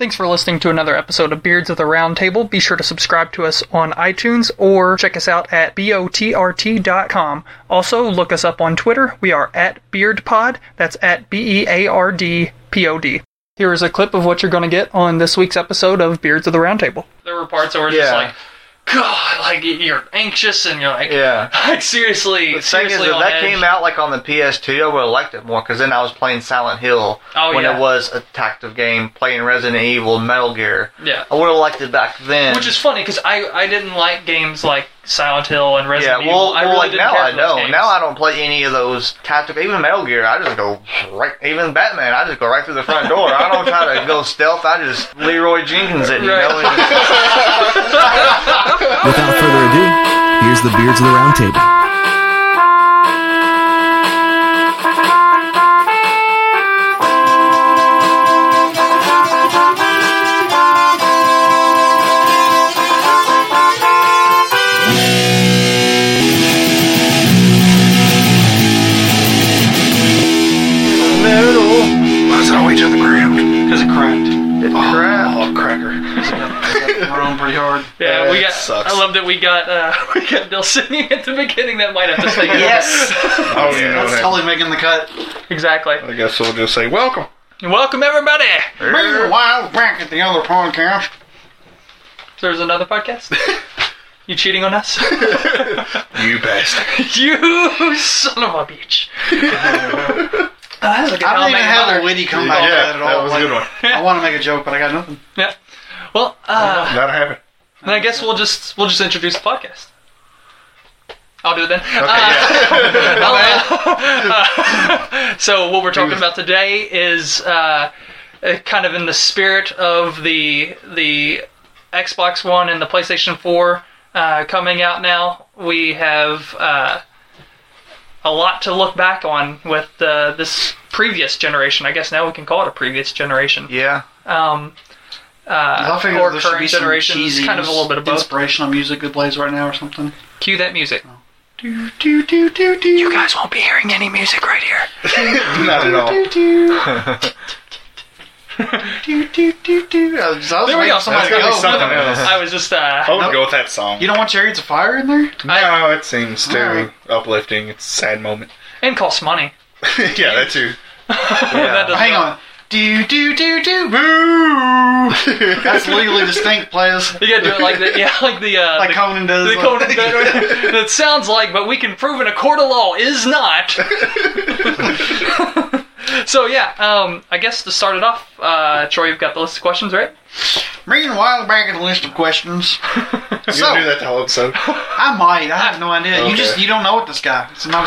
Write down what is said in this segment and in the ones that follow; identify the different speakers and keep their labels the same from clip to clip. Speaker 1: Thanks for listening to another episode of Beards of the Round Table. Be sure to subscribe to us on iTunes or check us out at BOTRT.com. Also, look us up on Twitter. We are at BeardPod. That's at B E A R D P O D. Here is a clip of what you're going to get on this week's episode of Beards of the Round Table. There were parts where it's
Speaker 2: Yeah.
Speaker 1: just like, God, like you're anxious and you're like,
Speaker 2: Yeah.
Speaker 1: like seriously,
Speaker 2: The thing is,
Speaker 1: seriously
Speaker 2: if
Speaker 1: on
Speaker 2: that
Speaker 1: edge.
Speaker 2: came out like on the PS2, I would have liked it more because then I was playing Silent Hill
Speaker 1: Oh,
Speaker 2: when
Speaker 1: yeah.
Speaker 2: it was a tactical game, playing Resident Evil, Metal Gear.
Speaker 1: Yeah.
Speaker 2: I would have liked it back then.
Speaker 1: Which is funny because I, I didn't like games like Silent Hill and
Speaker 2: yeah,
Speaker 1: Resident Evil.
Speaker 2: well,
Speaker 1: I
Speaker 2: well,
Speaker 1: really
Speaker 2: like
Speaker 1: didn't
Speaker 2: now
Speaker 1: care
Speaker 2: I
Speaker 1: for those
Speaker 2: know.
Speaker 1: games.
Speaker 2: Now I don't play any of those tactical, even Metal Gear. I just go right, even Batman. I just go right through the front door. I don't try to go stealth. I just Leroy Jenkins it, you
Speaker 1: Right.
Speaker 2: know. and-
Speaker 3: Without further ado, here's the Beards of the Round Table.
Speaker 2: Metal.
Speaker 4: Why is it all the way to the ground?
Speaker 5: Because it cracked.
Speaker 2: It cracked.
Speaker 4: Oh, cracker.
Speaker 5: Thrown pretty hard.
Speaker 1: Yeah, we
Speaker 4: That
Speaker 1: got.
Speaker 4: sucks.
Speaker 1: I love that we got uh, we got Bill singing at the beginning. That might have to stay. in.
Speaker 2: Yes.
Speaker 4: Oh, yeah.
Speaker 5: That's
Speaker 4: that-
Speaker 5: totally making the cut.
Speaker 1: exactly.
Speaker 4: I guess we'll just say welcome.
Speaker 1: Welcome everybody.
Speaker 5: Meanwhile, back at the other podcast.
Speaker 1: There's another podcast. You cheating on us?
Speaker 4: You bastard.
Speaker 1: you son of a bitch! Oh, that's a good
Speaker 5: I don't
Speaker 1: I'll
Speaker 5: even
Speaker 1: make
Speaker 5: have
Speaker 1: another.
Speaker 5: a witty comeback for that at all.
Speaker 4: that was a
Speaker 5: Like,
Speaker 4: good one.
Speaker 5: I want to make a joke, but I got nothing.
Speaker 1: Yeah. Well, uh,
Speaker 4: That happened.
Speaker 1: then I guess we'll just we'll just introduce the podcast. I'll do it then. Uh,
Speaker 4: Okay, yeah.
Speaker 1: So what we're talking about today is uh, uh, kind of in the spirit of the the Xbox One and the PlayStation Four uh, coming out now. We have uh, a lot to look back on with uh, this previous generation. I guess now we can call it a previous generation.
Speaker 2: Yeah.
Speaker 1: Um,
Speaker 5: I
Speaker 1: uh,
Speaker 5: figured
Speaker 1: or
Speaker 5: there should be
Speaker 1: current
Speaker 5: some
Speaker 1: generation,
Speaker 5: cheesy
Speaker 1: kind of a little bit of both.
Speaker 5: inspirational music that plays right now or something.
Speaker 1: Cue that music.
Speaker 5: Do, do, do, do, do.
Speaker 1: You guys won't be hearing any music right here.
Speaker 2: Not at all.
Speaker 5: do, do. do, do, do, do. I was, I was
Speaker 1: There we go.
Speaker 5: waiting for that
Speaker 1: Somebody
Speaker 5: to
Speaker 4: gotta
Speaker 1: go.
Speaker 4: be something Oh. else.
Speaker 1: I was just uh,
Speaker 4: I would go with that song.
Speaker 5: You don't want chariots of fire in there?
Speaker 4: no, it seems too
Speaker 5: Alright.
Speaker 4: uplifting. It's a sad moment.
Speaker 1: and costs money.
Speaker 4: yeah, that too.
Speaker 1: That doesn't-
Speaker 5: Hang on. Do, do, do, do, boo. That's legally distinct, players.
Speaker 1: You gotta do it like the yeah, like the uh,
Speaker 5: Like
Speaker 1: the,
Speaker 5: Conan does.
Speaker 1: the
Speaker 5: like-
Speaker 1: Conan that, that sounds like, but we can prove in a court of law is not. so yeah, um, I guess to start it off, uh, Troy, you've got the list of questions, right?
Speaker 5: Meanwhile, back at the list of questions.
Speaker 4: You
Speaker 5: So-
Speaker 4: do that the whole episode.
Speaker 5: I might. I have no idea. You
Speaker 4: Okay.
Speaker 5: just you don't know what this guy. It's not-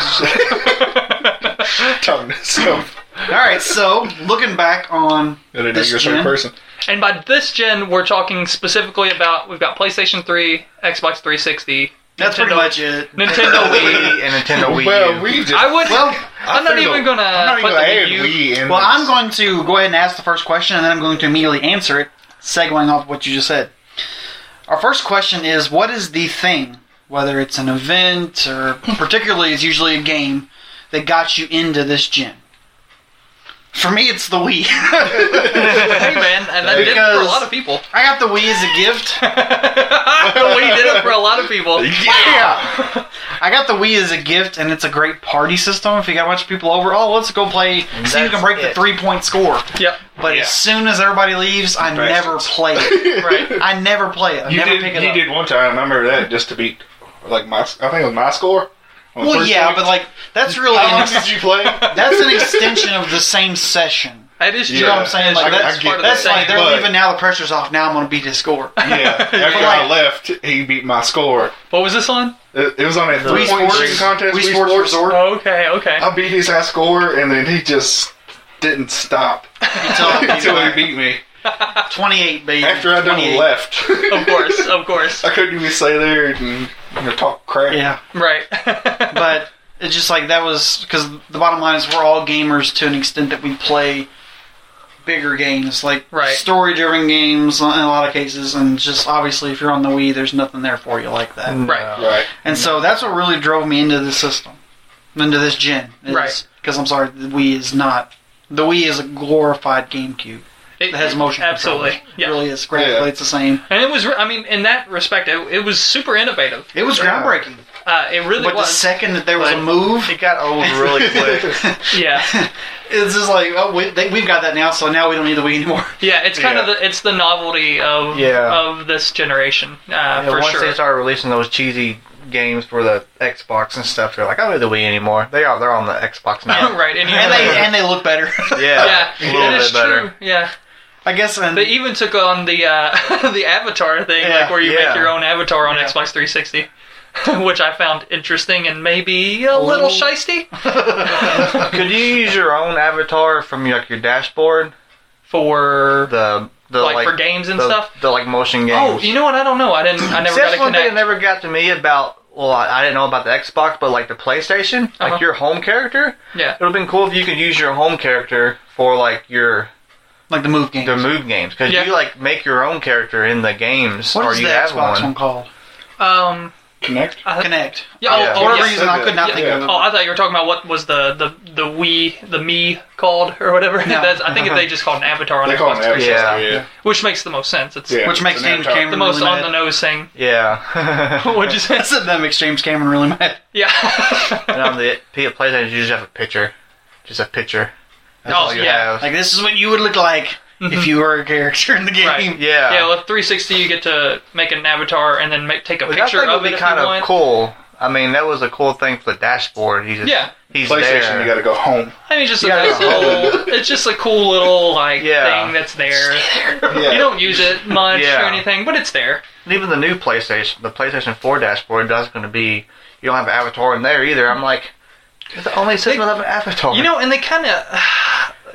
Speaker 4: Talking to yourself.
Speaker 5: All right. So looking back on
Speaker 4: I didn't
Speaker 5: This
Speaker 4: know you were a
Speaker 5: gen?
Speaker 4: person.
Speaker 1: And by this gen, we're talking specifically about we've got PlayStation 3, Xbox 360.
Speaker 5: that's pretty
Speaker 1: Nintendo-
Speaker 5: much it.
Speaker 1: Nintendo Wii.
Speaker 2: Wii and Nintendo Wii U.
Speaker 4: Well, we just.
Speaker 1: I would.
Speaker 5: Well,
Speaker 4: I
Speaker 1: I'm not
Speaker 4: figured-
Speaker 1: even gonna
Speaker 4: I'm not even
Speaker 1: put
Speaker 4: gonna uh,
Speaker 1: the
Speaker 4: add
Speaker 1: Wii U-
Speaker 4: Wii in
Speaker 5: Well,
Speaker 4: this.
Speaker 5: I'm going to go ahead and ask the first question, and then I'm going to immediately answer it, segueing off what you just said. Our first question is: What is the thing, whether it's an event or particularly it's usually a game, that got you into this gen? For me, it's the Wii.
Speaker 1: hey man, and that did it for a
Speaker 5: Because-
Speaker 1: lot of people.
Speaker 5: I got the Wii as a gift.
Speaker 1: we did it for a lot of people.
Speaker 5: Yeah. I got the Wii as a gift, and it's a great party system. If you got a bunch of people over, oh, let's go play. See who
Speaker 2: That's
Speaker 5: can break the
Speaker 2: it.
Speaker 5: three point score.
Speaker 1: Yep.
Speaker 5: But
Speaker 4: Yeah.
Speaker 5: as soon as everybody leaves, I never play it.
Speaker 1: Right.
Speaker 5: I never play it. I
Speaker 4: You
Speaker 5: never
Speaker 4: did.
Speaker 5: pick it
Speaker 4: you
Speaker 5: up.
Speaker 4: did one time. I remember that just to beat, like my. I think it was my score. on
Speaker 5: Well,
Speaker 4: first
Speaker 5: yeah,
Speaker 4: point.
Speaker 5: but like that's really
Speaker 4: how long
Speaker 5: an,
Speaker 4: did you play?
Speaker 5: that's an extension of the same session.
Speaker 1: That is true.
Speaker 5: You know what I'm saying? Like
Speaker 4: I- I
Speaker 5: that's
Speaker 4: get
Speaker 5: that's
Speaker 4: that.
Speaker 5: like they're
Speaker 4: But-
Speaker 5: leaving now. The pressure's off. Now I'm going to beat his score.
Speaker 4: yeah, after I left, he beat my score.
Speaker 1: What was this on?
Speaker 4: It, it was on a
Speaker 5: Wii
Speaker 4: three point
Speaker 5: Sports-
Speaker 4: shooting contest.
Speaker 5: Wii
Speaker 4: Wii
Speaker 5: Sports Resort.
Speaker 1: Okay, okay.
Speaker 4: I beat his ass score, and then he just didn't stop
Speaker 5: Oh,
Speaker 4: until he beat me.
Speaker 5: Twenty eight, baby.
Speaker 4: After I done
Speaker 5: 28.
Speaker 4: left,
Speaker 1: Of course, of course.
Speaker 4: I couldn't even stay there and you know, talk crap.
Speaker 5: Yeah.
Speaker 1: Right.
Speaker 5: but it's just like that was because the bottom line is we're all gamers to an extent that we play bigger games like
Speaker 1: Right.
Speaker 5: story-driven games in a lot of cases, and just obviously if you're on the Wii, there's nothing there for you like that.
Speaker 1: Right.
Speaker 4: Right.
Speaker 5: And so that's what really drove me into this system, into this gen.
Speaker 1: Right.
Speaker 5: Because I'm sorry, the Wii is not. The Wii is a glorified GameCube.
Speaker 1: It
Speaker 5: that has motion. control.
Speaker 1: Absolutely,
Speaker 5: It
Speaker 1: yeah.
Speaker 5: really is. Graphically,
Speaker 4: Yeah.
Speaker 5: it's the same.
Speaker 1: And it was, re- I mean, in that respect, it, it was super innovative.
Speaker 5: It was groundbreaking.
Speaker 1: Uh, it really
Speaker 5: But the
Speaker 1: was.
Speaker 5: second that there was
Speaker 2: But-
Speaker 5: a move,
Speaker 2: It got old really quick.
Speaker 1: yeah,
Speaker 5: it's just like oh, we, they, we've got that now, so now we don't need the Wii anymore.
Speaker 1: yeah. It's kind of
Speaker 4: Yeah.
Speaker 1: the it's the novelty of
Speaker 2: Yeah.
Speaker 1: of this generation uh,
Speaker 2: And
Speaker 1: for
Speaker 2: once
Speaker 1: sure.
Speaker 2: they started releasing those cheesy games for the Xbox and stuff, they're like, I don't need the Wii anymore. They are. They're on the Xbox now.
Speaker 1: right, and, you-
Speaker 5: And they and they look better.
Speaker 1: yeah,
Speaker 2: Yeah, a little
Speaker 1: it is
Speaker 2: bit better.
Speaker 1: true. Yeah,
Speaker 5: I guess. And
Speaker 1: they even took on the uh, the avatar thing,
Speaker 5: Yeah,
Speaker 1: like where you
Speaker 2: yeah.
Speaker 1: make your own avatar on Xbox 360, which I found interesting and maybe a little
Speaker 5: little-
Speaker 1: shisty
Speaker 2: Could you use your own avatar from like your dashboard?
Speaker 1: for
Speaker 2: The the
Speaker 1: like, for games and
Speaker 2: the,
Speaker 1: stuff.
Speaker 2: The like motion games.
Speaker 1: Oh, you know what? I don't know. I didn't. I never
Speaker 2: See, that's
Speaker 1: got a
Speaker 2: one thing that
Speaker 1: connect.
Speaker 2: never got to me about. Well, I, I didn't know about the Xbox, but like the PlayStation,
Speaker 1: Uh-huh.
Speaker 2: like your home character,
Speaker 1: Yeah.
Speaker 2: it would have been cool if you could use your home character for like your
Speaker 5: like the move game.
Speaker 2: the move games because
Speaker 1: Yeah.
Speaker 2: you like make your own character in the games
Speaker 5: What
Speaker 2: or
Speaker 5: is the
Speaker 2: you have
Speaker 5: Xbox one,
Speaker 2: one.
Speaker 5: called?
Speaker 1: Um.
Speaker 4: Connect.
Speaker 1: I-
Speaker 5: Connect.
Speaker 1: Yeah. Oh,
Speaker 2: Yeah.
Speaker 1: oh,
Speaker 5: For whatever
Speaker 1: yes.
Speaker 5: reason, I could not
Speaker 1: Yeah.
Speaker 5: think of it.
Speaker 1: Oh, I thought you were talking about what was the the the Wii the me called or whatever.
Speaker 5: No.
Speaker 1: That's, I think they just called an avatar on
Speaker 4: They call
Speaker 1: Xbox
Speaker 4: it
Speaker 1: 360,
Speaker 2: Yeah.
Speaker 4: yeah. yeah.
Speaker 1: which makes the most sense. It's
Speaker 4: Yeah.
Speaker 5: Which makes
Speaker 4: It's an
Speaker 5: James
Speaker 4: avatar.
Speaker 5: Cameron
Speaker 1: the most
Speaker 5: really
Speaker 1: on
Speaker 5: mad.
Speaker 1: the nose thing.
Speaker 2: Yeah,
Speaker 1: What'd you say?
Speaker 5: That's it. That makes James Cameron really mad.
Speaker 1: Yeah.
Speaker 2: and on the P- PlayStation, you just have a picture, just a picture. That's
Speaker 1: Oh,
Speaker 2: all you
Speaker 1: yeah.
Speaker 2: have.
Speaker 5: Like this is what you would look like if you were a character in the game.
Speaker 1: Mm-hmm. Right.
Speaker 2: Yeah,
Speaker 1: Yeah, with 360, you get to make an avatar and then make, take a
Speaker 2: Which I
Speaker 1: picture
Speaker 2: think
Speaker 1: of
Speaker 2: would
Speaker 1: it
Speaker 2: be
Speaker 1: if
Speaker 2: kind
Speaker 1: you
Speaker 2: of
Speaker 1: want.
Speaker 2: cool. I mean, that was a cool thing for the dashboard. He's just,
Speaker 1: Yeah.
Speaker 2: he's
Speaker 4: PlayStation,
Speaker 2: there.
Speaker 4: you got to go home.
Speaker 1: I mean, just a
Speaker 2: Yeah,
Speaker 1: nice
Speaker 4: yeah.
Speaker 1: little. It's just a cool little like
Speaker 2: Yeah.
Speaker 1: thing that's there.
Speaker 4: Yeah.
Speaker 1: You don't use it much or
Speaker 2: Yeah.
Speaker 1: anything, but it's there.
Speaker 2: And even the new PlayStation, the PlayStation 4 dashboard, that's going to be you don't have an avatar in there either. I'm like, you're the only system without an avatar.
Speaker 1: You know, and they kind of.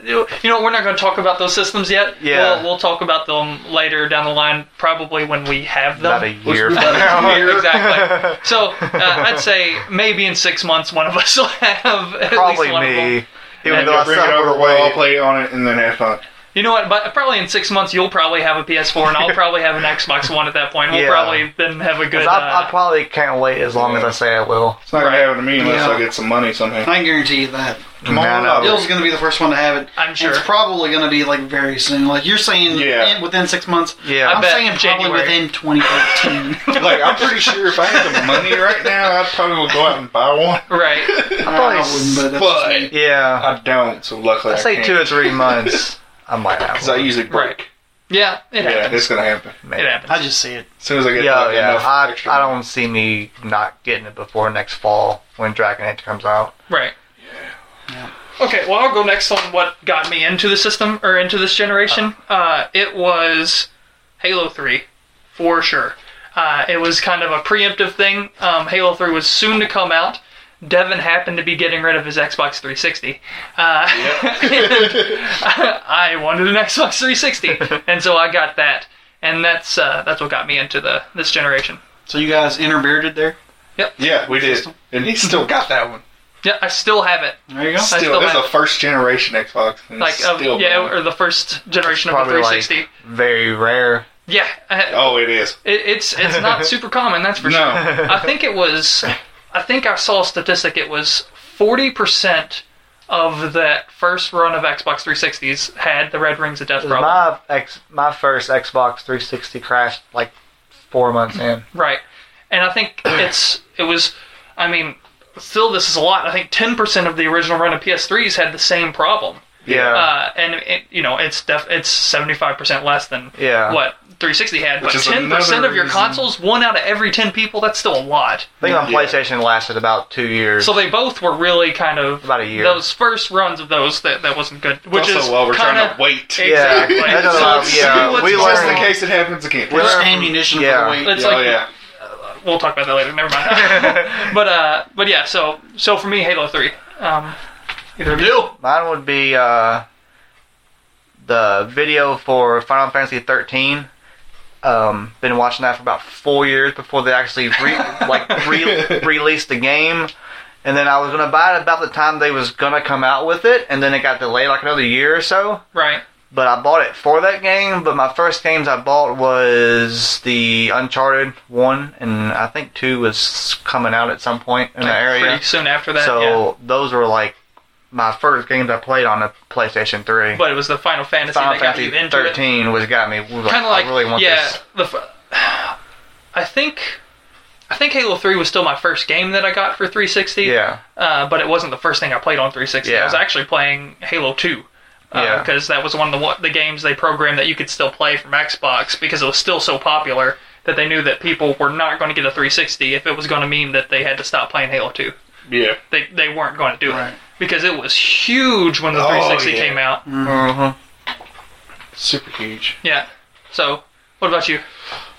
Speaker 1: You know, we're not going to talk about those systems yet.
Speaker 2: Yeah.
Speaker 1: We'll, we'll talk about them later down the line, probably when we have them.
Speaker 2: about a year.
Speaker 4: About a
Speaker 2: from now.
Speaker 4: year.
Speaker 1: exactly. So uh, I'd say maybe in six months, one of us will have at
Speaker 2: Probably
Speaker 1: least one of them.
Speaker 2: me. Even
Speaker 1: And
Speaker 2: though I
Speaker 4: Bring it
Speaker 2: suffer
Speaker 4: over. Well, I'll
Speaker 2: way.
Speaker 4: play on it and then have fun.
Speaker 1: You know what? But probably in six months, you'll probably have a PS4, and I'll probably have an Xbox One at that point. We'll
Speaker 2: Yeah.
Speaker 1: probably then have a good.
Speaker 2: 'Cause I, I
Speaker 1: Uh,
Speaker 2: probably can't wait as long as I say I will.
Speaker 4: It's not gonna happen to me unless
Speaker 5: Yeah.
Speaker 4: I get some money somehow.
Speaker 5: I guarantee you that.
Speaker 2: Man, I
Speaker 5: Tomorrow,
Speaker 2: would-
Speaker 5: Bill's
Speaker 4: Oh.
Speaker 5: going to be the first one to have it.
Speaker 1: I'm
Speaker 5: And
Speaker 1: sure.
Speaker 5: It's probably going to be like very soon. Like you're saying,
Speaker 4: Yeah.
Speaker 5: in- within six months.
Speaker 2: Yeah.
Speaker 5: I'm
Speaker 1: bet
Speaker 5: saying
Speaker 1: January.
Speaker 5: probably within 2013.
Speaker 4: Like I'm pretty sure if I had the money right now, I probably would go out and buy one.
Speaker 1: uh, right.
Speaker 5: I, wouldn't, but that's just me.
Speaker 4: But
Speaker 2: Yeah.
Speaker 4: I don't, so luckily
Speaker 2: I say
Speaker 4: can't.
Speaker 2: two or three months. I might have.
Speaker 4: Because I
Speaker 2: one.
Speaker 4: usually break.
Speaker 1: Right. Yeah. It
Speaker 4: Yeah,
Speaker 1: happens.
Speaker 4: it's gonna happen.
Speaker 1: It happens.
Speaker 5: I just see it.
Speaker 4: As soon as I get
Speaker 2: Yeah,
Speaker 4: like,
Speaker 2: yeah.
Speaker 4: enough
Speaker 2: I,
Speaker 4: extra
Speaker 2: I don't see me not getting it before next fall when Dragon Age comes out.
Speaker 1: Right. Okay, well, I'll go next on what got me into the system or into this generation. Uh, it was Halo 3, for sure. Uh, it was kind of a preemptive thing. Um, Halo 3 was soon to come out. Devin happened to be getting rid of his Xbox 360. Uh, I wanted an Xbox 360, and so I got that, and that's uh, that's what got me into the this generation.
Speaker 5: So you guys interbearded there.
Speaker 4: Yeah, we did, and he still got that one.
Speaker 1: Yeah, I still have it.
Speaker 5: There you go.
Speaker 1: still
Speaker 4: Still, that's
Speaker 1: have
Speaker 4: a
Speaker 1: it.
Speaker 4: first generation Xbox. and it's
Speaker 1: Like, of,
Speaker 4: still
Speaker 1: yeah,
Speaker 4: going.
Speaker 1: or the first generation of the
Speaker 2: Probably like
Speaker 1: 360.
Speaker 2: very rare.
Speaker 1: Yeah, I-
Speaker 4: oh, it is.
Speaker 1: It, it's it's not super common, that's for sure.
Speaker 4: No,
Speaker 1: I think it was, I think I saw a statistic. It was forty percent of that first run of Xbox 360s had the Red Rings of Death
Speaker 2: 'Cause
Speaker 1: problem.
Speaker 2: My ex, my first Xbox 360 crashed like four months in.
Speaker 1: Right, and I think it's it was. I mean, still this is a lot. I think ten percent of the original run of PS3s had the same problem.
Speaker 2: Yeah,
Speaker 1: Uh, and it, you know it's def- it's seventy five percent less than
Speaker 2: yeah.
Speaker 1: what 360 had, but
Speaker 4: is
Speaker 1: ten percent of your
Speaker 4: another reason-
Speaker 1: consoles, one out of every ten people, that's still a lot.
Speaker 2: I think on
Speaker 4: Yeah.
Speaker 2: PlayStation lasted about two years.
Speaker 1: So they both were really kind of
Speaker 2: About a year.
Speaker 1: Those first runs of those that, that wasn't good, which
Speaker 4: also
Speaker 1: is
Speaker 4: while we're
Speaker 1: kinda,
Speaker 4: trying to wait.
Speaker 2: yeah,
Speaker 1: Exactly.
Speaker 2: That's
Speaker 1: So
Speaker 2: allowed-
Speaker 1: let's see
Speaker 2: yeah.
Speaker 1: what's
Speaker 2: We
Speaker 1: going
Speaker 4: Just in
Speaker 2: learned.
Speaker 4: case it happens again.
Speaker 2: We're-
Speaker 5: Just ammunition
Speaker 2: Yeah.
Speaker 5: for the weight.
Speaker 1: It's
Speaker 4: oh
Speaker 1: like
Speaker 4: yeah,
Speaker 1: we'll talk about that later. Never mind. but uh, but yeah. So so for me, Halo Three. Um, either of you.
Speaker 2: Mine would be uh, the video for Final Fantasy 13. Um, been watching that for about four years before they actually re- like re- released the game. And then I was gonna buy it about the time they was gonna come out with it, and then it got delayed like another year or so.
Speaker 1: Right.
Speaker 2: But I bought it for that game. But my first games I bought was the Uncharted one, and I think two was coming out at some point in the area.
Speaker 1: Pretty soon after that.
Speaker 2: Oh, So
Speaker 1: yeah.
Speaker 2: those were like my first games I played on the PlayStation 3.
Speaker 1: But it was the Final Fantasy
Speaker 2: Final
Speaker 1: that got
Speaker 2: Fantasy
Speaker 1: you into it.
Speaker 2: 13 was got me. Was like,
Speaker 1: Kind of like
Speaker 2: I really want
Speaker 1: yeah.
Speaker 2: this.
Speaker 1: The, f- I think I think Halo Three was still my first game that I got for 360.
Speaker 2: Yeah,
Speaker 1: uh, but it wasn't the first thing I played on 360. I
Speaker 2: Yeah.
Speaker 1: was actually playing Halo 2
Speaker 2: Yeah.
Speaker 1: because that was one of the one- the games they programmed that you could still play from Xbox because it was still so popular that they knew that people were not going to get a 360 if it was going to mean that they had to stop playing Halo 2.
Speaker 4: Yeah.
Speaker 1: They they weren't going to do
Speaker 5: Right.
Speaker 1: it because it was huge when the
Speaker 4: Oh,
Speaker 1: 360
Speaker 4: yeah.
Speaker 1: came out.
Speaker 2: Mhm.
Speaker 4: Mm-hmm. Super huge.
Speaker 1: Yeah. So, what about you?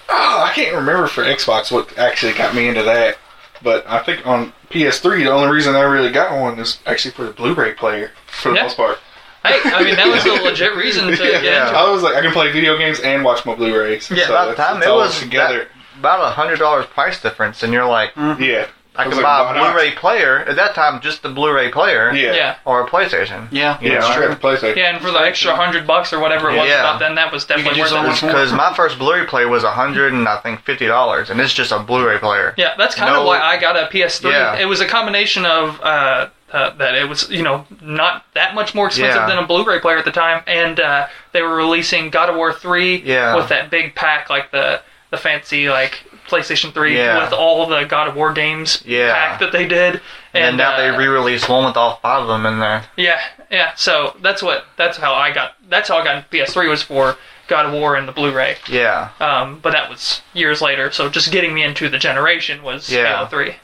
Speaker 4: Oh, I can't remember for Xbox what actually got me into that. But I think on PS3, the only reason I really got one is actually for the Blu-ray player, for the
Speaker 1: Yeah.
Speaker 4: most part.
Speaker 1: Hey, I mean that was a legit reason to get into it.
Speaker 4: I was like, I can play video games and watch my Blu-rays.
Speaker 1: Yeah,
Speaker 4: so
Speaker 2: by the
Speaker 4: it's-
Speaker 2: time
Speaker 4: it's
Speaker 2: it
Speaker 4: all
Speaker 2: was
Speaker 4: together.
Speaker 2: about a hundred dollars price difference, and you're like,
Speaker 4: yeah,
Speaker 2: I
Speaker 4: was
Speaker 2: can
Speaker 4: like,
Speaker 2: buy
Speaker 4: why
Speaker 2: a
Speaker 4: not?
Speaker 2: Blu-ray player at that time, just the Blu-ray player,
Speaker 4: Yeah, yeah,
Speaker 1: Yeah.
Speaker 2: or a PlayStation.
Speaker 5: Yeah.
Speaker 4: yeah.
Speaker 2: That's
Speaker 4: I
Speaker 2: true.
Speaker 4: had the PlayStation.
Speaker 1: Yeah, and for the extra hundred bucks or whatever it was
Speaker 2: Yeah.
Speaker 1: about then, that was definitely
Speaker 5: do
Speaker 1: worth
Speaker 5: so
Speaker 1: it.
Speaker 5: much
Speaker 2: Because my first Blu-ray player was a hundred and I think fifty dollars, and it's just a Blu-ray player.
Speaker 1: Yeah, that's kind of
Speaker 2: No-
Speaker 1: why I got a PS3.
Speaker 2: Yeah.
Speaker 1: It was a combination of uh, uh, that it was you know not that much more expensive
Speaker 2: Yeah.
Speaker 1: than a Blu-ray player at the time, and uh, they were releasing God of War three
Speaker 2: Yeah.
Speaker 1: with that big pack like the the fancy like PlayStation three
Speaker 2: Yeah.
Speaker 1: with all the God of War games
Speaker 2: Yeah.
Speaker 1: pack that they did, and,
Speaker 2: And, now
Speaker 1: uh,
Speaker 2: they re-released one with all five of them in there.
Speaker 1: yeah yeah. So that's what that's how I got that's how I got PS three was for God of War and the Blu-ray.
Speaker 2: Yeah,
Speaker 1: Um, but that was years later. So just getting me into the generation was
Speaker 2: Yeah.
Speaker 1: Halo three.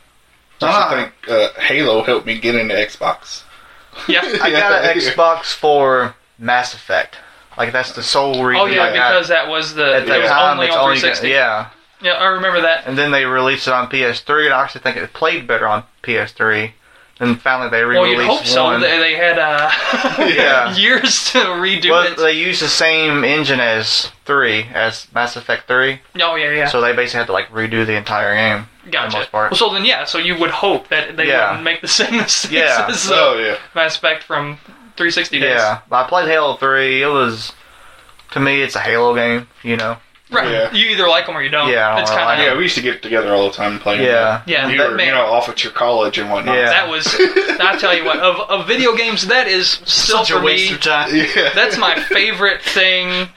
Speaker 4: I actually think uh, Halo helped me get into Xbox.
Speaker 1: Yeah.
Speaker 2: I got
Speaker 4: Yeah.
Speaker 2: an Xbox for Mass Effect. Like that's the sole reason.
Speaker 1: Oh yeah,
Speaker 2: I got
Speaker 1: because that was the
Speaker 2: at
Speaker 1: it
Speaker 2: that
Speaker 1: was
Speaker 2: time
Speaker 1: only
Speaker 2: it's
Speaker 1: on
Speaker 2: only
Speaker 1: 360. yeah.
Speaker 2: yeah.
Speaker 1: I remember that.
Speaker 2: And then they released it on PS3, and I actually think it played better on PS3. And finally, they
Speaker 1: Well, you'd
Speaker 2: re-released
Speaker 1: hope so.
Speaker 2: one.
Speaker 1: They, they had uh,
Speaker 2: Yeah.
Speaker 1: years to redo
Speaker 2: well,
Speaker 1: it.
Speaker 2: they used the same engine as three, as Mass Effect three,
Speaker 1: oh yeah, yeah.
Speaker 2: so they basically had to like redo the entire game.
Speaker 1: gotcha.
Speaker 2: most part.
Speaker 1: Well, so then yeah, so you would hope that they
Speaker 2: Yeah.
Speaker 1: wouldn't make the same mistakes
Speaker 2: Yeah.
Speaker 1: as
Speaker 4: So
Speaker 1: uh,
Speaker 4: oh, yeah,
Speaker 1: Mass Effect from 360 days.
Speaker 2: Yeah, but I played Halo three. It was to me, it's a Halo game, you know.
Speaker 1: Right.
Speaker 4: Yeah.
Speaker 1: You either like them or you don't.
Speaker 2: Yeah, I don't
Speaker 1: It's
Speaker 2: really
Speaker 1: kind
Speaker 2: like
Speaker 1: of
Speaker 4: yeah. We used to get together all the time and play.
Speaker 2: Yeah,
Speaker 1: yeah.
Speaker 4: you,
Speaker 1: that
Speaker 4: were,
Speaker 1: man-
Speaker 4: you know, off at your college and whatnot.
Speaker 2: Yeah.
Speaker 1: That was. I tell you what, of, of video games, that is still
Speaker 5: Such
Speaker 1: for
Speaker 5: a waste
Speaker 1: me.
Speaker 5: of time.
Speaker 4: yeah.
Speaker 1: That's my favorite thing I-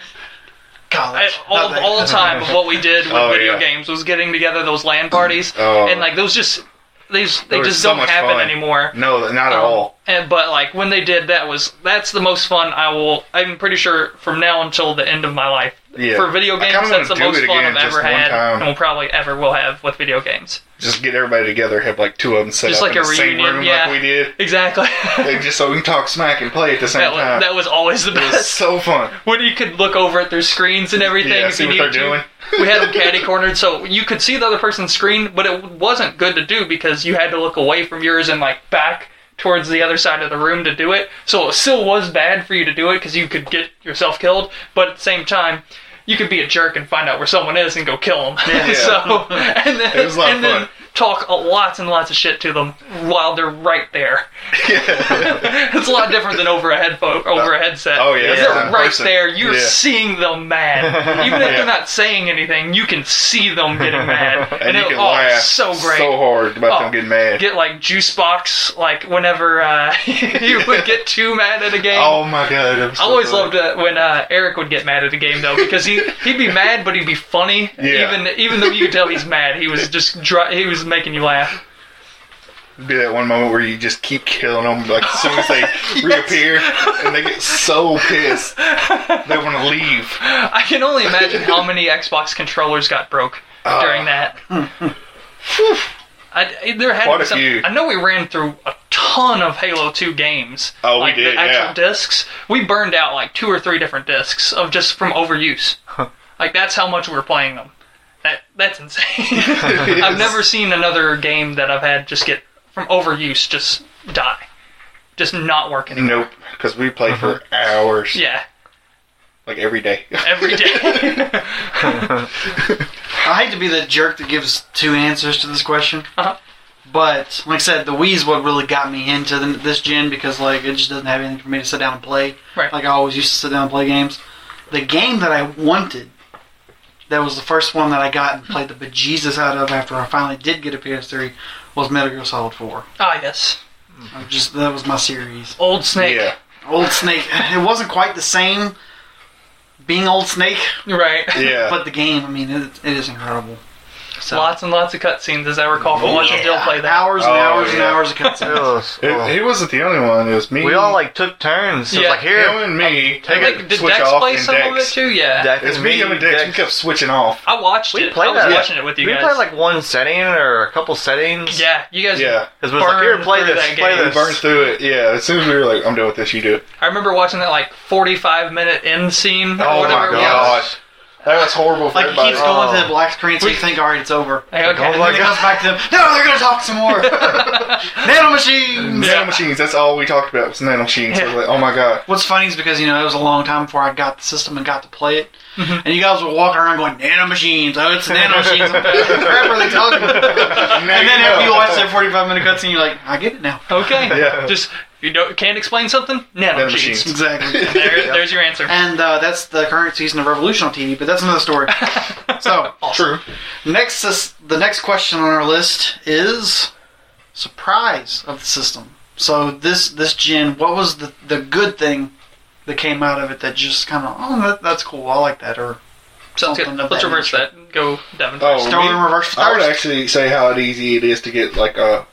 Speaker 5: College.
Speaker 1: all,
Speaker 5: Nothing.
Speaker 1: all the time of what we did with
Speaker 4: Oh,
Speaker 1: video
Speaker 4: yeah.
Speaker 1: games was getting together those LAN parties
Speaker 4: Oh.
Speaker 1: and like those just these they
Speaker 4: Those were
Speaker 1: just
Speaker 4: so
Speaker 1: don't
Speaker 4: much
Speaker 1: happen
Speaker 4: fun.
Speaker 1: anymore.
Speaker 4: No, not at
Speaker 1: Um,
Speaker 4: all.
Speaker 1: And but like when they did that was that's the most fun I will I'm pretty sure from now until the end of my life.
Speaker 4: Yeah.
Speaker 1: For video
Speaker 4: I kinda
Speaker 1: games that's
Speaker 4: wanna
Speaker 1: the
Speaker 4: do
Speaker 1: most
Speaker 4: it
Speaker 1: fun
Speaker 4: again
Speaker 1: I've
Speaker 4: just
Speaker 1: ever
Speaker 4: one
Speaker 1: had
Speaker 4: time.
Speaker 1: and will probably ever will have with video games.
Speaker 4: Just get everybody together, have like two of them set
Speaker 1: Just
Speaker 4: up
Speaker 1: like
Speaker 4: in
Speaker 1: a
Speaker 4: the
Speaker 1: reunion,
Speaker 4: same room
Speaker 1: yeah.
Speaker 4: like we did,
Speaker 1: Exactly.
Speaker 4: and just so we can talk smack and play at the same
Speaker 1: that was
Speaker 4: time.
Speaker 1: that was always the
Speaker 4: it was
Speaker 1: best.
Speaker 4: so fun.
Speaker 1: when you could look over at their screens and everything
Speaker 4: Yeah,
Speaker 1: if
Speaker 4: see
Speaker 1: you
Speaker 4: what
Speaker 1: needed
Speaker 4: they're
Speaker 1: to.
Speaker 4: doing.
Speaker 1: we had them caddy cornered, so you could see the other person's screen, but it wasn't good to do because you had to look away from yours and like back towards the other side of the room to do it. So it still was bad for you to do it because you could get yourself killed, but at the same time. You could be a jerk and find out where someone is and go kill them. so and then,
Speaker 4: It was a lot of
Speaker 1: and then
Speaker 4: fun.
Speaker 1: talk a- lots and lots of shit to them while they're right there. it's a lot different than over a headphone, over a headset.
Speaker 4: Oh, yeah,
Speaker 1: If
Speaker 4: it's
Speaker 1: they're
Speaker 4: not in
Speaker 1: right
Speaker 4: person.
Speaker 1: there. You're
Speaker 4: Yeah.
Speaker 1: seeing them mad, even if they're not saying anything. You can see them getting mad,
Speaker 4: And, you
Speaker 1: it,
Speaker 4: can
Speaker 1: oh, it's
Speaker 4: laugh
Speaker 1: so great.
Speaker 4: so hard about
Speaker 1: Oh,
Speaker 4: them getting mad.
Speaker 1: Get like juice box, like whenever uh, you would get too mad at a game.
Speaker 4: oh my god! it was
Speaker 1: I
Speaker 4: so
Speaker 1: always
Speaker 4: fun.
Speaker 1: loved it when uh, Eric would get mad at a game though, because he he'd be mad, but he'd be funny.
Speaker 4: Yeah.
Speaker 1: Even even though you could tell he's mad, he was just dry, he was making you laugh.
Speaker 4: Be that one moment where you just keep killing them. Like as soon as they reappear, and they get so pissed, they want to leave.
Speaker 1: I can only imagine how many Xbox controllers got broke
Speaker 4: Ah.
Speaker 1: during that. I, there had to
Speaker 4: Quite
Speaker 1: be
Speaker 4: a
Speaker 1: some-
Speaker 4: few.
Speaker 1: I know we ran through a ton of Halo 2 games.
Speaker 4: Oh, we
Speaker 1: like
Speaker 4: did,
Speaker 1: The
Speaker 4: yeah.
Speaker 1: actual discs. We burned out like two or three different discs of just from overuse. like that's how much we were playing them. That that's insane. I've never seen another game that I've had just get from overuse just die, just not working.
Speaker 4: Nope, because we play for hours,
Speaker 1: Uh-huh. Yeah,
Speaker 4: like every day.
Speaker 1: every day.
Speaker 5: I hate to be the jerk that gives two answers to this question.
Speaker 1: Uh-huh.
Speaker 5: But like I said, the Wii's what really got me into the, this gen because like it just doesn't have anything for me to sit down and play.
Speaker 1: Right.
Speaker 5: Like I always used to sit down and play games. The game that I wanted, that was the first one that I got and played the bejesus out of after I finally did get a PS3, was Metal Gear Solid 4.
Speaker 1: ah yes.
Speaker 5: I just that was my series.
Speaker 1: Old Snake.
Speaker 4: Yeah.
Speaker 5: Old Snake. It wasn't quite the same being Old Snake,
Speaker 1: Right.
Speaker 4: Yeah.
Speaker 5: but the game. I mean, it, it is incredible. So,
Speaker 1: Lots and lots of cutscenes, as I recall, from watching
Speaker 5: Yeah.
Speaker 1: Dill play that.
Speaker 5: hours and
Speaker 4: Oh,
Speaker 5: hours and
Speaker 4: yeah.
Speaker 5: hours of cutscenes.
Speaker 2: Ugh,
Speaker 4: It-
Speaker 2: ugh.
Speaker 4: he wasn't the only one. It was me.
Speaker 2: Oh. we all like took turns. So
Speaker 1: Yeah.
Speaker 2: it's like here,
Speaker 4: him and me.
Speaker 2: Take
Speaker 1: I
Speaker 2: it.
Speaker 1: think, did
Speaker 4: switch
Speaker 1: Dex
Speaker 4: off
Speaker 1: play
Speaker 4: and
Speaker 1: some of it
Speaker 4: Dex.
Speaker 1: too? Yeah.
Speaker 2: Dex
Speaker 4: It's me, him, and Dex. We kept switching off.
Speaker 1: I watched
Speaker 2: We
Speaker 1: it.
Speaker 2: played
Speaker 1: I was
Speaker 2: that.
Speaker 1: watching it with you
Speaker 2: we
Speaker 1: guys.
Speaker 2: played like one setting or a couple settings.
Speaker 1: yeah, you guys.
Speaker 4: Yeah.
Speaker 2: Because was like,
Speaker 1: burned
Speaker 2: here, play
Speaker 1: through
Speaker 2: this,
Speaker 1: that
Speaker 2: play
Speaker 1: game.
Speaker 4: We
Speaker 2: this.
Speaker 4: burned through it. Yeah. As soon as we were like, I'm done with this, you do it.
Speaker 1: I remember watching that like 45 minute end scene. or
Speaker 4: Oh
Speaker 1: whatever it
Speaker 4: my
Speaker 1: was.
Speaker 4: gosh. That was horrible for
Speaker 5: Like it
Speaker 4: everybody.
Speaker 5: keeps going to the black screen, so you think, all right, it's over.
Speaker 1: Like, okay.
Speaker 2: Oh my
Speaker 5: And it goes back to them. No, they're gonna talk some more. Nano machines.
Speaker 4: Nano machines. That's all we talked about was nano machines. I was like, oh my god.
Speaker 5: What's funny is because you know it was a long time before I got the system and got to play it,
Speaker 1: Mm-hmm.
Speaker 5: and you guys were walking around going nano machines. Oh, it's nano machines. What the crap are they talking? about? And then after you watch that forty-five minute cutscene, you're like, I get it now.
Speaker 1: Okay.
Speaker 4: Yeah.
Speaker 1: Just you know, can't explain something. Nano
Speaker 4: Nano
Speaker 1: machines.
Speaker 4: machines.
Speaker 5: Exactly.
Speaker 1: There, There's your answer.
Speaker 5: And uh, that's the current season of Revolution on TV, but that's another story. so
Speaker 4: True.
Speaker 5: next, is- the next question on our list is surprise of the system. So this this gen, what was the the good thing that came out of it that just kind of oh that, that's cool, I like that or
Speaker 1: Sounds good.
Speaker 5: something of
Speaker 1: Let's
Speaker 5: that
Speaker 1: reverse that. Go, Devin.
Speaker 4: Oh,
Speaker 5: Start
Speaker 4: me-
Speaker 5: in reverse
Speaker 4: I would
Speaker 5: first.
Speaker 4: actually say how easy it is to get like uh,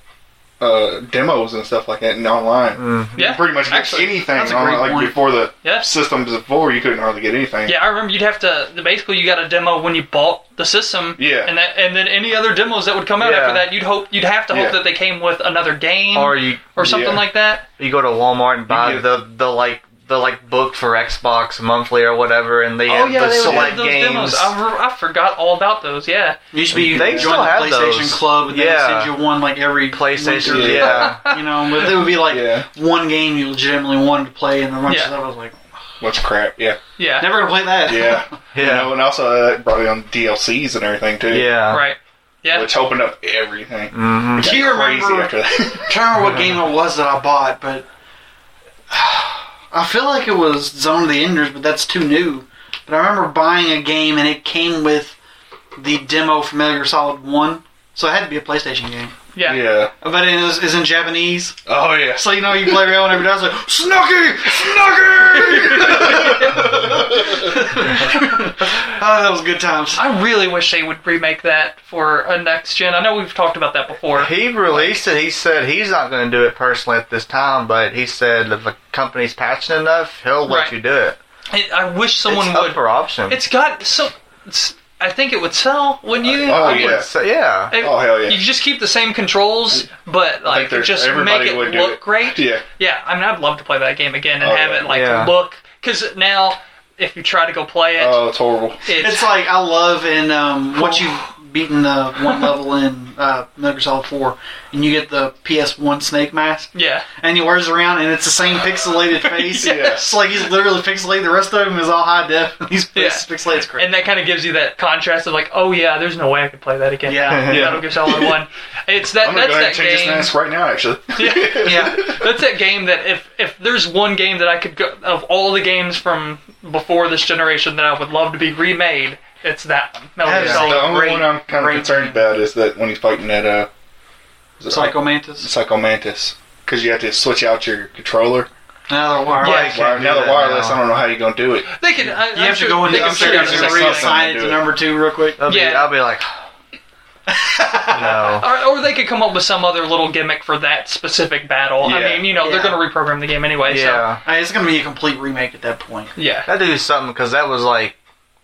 Speaker 4: uh, demos and stuff like that and online.
Speaker 2: Mm.
Speaker 4: You
Speaker 1: yeah.
Speaker 4: can pretty much get
Speaker 1: actually,
Speaker 4: anything
Speaker 5: that's a
Speaker 4: on
Speaker 5: great
Speaker 4: like
Speaker 5: point.
Speaker 4: before the
Speaker 1: Yeah.
Speaker 4: systems before you couldn't hardly get anything.
Speaker 1: Yeah, I remember you'd have to basically you got a demo when you bought the system.
Speaker 4: Yeah.
Speaker 1: And that and then any other demos that would come out
Speaker 2: Yeah.
Speaker 1: after that, you'd hope you'd have to hope
Speaker 4: Yeah.
Speaker 1: that they came with another game
Speaker 2: Or
Speaker 1: or,
Speaker 2: you
Speaker 1: something
Speaker 4: Yeah.
Speaker 1: like that.
Speaker 2: you go to Walmart and buy
Speaker 4: get-
Speaker 2: the the like the like book for Xbox monthly or whatever, and they
Speaker 1: Oh
Speaker 2: have
Speaker 1: yeah,
Speaker 2: the
Speaker 1: they would
Speaker 2: select
Speaker 1: have those
Speaker 2: games.
Speaker 1: demos. I, re- I forgot all about those. Yeah.
Speaker 5: You should be
Speaker 2: They
Speaker 5: joining
Speaker 2: still
Speaker 5: the
Speaker 2: have
Speaker 5: PlayStation
Speaker 2: those.
Speaker 5: Club, and they
Speaker 2: Yeah.
Speaker 5: would send you one like every
Speaker 2: PlayStation,
Speaker 5: winter.
Speaker 2: yeah.
Speaker 5: You know, but it would be like
Speaker 4: Yeah.
Speaker 5: one game you legitimately wanted to play, and the bunch
Speaker 1: Yeah.
Speaker 5: of that was like
Speaker 4: Bunch of crap. Yeah.
Speaker 1: Yeah.
Speaker 5: never gonna play that.
Speaker 4: Yeah. You know,
Speaker 2: yeah,
Speaker 4: and also uh, that brought on DLCs and everything too.
Speaker 2: yeah.
Speaker 1: Right. Yeah.
Speaker 4: Which opened up everything.
Speaker 2: hmm
Speaker 4: Got
Speaker 5: Do you
Speaker 4: crazy
Speaker 5: remember-
Speaker 4: after that.
Speaker 5: I can't remember what game it was that I bought, but I feel like it was Zone of the Enders, but that's too new. But I remember buying a game and it came with the demo for Metal Gear Solid One, so it had to be a PlayStation game.
Speaker 1: Yeah.
Speaker 4: yeah.
Speaker 5: But it is, is in Japanese,
Speaker 4: Oh yeah.
Speaker 5: so you know you play around every day. It's like Snooky, Snooky. oh, that was good times.
Speaker 1: I really wish they would remake that for a next gen. I know we've talked about that before.
Speaker 2: He released it. He said he's not going to do it personally at this time, but he said if a company's passionate enough, he'll let
Speaker 1: Right.
Speaker 2: you do it.
Speaker 1: I, I wish someone
Speaker 2: it's
Speaker 1: would.
Speaker 2: up for option.
Speaker 1: it's got so. It's, I think it would sell, wouldn't you?
Speaker 4: Oh,
Speaker 1: I
Speaker 4: yeah.
Speaker 1: would
Speaker 2: So, yeah.
Speaker 1: It-
Speaker 4: Oh, hell yeah.
Speaker 1: You just keep the same controls, but like
Speaker 4: there's-
Speaker 1: just
Speaker 4: everybody
Speaker 1: make it
Speaker 4: would do
Speaker 1: look
Speaker 4: it.
Speaker 1: great.
Speaker 4: Yeah.
Speaker 1: Yeah, I mean, I'd love to play that game again and
Speaker 4: Oh,
Speaker 1: have
Speaker 4: yeah.
Speaker 1: it like
Speaker 2: Yeah.
Speaker 1: look because now if you try to go play it,
Speaker 4: Oh, it's horrible.
Speaker 1: it's,
Speaker 5: It's like I love in um, once you've beaten the one level in uh, Metal Gear Solid Four, and you get the PS1 Snake mask,
Speaker 1: yeah,
Speaker 5: and he wears it around, and it's the same pixelated face.
Speaker 4: Yeah.
Speaker 5: It's like he's literally pixelated. The rest of him is all high def. He's pix-
Speaker 1: Yeah.
Speaker 5: pixelated. It's great.
Speaker 1: and that kind of gives you that contrast of like, oh yeah, there's no way I could play that again.
Speaker 5: Yeah.
Speaker 4: Yeah.
Speaker 1: Metal Gear Solid One. It's that
Speaker 4: I'm gonna
Speaker 1: that's
Speaker 4: go ahead and
Speaker 1: that
Speaker 4: change this mask
Speaker 1: game.
Speaker 4: right now. Actually.
Speaker 1: Yeah.
Speaker 5: yeah,
Speaker 1: That's that game that if if there's one game that I could go of all the games from before this generation that I would love to be remade, it's that one. Metal
Speaker 5: That
Speaker 1: Gear
Speaker 5: is
Speaker 1: Solid.
Speaker 4: The only
Speaker 5: Great,
Speaker 4: one I'm kind of
Speaker 5: great
Speaker 4: concerned
Speaker 5: game.
Speaker 4: about is that when he's fighting that uh, is it
Speaker 5: Psycho Mantis.
Speaker 4: Psycho Mantis, because you have to switch out your controller.
Speaker 5: Another wire.
Speaker 1: Yeah.
Speaker 2: Can't
Speaker 4: Wire,
Speaker 2: do
Speaker 4: now
Speaker 2: that
Speaker 4: the wireless,
Speaker 2: now.
Speaker 4: I don't know how you're gonna do it.
Speaker 1: They can. I,
Speaker 5: You have to go in.
Speaker 1: they
Speaker 5: I'm
Speaker 1: can
Speaker 5: sure
Speaker 1: figure
Speaker 5: you
Speaker 1: out
Speaker 5: have
Speaker 1: there's
Speaker 5: to
Speaker 4: there's
Speaker 1: something.
Speaker 5: reassign it
Speaker 4: do
Speaker 5: to
Speaker 4: it.
Speaker 5: number two real quick.
Speaker 2: I'll be,
Speaker 1: Yeah.
Speaker 2: I'll be like, "Oh, no.
Speaker 1: Or, or they could come up with some other little gimmick for that specific battle.
Speaker 4: Yeah.
Speaker 1: I mean, you know, they're
Speaker 5: Yeah.
Speaker 1: going to reprogram the game anyway.
Speaker 2: Yeah,
Speaker 5: Uh, it's gonna be a complete remake at that point.
Speaker 1: So, yeah.
Speaker 2: that do something because that was like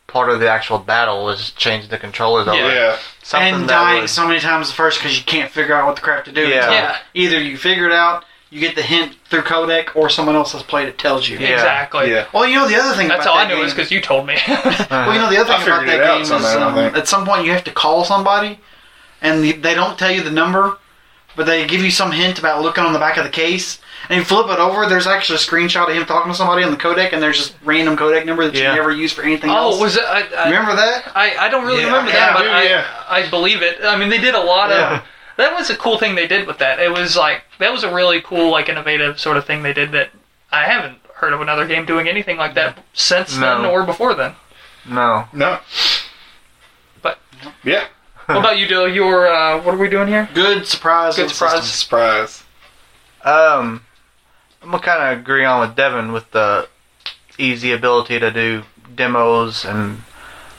Speaker 2: part of the actual battle was changing the controllers. over.
Speaker 1: Yeah.
Speaker 4: Yeah,
Speaker 2: something
Speaker 5: and
Speaker 2: that
Speaker 5: dying
Speaker 2: was-
Speaker 5: so many times at first because you can't figure out what the crap to do.
Speaker 2: Yeah.
Speaker 1: Yeah.
Speaker 5: Either you figure it out, you get the hint through codec, or someone else has played it tells you.
Speaker 2: Yeah.
Speaker 1: Exactly.
Speaker 4: yeah.
Speaker 5: Well, you know the other thing.
Speaker 1: That's
Speaker 5: about
Speaker 1: all I
Speaker 5: that
Speaker 1: knew
Speaker 5: game,
Speaker 1: is because you told me. Oh,
Speaker 2: uh,
Speaker 5: Well, you know the other
Speaker 4: I
Speaker 5: thing about
Speaker 4: figured
Speaker 5: that
Speaker 4: it out
Speaker 5: game is
Speaker 4: somehow, I
Speaker 5: um,
Speaker 4: think.
Speaker 5: at some point you have to call somebody, and the, they don't tell you the number, but they give you some hint about looking on the back of the case. And you flip it over, there's actually a screenshot of him talking to somebody on the codec, and there's just random codec number that
Speaker 2: Yeah.
Speaker 5: you never use for anything else.
Speaker 1: oh, was it? I, I,
Speaker 5: Remember that?
Speaker 1: I, I don't really
Speaker 2: Yeah,
Speaker 1: remember
Speaker 4: yeah,
Speaker 1: that, but
Speaker 4: dude,
Speaker 1: I,
Speaker 4: yeah.
Speaker 1: I believe it. I mean, they did a lot
Speaker 5: Yeah.
Speaker 1: of. That was a cool thing they did with that. It was like that was a really cool, like innovative sort of thing they did that I haven't heard of another game doing anything like that since then
Speaker 2: No.
Speaker 1: or before then.
Speaker 2: no.
Speaker 4: No.
Speaker 1: But-
Speaker 4: Yeah.
Speaker 1: What about you, Dill? Your uh, what are we doing here?
Speaker 5: Good surprise.
Speaker 1: Good
Speaker 5: of the
Speaker 1: surprise.
Speaker 5: system.
Speaker 4: Surprise.
Speaker 2: Um, I'm gonna kind of agree on with Devin with the easy ability to do demos and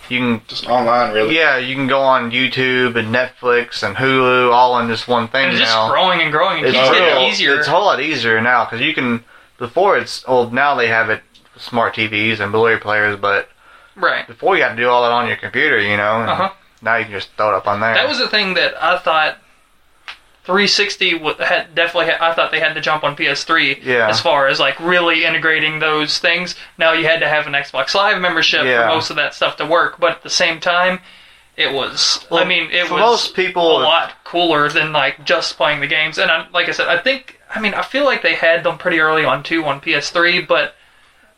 Speaker 2: you can
Speaker 4: Just online, really.
Speaker 2: yeah you can go on YouTube and Netflix and Hulu all in just one thing
Speaker 1: And it's just
Speaker 2: now.
Speaker 1: growing and growing and
Speaker 2: it's
Speaker 1: keeps getting
Speaker 2: real-
Speaker 1: easier.
Speaker 2: It's a whole lot easier now because you can. Before it's old. Now they have it with smart TVs and Blu-ray players, but
Speaker 1: right.
Speaker 2: before you had to do all that on your computer, you know. and
Speaker 1: Uh-huh.
Speaker 2: Now you can just throw it up on there.
Speaker 1: That was the thing that I thought 360 wa- had definitely. Had, I thought they had to jump on PS3
Speaker 2: Yeah.
Speaker 1: as far as like really integrating those things. Now you had to have an Xbox Live membership
Speaker 2: Yeah.
Speaker 1: for most of that stuff to work, but at the same time, it was. I
Speaker 2: Well,
Speaker 1: mean, it
Speaker 2: for
Speaker 1: was
Speaker 2: most people.
Speaker 1: a lot cooler than like just playing the games. And I, like I said, I think I mean I feel like they had them pretty early on too on PS3, but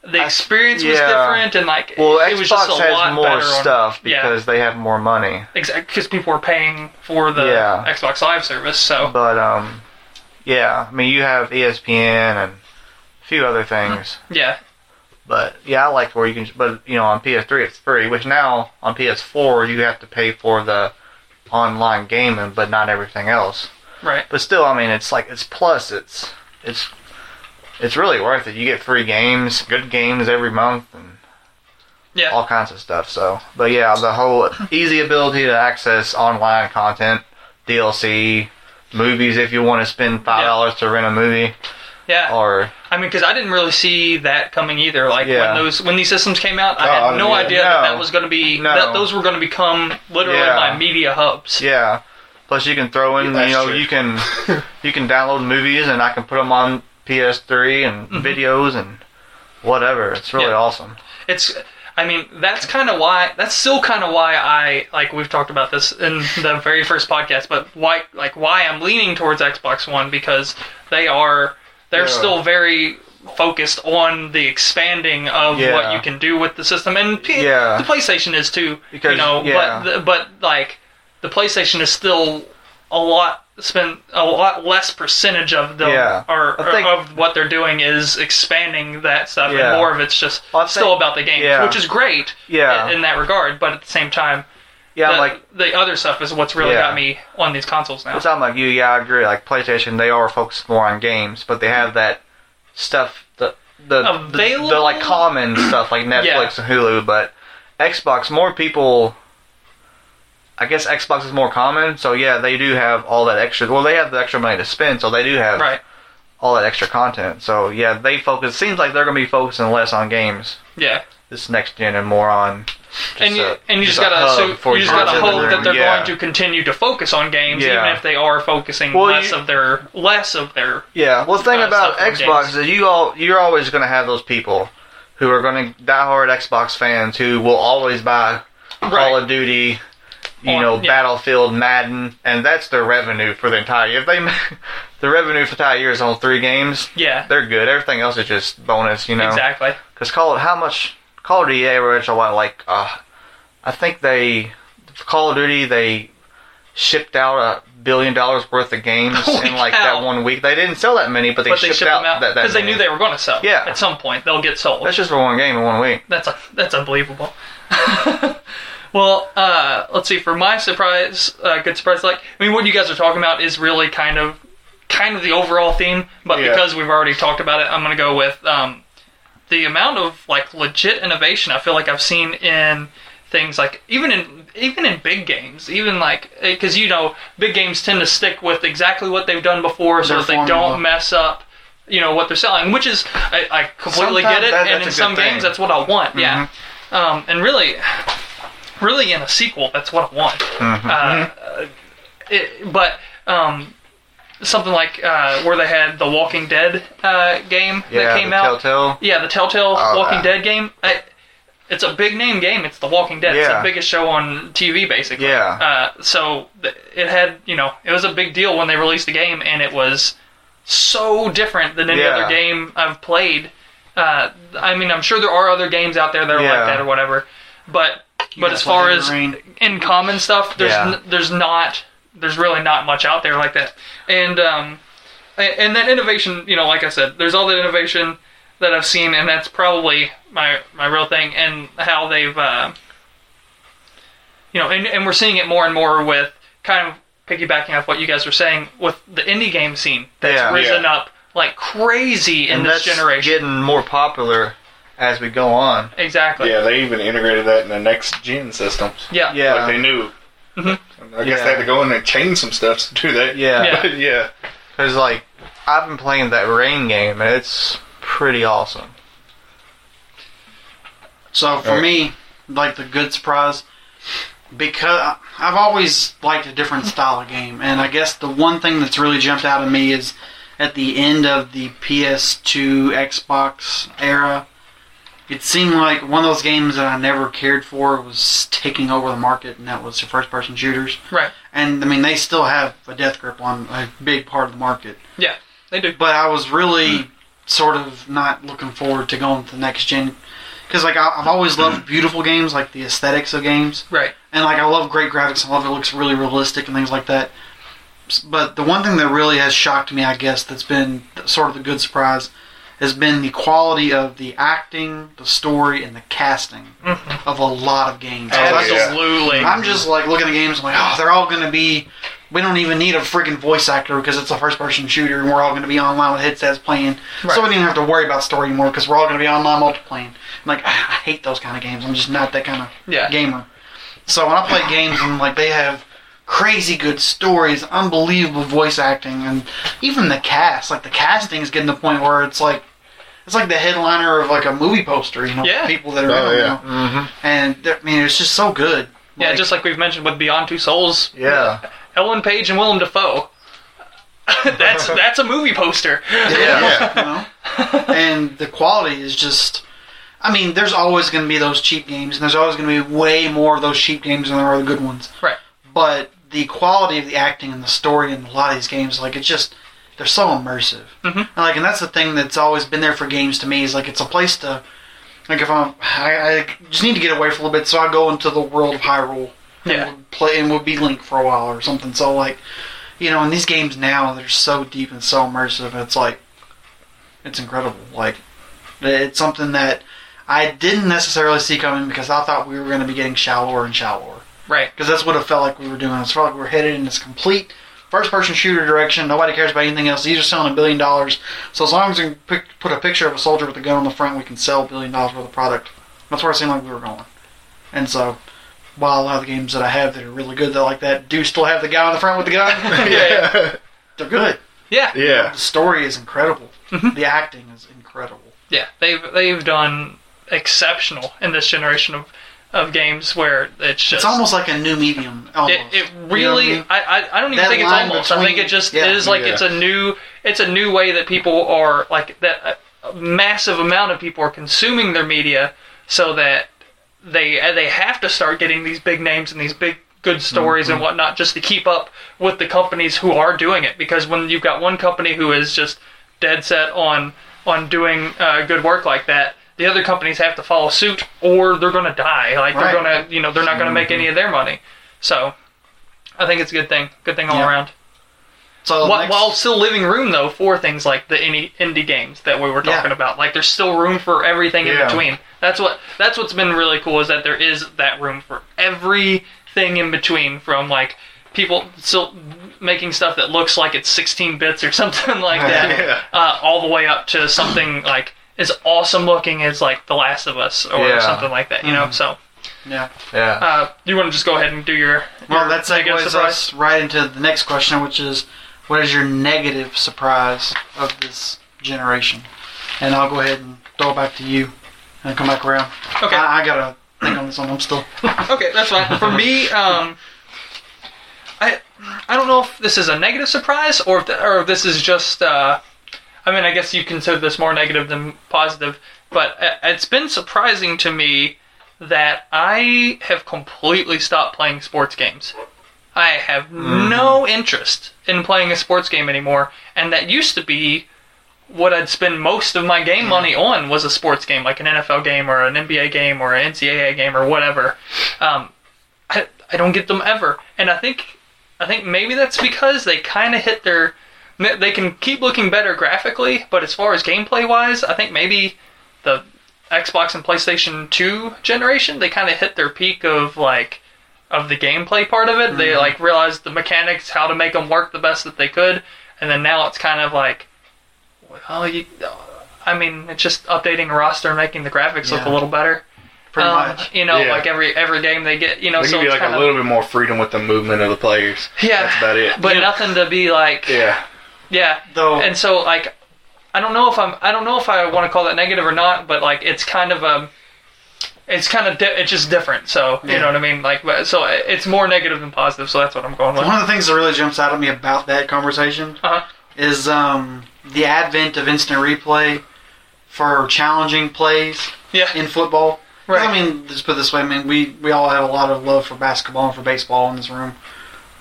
Speaker 1: the experience was
Speaker 2: yeah.
Speaker 1: different and like
Speaker 2: Well,
Speaker 1: it
Speaker 2: Xbox
Speaker 1: was just a
Speaker 2: has
Speaker 1: lot
Speaker 2: more
Speaker 1: better on-
Speaker 2: stuff
Speaker 1: yeah.
Speaker 2: because they have more money.
Speaker 1: Exactly, because people were paying for the
Speaker 2: Yeah.
Speaker 1: Xbox Live service. So
Speaker 2: But um, yeah, I mean you have E ESPN and a few other things.
Speaker 1: yeah,
Speaker 2: But yeah, I liked where you can. But you know, on PS3 it's free, which now on PS4 you have to pay for the online gaming, but not everything else.
Speaker 1: right.
Speaker 2: But still, I mean, it's like it's plus. It's it's it's really worth it. You get free games, good games every month, and
Speaker 1: Yeah.
Speaker 2: all kinds of stuff. So, but yeah, the whole easy ability to access online content, DLC, movies if you want to spend five dollars to rent a movie,
Speaker 1: Yeah,
Speaker 2: or
Speaker 1: I mean, because I didn't really see that coming either. Like
Speaker 2: Yeah.
Speaker 1: when those when these systems came out, I
Speaker 4: Oh, I
Speaker 1: had
Speaker 4: didn't
Speaker 1: no
Speaker 4: either.
Speaker 1: idea that that
Speaker 2: No.
Speaker 1: was going to be
Speaker 2: No.
Speaker 1: that those were going to become literally
Speaker 2: Yeah.
Speaker 1: my media hubs.
Speaker 2: yeah. Plus, you can throw in,
Speaker 4: That's
Speaker 2: you know,
Speaker 4: true.
Speaker 2: you can you can download movies, and I can put them on PS3 and
Speaker 4: Mm-hmm.
Speaker 2: videos and whatever. It's really
Speaker 1: Yeah.
Speaker 2: awesome.
Speaker 1: It's I mean, that's kind of why that's still kind of why I like we've talked about this in the very first podcast, but why like why I'm leaning towards Xbox One because they are they're
Speaker 4: Yeah.
Speaker 1: still very focused on the expanding of
Speaker 2: Yeah.
Speaker 1: what you can do with the system and P-
Speaker 2: Yeah.
Speaker 1: the PlayStation is too,
Speaker 2: Because-
Speaker 1: you know,
Speaker 2: yeah.
Speaker 1: but the, but like the PlayStation is still a lot spend a lot less percentage of the
Speaker 2: Yeah.
Speaker 1: or,
Speaker 2: I think-
Speaker 1: of what they're doing is expanding that stuff
Speaker 2: Yeah.
Speaker 1: and more of it's just
Speaker 2: Well, I
Speaker 1: still
Speaker 2: think-
Speaker 1: about the game,
Speaker 2: yeah.
Speaker 1: which is great
Speaker 2: Yeah.
Speaker 1: in, in that regard. But at the same time,
Speaker 2: Yeah,
Speaker 1: the,
Speaker 2: I'm like
Speaker 1: the other stuff is what's really
Speaker 2: Yeah.
Speaker 1: got me on these consoles now.
Speaker 2: It's not like you, yeah, I agree. Like PlayStation, they are focused more on games, but they have that stuff, the the the,
Speaker 1: Available?
Speaker 2: the, like common stuff like Netflix and Hulu. But Xbox, more people. I guess Xbox is more common, so yeah, they do have all that extra. Well, they have the extra money to spend, so they do have
Speaker 1: Right?
Speaker 2: all that extra content. So yeah, they focus. Seems like they're gonna be focusing less on games
Speaker 1: Yeah,
Speaker 2: this next gen and more on. Just
Speaker 1: and you
Speaker 2: a-
Speaker 1: and you just,
Speaker 2: a
Speaker 1: gotta
Speaker 2: hub
Speaker 1: so
Speaker 2: for
Speaker 1: you just
Speaker 2: your
Speaker 1: gotta
Speaker 2: content
Speaker 1: hope
Speaker 2: room.
Speaker 1: that they're
Speaker 2: Yeah.
Speaker 1: going to continue to focus on games,
Speaker 2: Yeah.
Speaker 1: even if they are focusing
Speaker 2: Well,
Speaker 1: less
Speaker 2: you-
Speaker 1: of their less of their
Speaker 2: Yeah. Well, the thing
Speaker 1: Uh,
Speaker 2: about
Speaker 1: stuff from
Speaker 2: Xbox
Speaker 1: games.
Speaker 2: is you all you're always going to have those people who are going to diehard Xbox fans who will always buy Call of Duty, you
Speaker 1: On-
Speaker 2: know,
Speaker 1: yeah.
Speaker 2: Battlefield, Madden, and that's their revenue for the entire year. If they ma- the revenue for the entire year is on three games,
Speaker 1: Yeah,
Speaker 2: they're good. Everything else is just bonus, you know.
Speaker 1: exactly.
Speaker 2: Because Call how much Call of Duty average a lot like uh, I think they Call of Duty they shipped out a billion dollars worth of games
Speaker 1: Holy
Speaker 2: in like
Speaker 1: cow.
Speaker 2: that one week. They didn't sell that many, but they
Speaker 1: But they
Speaker 2: shipped
Speaker 1: ship
Speaker 2: out
Speaker 1: them out
Speaker 2: that that
Speaker 1: because they knew
Speaker 2: many.
Speaker 1: they were going to sell.
Speaker 2: Yeah.
Speaker 1: at some point they'll get sold.
Speaker 2: That's just for one game in one week.
Speaker 1: That's a, that's unbelievable. well, uh, let's see. For my surprise, uh, good surprise. Like, I mean, what you guys are talking about is really kind of kind of the overall theme, but
Speaker 4: Yeah.
Speaker 1: because we've already talked about it, I'm gonna go with um, the amount of like legit innovation I feel like I've seen in things like even in even in big games, even like because you know big games tend to stick with exactly what they've done before, so
Speaker 5: Their
Speaker 1: that they
Speaker 5: formula.
Speaker 1: don't mess up. You know what they're selling, which is I, I completely
Speaker 2: Sometimes
Speaker 1: get it,
Speaker 2: that-
Speaker 1: and
Speaker 2: that's
Speaker 1: in
Speaker 2: a
Speaker 1: some
Speaker 2: good thing. Mm-hmm.
Speaker 1: games that's what I want. Yeah, um, and really, really in a sequel, that's what I want.
Speaker 2: Mm-hmm.
Speaker 1: Uh, it, but um, something like uh, where they had the Walking Dead uh, game
Speaker 2: Yeah,
Speaker 1: that came
Speaker 2: the
Speaker 1: out.
Speaker 2: Telltale.
Speaker 1: Yeah, the Telltale
Speaker 2: Oh,
Speaker 1: Walking
Speaker 2: that.
Speaker 1: Dead game. I, it's a big name game. It's The Walking Dead. It's
Speaker 2: Yeah.
Speaker 1: the biggest show on TV, basically.
Speaker 2: Yeah.
Speaker 1: Uh, so th- it had, you know, it was a big deal when they released the game, and it was so different than any
Speaker 2: Yeah.
Speaker 1: other game I've played. Uh, I mean, I'm sure there are other games out there that are
Speaker 2: Yeah.
Speaker 1: like that or whatever, but but
Speaker 5: got
Speaker 1: as far
Speaker 5: Blood in
Speaker 1: as
Speaker 5: the Rain.
Speaker 1: in common stuff, there's
Speaker 2: Yeah.
Speaker 1: n- there's not there's really not much out there like that, and um, a- and that innovation, you know, like I said, there's all that innovation that I've seen, and that's probably my my real thing, and how they've, uh, you know, and, and we're seeing it more and more with kind of piggybacking off what you guys were saying with the indie game scene that's
Speaker 2: Yeah.
Speaker 1: risen up like crazy in
Speaker 2: and
Speaker 1: this
Speaker 2: that's
Speaker 1: generation.
Speaker 2: getting more popular as we go on.
Speaker 1: exactly.
Speaker 4: Yeah, they even integrated that in the next gen systems.
Speaker 1: Yeah.
Speaker 2: Yeah, Mm-hmm.
Speaker 4: Like they knew.
Speaker 1: Mhm.
Speaker 4: I guess they had to go in and change some stuff to do that.
Speaker 2: yeah.
Speaker 4: But yeah.
Speaker 2: Because like I've been playing that rain game and it's pretty awesome.
Speaker 5: So for
Speaker 4: Alright.
Speaker 5: me, like the good surprise, because I've always liked a different style of game, and I guess the one thing that's really jumped out at me is at the end of the PS2 Xbox era. It seemed like one of those games that I never cared for was taking over the market, and that was the first-person shooters.
Speaker 1: Right.
Speaker 5: And I mean, they still have a death grip on a big part of the market
Speaker 1: They do.
Speaker 5: but I was really sort of not looking forward to going to the next gen because like I, I've always loved beautiful games, like the aesthetics of games,
Speaker 1: Right.
Speaker 5: and like I love great graphics. I love it looks really realistic and things like that. S- But the one thing that really has shocked me, I guess, that's been th- sort of the good surprise, has been the quality of the acting, the story, and the casting of a lot of games.
Speaker 4: Mm-hmm. Oh,
Speaker 5: Like,
Speaker 4: yeah.
Speaker 1: Absolutely.
Speaker 5: I'm just like looking at games. I'm like, oh, they're all gonna be. We don't even need a freaking voice actor because it's a first-person shooter, and we're all gonna be online with headsets playing.
Speaker 1: Right.
Speaker 5: So we don't even have to worry about story anymore because we're all gonna be online multiplaying. I'm like, I I hate those kind of games. I'm just not that kind of
Speaker 1: Yeah.
Speaker 5: gamer. So when I play games and like they have crazy good stories, unbelievable voice acting, and even the cast, like the casting is getting to the point where it's like. It's like the headliner of like a movie poster, you know,
Speaker 1: Yeah.
Speaker 5: people that are
Speaker 4: Oh,
Speaker 5: in
Speaker 4: yeah.
Speaker 5: them, you know?
Speaker 2: Mm-hmm.
Speaker 5: and they're- I mean it's just so good.
Speaker 1: yeah,
Speaker 5: Like-
Speaker 1: just like we've mentioned with Beyond Two Souls,
Speaker 2: Yeah,
Speaker 1: Ellen Page and Willem Dafoe. that's that's a movie poster.
Speaker 4: Yeah.
Speaker 5: you know? and the quality is just. I mean, there's always going to be those cheap games, and there's always going to be way more of those cheap games than there are the good ones.
Speaker 1: Right.
Speaker 5: But the quality of the acting and the story in a lot of these games, like it's just, they're so immersive.
Speaker 1: Mhm.
Speaker 5: And like, and that's the thing that's always been there for games to me is like it's a place to, like, if I'm, I, I just need to get away for a little bit, so I go into the world of Hyrule
Speaker 1: Yeah.
Speaker 5: and would play and would be Link for a while or something. So like, you know, in these games now, they're so deep and so immersive. It's like, it's incredible. Like, it's something that I didn't necessarily see coming because I thought we were going to be getting shallower and shallower.
Speaker 1: Right.
Speaker 5: Because that's what it felt like we were doing. It felt like we were headed in this complete first-person shooter direction. Nobody cares about anything else. These are selling a billion dollars. So as long as we can pic- put a picture of a soldier with a gun on the front, we can sell a billion dollars worth of product. That's where it seemed like we were going. And so, while a lot of the games that I have that are really good that like that do still have the guy on the front with the gun,
Speaker 4: Yeah.
Speaker 5: they're good.
Speaker 1: Yeah.
Speaker 4: yeah.
Speaker 5: The story is incredible.
Speaker 1: Mhm.
Speaker 5: The acting is incredible.
Speaker 1: Yeah. They've they've done exceptional in this generation of of games where it's just
Speaker 5: It's almost like a new medium. Almost.
Speaker 1: it, it
Speaker 5: You know what I
Speaker 1: really
Speaker 5: mean?
Speaker 1: I, I I don't even
Speaker 5: That
Speaker 1: think it's
Speaker 5: line
Speaker 1: almost I
Speaker 5: between-
Speaker 1: think it just
Speaker 5: yeah.
Speaker 1: it is like
Speaker 4: Yeah.
Speaker 1: it's a new it's a new way that people are like that a massive amount of people are consuming their media so that they uh, they have to start getting these big names and these big good stories
Speaker 5: Mm-hmm.
Speaker 1: and whatnot just to keep up with the companies who are doing it because when you've got one company who is just dead set on on doing uh, good work like that the other companies have to follow suit or they're going to die like
Speaker 5: Right. Mm-hmm.
Speaker 1: they're going to you know they're not going to make any of their money so I think it's a good thing. Good thing all
Speaker 5: Yeah.
Speaker 1: around.
Speaker 5: so
Speaker 1: Wh-
Speaker 5: next-
Speaker 1: While still leaving room though for things like the indie, indie games that we were
Speaker 5: Yeah.
Speaker 1: talking about. Like there's still room for everything
Speaker 4: Yeah.
Speaker 1: in between. That's what that's what's been really cool is that there is that room for everything in between from like people still making stuff that looks like it's 16 bits or something like that
Speaker 4: Yeah.
Speaker 1: uh, all the way up to something like as awesome looking as like The Last of Us or
Speaker 2: Yeah.
Speaker 1: something like that, you
Speaker 5: Mm-hmm.
Speaker 1: know. So,
Speaker 5: yeah.
Speaker 2: yeah.
Speaker 1: uh, you want to just go ahead and do your,
Speaker 5: Well,
Speaker 1: your
Speaker 5: that
Speaker 1: negative
Speaker 5: segues
Speaker 1: surprise?
Speaker 5: us right into the next question, which is, what is your negative surprise of this generation? And I'll go ahead and throw it back to you, and come back around.
Speaker 1: Okay.
Speaker 5: I, I gotta think on this one. I'm still.
Speaker 1: Okay, that's fine. For me, um, I I don't know if this is a negative surprise or if, th- or if this is just. Uh, I mean, I guess you consider this more negative than positive, but i- it's been surprising to me that I have completely stopped playing sports games. I have no interest in playing a sports game anymore, and that used to be what I'd spend most of my game money on was a sports game, like an NFL game or an NBA game or an NCAA game or whatever. Um, I, I don't get them ever, and I think I think maybe that's because they kind of hit their they can keep looking better graphically, but as far as gameplay wise, I think maybe the Xbox and PlayStation 2 generation, they kind of hit their peak of like of the gameplay part of it. They like realized the mechanics, how to make them work the best that they could, and then now it's kind of like well, you, I mean, it's just updating roster and making the graphics look
Speaker 5: Yeah.
Speaker 1: a little better.
Speaker 5: pretty
Speaker 1: Um,
Speaker 5: much.
Speaker 1: You know,
Speaker 4: Yeah.
Speaker 1: like every every game they get, you know,
Speaker 4: They
Speaker 1: so
Speaker 4: give you
Speaker 1: it's
Speaker 4: like
Speaker 1: kind
Speaker 4: a
Speaker 1: of
Speaker 4: little bit more freedom with the movement of the players.
Speaker 1: yeah,
Speaker 4: That's about it.
Speaker 1: but
Speaker 5: Yeah.
Speaker 1: nothing to be like
Speaker 4: Yeah.
Speaker 1: yeah.
Speaker 5: Though,
Speaker 1: And so like, I don't know if I'm I don't know if I want to call that negative or not, but like it's kind of a it's kind of di- it's just different. So you
Speaker 5: Yeah.
Speaker 1: know what I mean? Like, but, so it's more negative than positive. So that's what I'm going with.
Speaker 5: one of the things that really jumps out at me about that conversation
Speaker 1: Uh-huh.
Speaker 5: is um, the advent of instant replay for challenging plays
Speaker 1: Yeah,
Speaker 5: in football. 'Cause,
Speaker 1: right.
Speaker 5: I mean, just put it this way, I mean, we, we all have a lot of love for basketball and for baseball in this room,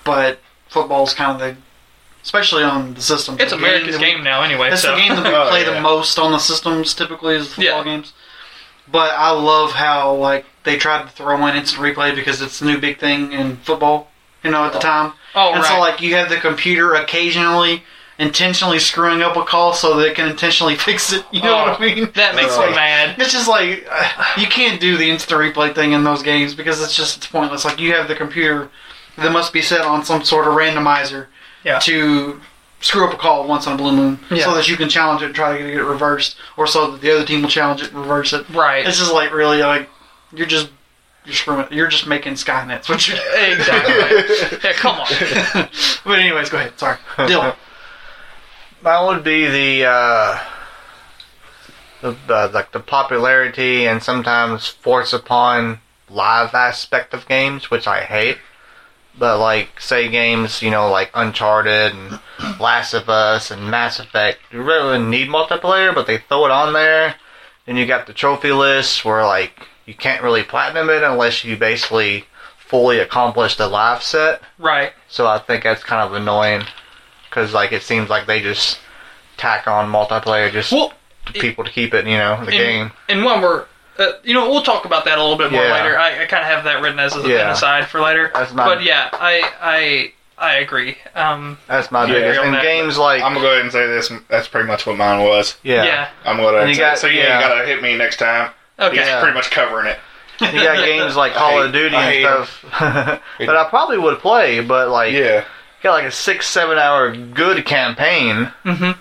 Speaker 5: but football's kind of the, especially on the system.
Speaker 1: it's
Speaker 5: the game
Speaker 1: America's
Speaker 5: that we-
Speaker 1: game, now anyway.
Speaker 5: That's
Speaker 1: so
Speaker 5: the game that we
Speaker 4: Oh,
Speaker 5: play
Speaker 4: yeah.
Speaker 5: the most on the systems typically is the football
Speaker 1: Yeah.
Speaker 5: games. But I love how like they tried to throw in instant replay because it's the new big thing in football, you know, at the time.
Speaker 1: oh
Speaker 5: and
Speaker 1: right.
Speaker 5: so like you have the computer occasionally intentionally screwing up a call so they can intentionally fix it. You know
Speaker 1: Oh,
Speaker 5: what I mean?
Speaker 1: that makes
Speaker 5: It's
Speaker 1: me
Speaker 5: like-
Speaker 1: mad.
Speaker 5: It's just like uh, you can't do the instant replay thing in those games because it's just it's pointless. Like you have the computer that must be set on some sort of randomizer
Speaker 1: Yeah.
Speaker 5: to screw up a call once on a blue moon,
Speaker 1: Yeah.
Speaker 5: so that you can challenge it and try to get it reversed, or so that the other team will challenge it and reverse it.
Speaker 1: Right.
Speaker 5: It's just like really like you're just you're screwing you're just making Skynet's what you.
Speaker 1: Exactly. yeah, come on.
Speaker 5: but anyways, go ahead. Sorry, Dylan.
Speaker 2: Mine would be the, uh, the, the like the popularity and sometimes force upon live aspect of games, which I hate. But like, say games, you know, like Uncharted and Last of Us and Mass Effect, you really don't need multiplayer, but they throw it on there. Then you got the trophy list where like you can't really platinum it unless you basically fully accomplish the live set.
Speaker 1: Right.
Speaker 2: So I think that's kind of annoying because like it seems like they just tack on multiplayer just
Speaker 1: Well,
Speaker 2: to people to keep it, you know, in the game.
Speaker 1: and when we're, uh, you know, we'll talk about that a little bit more
Speaker 2: Yeah.
Speaker 1: later. I, I kind of have that written as a
Speaker 2: Yeah.
Speaker 1: an aside for later.
Speaker 2: That's my-
Speaker 1: But yeah, I I I agree. Um,
Speaker 2: That's my
Speaker 4: Yeah.
Speaker 2: biggest.
Speaker 1: on
Speaker 2: And
Speaker 1: that.
Speaker 2: games like
Speaker 4: I'm gonna go ahead and say this. That's pretty much what mine was.
Speaker 1: yeah.
Speaker 2: yeah,
Speaker 4: I'm gonna.
Speaker 2: And you
Speaker 4: say-
Speaker 2: got-
Speaker 4: so you
Speaker 2: yeah.
Speaker 4: ain't gotta hit me next time.
Speaker 1: Okay.
Speaker 4: He's
Speaker 2: Yeah.
Speaker 4: pretty much covering it.
Speaker 2: you got games like
Speaker 4: I
Speaker 2: Call
Speaker 4: hate-
Speaker 2: of Duty
Speaker 4: I
Speaker 2: and
Speaker 4: hate 'em.
Speaker 2: stuff that I probably would play, but like
Speaker 4: Yeah.
Speaker 2: you got like a six seven hour good campaign.
Speaker 4: Mm-hmm.
Speaker 1: Mhm.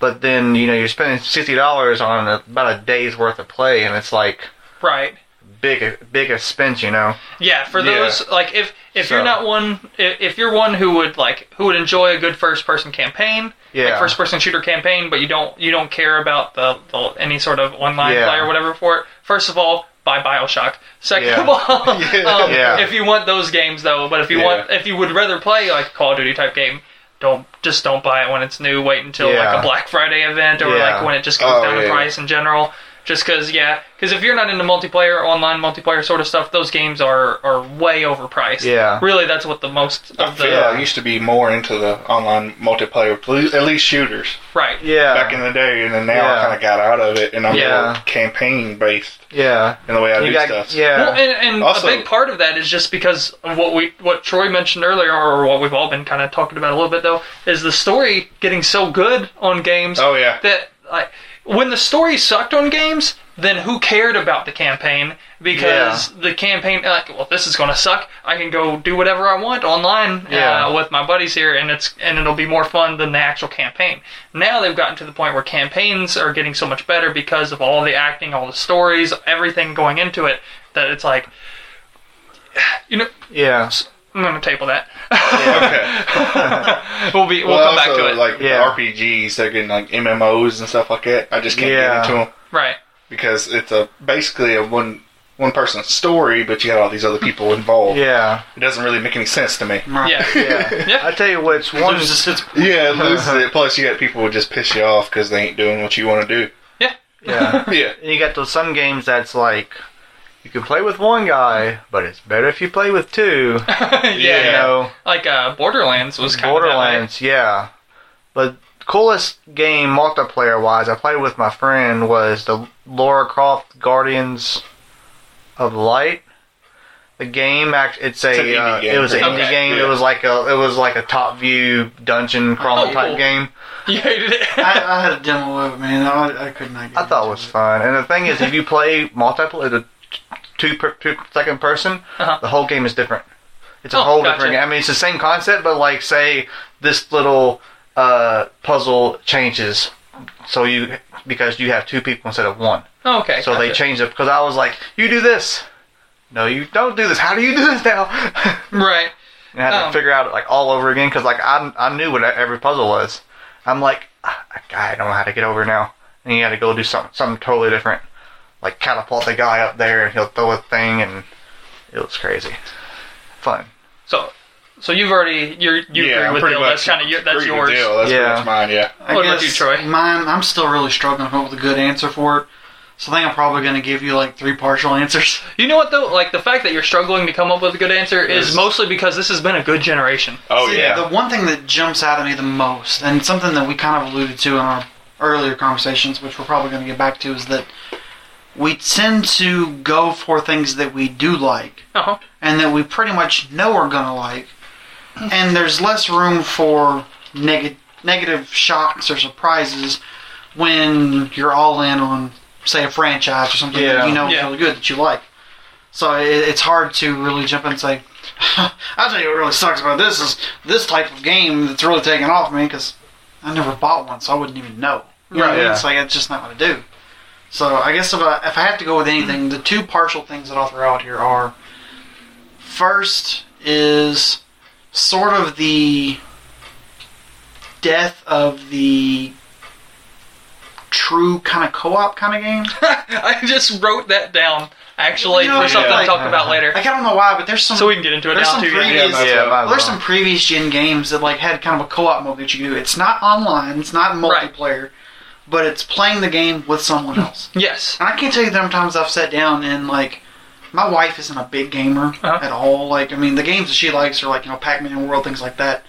Speaker 2: But then you know you're spending sixty dollars on a, about a day's worth of play, and it's like
Speaker 1: Right.
Speaker 2: big big expense, you know.
Speaker 1: Yeah. For
Speaker 4: Yeah.
Speaker 1: those like if if you're
Speaker 2: So-
Speaker 1: not one if, if you're one who would like who would enjoy a good first person campaign,
Speaker 2: Yeah,
Speaker 1: like first person shooter campaign, but you don't you don't care about the, the any sort of online
Speaker 2: Yeah.
Speaker 1: play or whatever for it. First of all, buy Bioshock. Second
Speaker 2: Yeah.
Speaker 1: of all, um,
Speaker 2: Yeah.
Speaker 1: if you want those games though, but if you
Speaker 4: Yeah.
Speaker 1: want if you would rather play like a Call of Duty type game, don't just don't buy it when it's new. Wait until
Speaker 2: Yeah.
Speaker 1: like a Black Friday event or
Speaker 2: Yeah.
Speaker 1: like when it just goes
Speaker 4: Oh,
Speaker 1: down in
Speaker 4: yeah.
Speaker 1: price in general. Just because, yeah, because if you're not into multiplayer, online multiplayer sort of stuff, those games are are way overpriced.
Speaker 2: Yeah.
Speaker 1: really, that's what the most
Speaker 4: I
Speaker 1: of the
Speaker 4: feel I used to be more into the online multiplayer, at least shooters
Speaker 1: right.
Speaker 2: yeah,
Speaker 4: back in the day, and then now
Speaker 2: Yeah.
Speaker 4: I kind of got out of it, and I'm
Speaker 2: Yeah.
Speaker 4: more campaign based
Speaker 2: yeah.
Speaker 4: in the way I
Speaker 2: You
Speaker 4: do
Speaker 2: got
Speaker 4: stuff.
Speaker 2: yeah.
Speaker 1: Well, and, and
Speaker 4: Also-
Speaker 1: a big part of that is just because of what we what Troy mentioned earlier, or what we've all been kind of talking about a little bit though, is the story getting so good on games
Speaker 4: Oh yeah.
Speaker 1: that like when the story sucked on games, then who cared about the campaign? Because the campaign, like, well, this is gonna suck. I can go do whatever I want online
Speaker 2: Yeah.
Speaker 1: uh, with my buddies here, and it's and it'll be more fun than the actual campaign. Now they've gotten to the point where campaigns are getting so much better because of all the acting, all the stories, everything going into it. That it's like, you know,
Speaker 2: yeah.
Speaker 1: I'm gonna table that.
Speaker 4: okay.
Speaker 1: we'll be we'll,
Speaker 4: Well,
Speaker 1: come back
Speaker 4: also,
Speaker 1: to it.
Speaker 4: Like the
Speaker 2: Yeah.
Speaker 4: RPGs, they're getting like MMOs and stuff like that. I just can't
Speaker 2: Yeah.
Speaker 4: get into them
Speaker 1: right.
Speaker 4: because it's a basically a one one person story, but you got all these other people involved.
Speaker 2: Yeah,
Speaker 4: It doesn't really make any sense to me.
Speaker 5: Right.
Speaker 1: Yeah.
Speaker 2: yeah.
Speaker 1: Yeah.
Speaker 2: I tell you what's one.
Speaker 5: There's just- it's
Speaker 4: Yeah, it loses it. Plus, you got people who just piss you off because they ain't doing what you want to
Speaker 2: Yeah,
Speaker 4: do. Yeah.
Speaker 2: and you got those some games that's like you can play with one guy, but it's better if you play with two.
Speaker 1: yeah.
Speaker 2: You
Speaker 1: yeah.
Speaker 2: know,
Speaker 1: Like uh, Borderlands was kind of
Speaker 2: Borderlands, yeah. But coolest game multiplayer wise I played with my friend was the Laura Croft Guardians of Light. The game act it's a
Speaker 4: It's an indie
Speaker 2: uh,
Speaker 4: game,
Speaker 2: it was an
Speaker 4: pretty
Speaker 2: indie
Speaker 1: much.
Speaker 2: game.
Speaker 4: Yeah.
Speaker 2: It was like a it was like a top view dungeon crawler
Speaker 1: Oh,
Speaker 2: type
Speaker 1: cool.
Speaker 2: game.
Speaker 1: that way. You hated it.
Speaker 5: I, I had a demo of it, man. I, I could not get.
Speaker 2: I thought it
Speaker 5: into
Speaker 2: was fun. And the thing is, if you play multiple, uh, the two, per, two second person,
Speaker 1: Uh-huh.
Speaker 2: the whole game is different. It's a
Speaker 1: Oh,
Speaker 2: whole
Speaker 1: gotcha.
Speaker 2: different game. I mean, it's the same concept, but like, say this little uh, puzzle changes so you because you have two people instead of one.
Speaker 1: Oh, okay.
Speaker 2: So they
Speaker 1: gotcha.
Speaker 2: changed it because I was like, "You do this." No, you don't do this. How do you do this now?
Speaker 1: Right.
Speaker 2: and I had
Speaker 1: Oh.
Speaker 2: to figure out like all over again because like I I knew what e, every puzzle was. I'm like, "Ah, I don't know how to get over now. And you had to go do something something totally different, like catapult the guy up there and he'll throw a thing and it was crazy, fun.
Speaker 1: So, so you've already you're, you
Speaker 4: yeah,
Speaker 1: agree with
Speaker 4: pretty
Speaker 1: Dale.
Speaker 4: much.
Speaker 1: That's kind of your, that's
Speaker 4: agree with
Speaker 1: yours.
Speaker 4: Dale. That's
Speaker 2: Yeah.
Speaker 4: pretty much mine. Yeah.
Speaker 5: I
Speaker 1: What
Speaker 5: guess
Speaker 1: about you, Troy?
Speaker 5: Mine, I'm still really struggling to come up with a good answer for it. So I think I'm probably going to give you like three partial answers.
Speaker 1: You know what though? Like the fact that you're struggling to come up with a good answer is
Speaker 4: Yes.
Speaker 1: mostly because this has been a good generation.
Speaker 4: Oh
Speaker 5: See,
Speaker 4: yeah.
Speaker 5: The one thing that jumps out at me the most, and something that we kind of alluded to in our earlier conversations, which we're probably going to get back to, is that we tend to go for things that we do like
Speaker 1: Uh-huh.
Speaker 5: and that we pretty much know are going to like, and there's less room for neg- negative shocks or surprises when you're all in on, say, a franchise or something
Speaker 2: Yeah.
Speaker 5: that you know is
Speaker 1: Yeah.
Speaker 5: really good that you like. So it, it's hard to really jump in and say, I'll tell you what really sucks about this is this type of game that's really taken off me because I never bought one, so I wouldn't even know. You know what I mean?
Speaker 2: Yeah.
Speaker 5: It's like, it's just not what I do. So I guess if I, if I have to go with anything, the two partial things that I'll throw out here are first is sort of the death of the true kind of co-op kind of game.
Speaker 1: I just wrote that down actually
Speaker 5: You know,
Speaker 1: for something
Speaker 4: yeah,
Speaker 1: to
Speaker 5: like-
Speaker 1: talk about later,
Speaker 5: Like I don't know why, but there's some
Speaker 1: so we can get into it
Speaker 5: there's
Speaker 1: now
Speaker 5: some
Speaker 1: too.
Speaker 5: free-
Speaker 1: yeah.
Speaker 5: Yeah,
Speaker 4: that's
Speaker 2: yeah,
Speaker 4: what-
Speaker 2: might as
Speaker 5: Well, there's
Speaker 2: well.
Speaker 5: some previous gen games that like had kind of a co-op mode that you could do. It's not online, it's not
Speaker 1: Right.
Speaker 5: multiplayer, but it's playing the game with someone else.
Speaker 1: Yes.
Speaker 5: and I can't tell you how many times I've sat down and like my wife isn't a big gamer
Speaker 1: Uh-huh.
Speaker 5: at all. Like I mean, the games that she likes are like you know Pac-Man World things like that.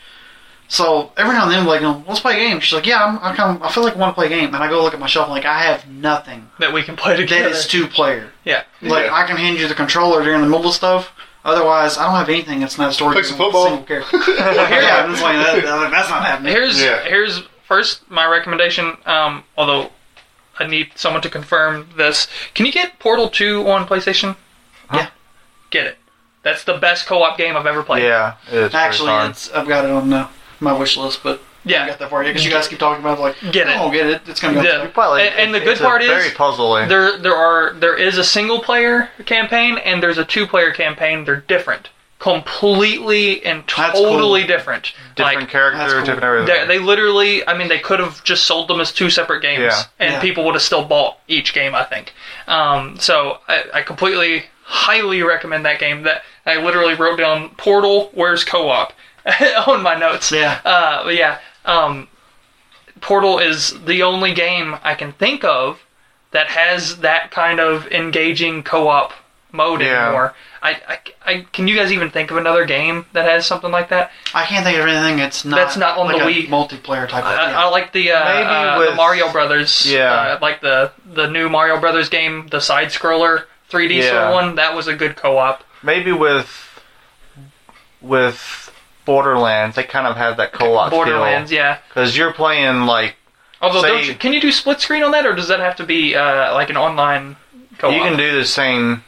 Speaker 5: So every now and then, like, you know, let's play a game. She's like, "Yeah, I'm, I, kind of, I feel like I want to play a game." And I go look at my shelf, and like, I have nothing
Speaker 1: That we can play together.
Speaker 5: that is two-player.
Speaker 1: yeah.
Speaker 5: Like,
Speaker 4: Yeah.
Speaker 5: I can hand you the controller during the middle of stuff. Otherwise, I don't have anything that's not a story.
Speaker 4: Play some
Speaker 5: driven
Speaker 4: football.
Speaker 5: Single character. yeah, I'm just like, that, that- that's not happening.
Speaker 1: Here's
Speaker 4: Yeah.
Speaker 1: here's first my recommendation. Um, although I need someone to confirm this. Can you get Portal Two on PlayStation?
Speaker 5: Yeah.
Speaker 1: Get it. That's the best co-op game I've ever played.
Speaker 2: Yeah, it's
Speaker 5: Actually, it's, I've got it on uh, my wish list, but I
Speaker 1: Yeah.
Speaker 5: got that for you because you guys keep talking about it, like,
Speaker 1: Get it.
Speaker 5: I don't get it. It's gonna be.
Speaker 1: Yeah. and- and the good part is-
Speaker 2: very puzzling.
Speaker 1: There, there are there is a single player campaign and there's a two player campaign. They're different, completely and
Speaker 5: That's
Speaker 1: totally different.
Speaker 2: different
Speaker 1: like,
Speaker 2: character,
Speaker 5: That's cool.
Speaker 2: different everything.
Speaker 1: they, they literally, I mean, they could have just sold them as two separate games,
Speaker 2: Yeah.
Speaker 1: and
Speaker 5: Yeah.
Speaker 1: people would have still bought each game. I think. Um, so I, I completely, highly recommend that game. That I literally wrote down Portal. Where's co-op on my notes?
Speaker 5: Yeah.
Speaker 1: Uh, but yeah. Um, Portal is the only game I can think of that has that kind of engaging co-op mode
Speaker 2: Yeah.
Speaker 1: anymore. I, I, I, can you guys even think of another game that has something like that?
Speaker 5: I can't think of anything that's not.
Speaker 1: That's not on
Speaker 5: like
Speaker 1: the
Speaker 5: a
Speaker 1: Wii.
Speaker 5: multiplayer type. of
Speaker 1: I, I
Speaker 5: yeah.
Speaker 1: like the uh,
Speaker 2: Maybe
Speaker 1: uh, the
Speaker 2: with-
Speaker 1: Mario Brothers.
Speaker 2: Yeah.
Speaker 1: uh, like the the new Mario Brothers game, the side scroller 3D sort
Speaker 2: Yeah.
Speaker 1: of one. That was a good co-op.
Speaker 2: Maybe with with Borderlands, they kind of have that co-op
Speaker 1: Borderlands, yeah.
Speaker 2: because you're playing like
Speaker 1: Although,
Speaker 2: Say-
Speaker 1: don't you, can you do split screen on that, or does that have to be uh, like an online co-op?
Speaker 2: you can do the same.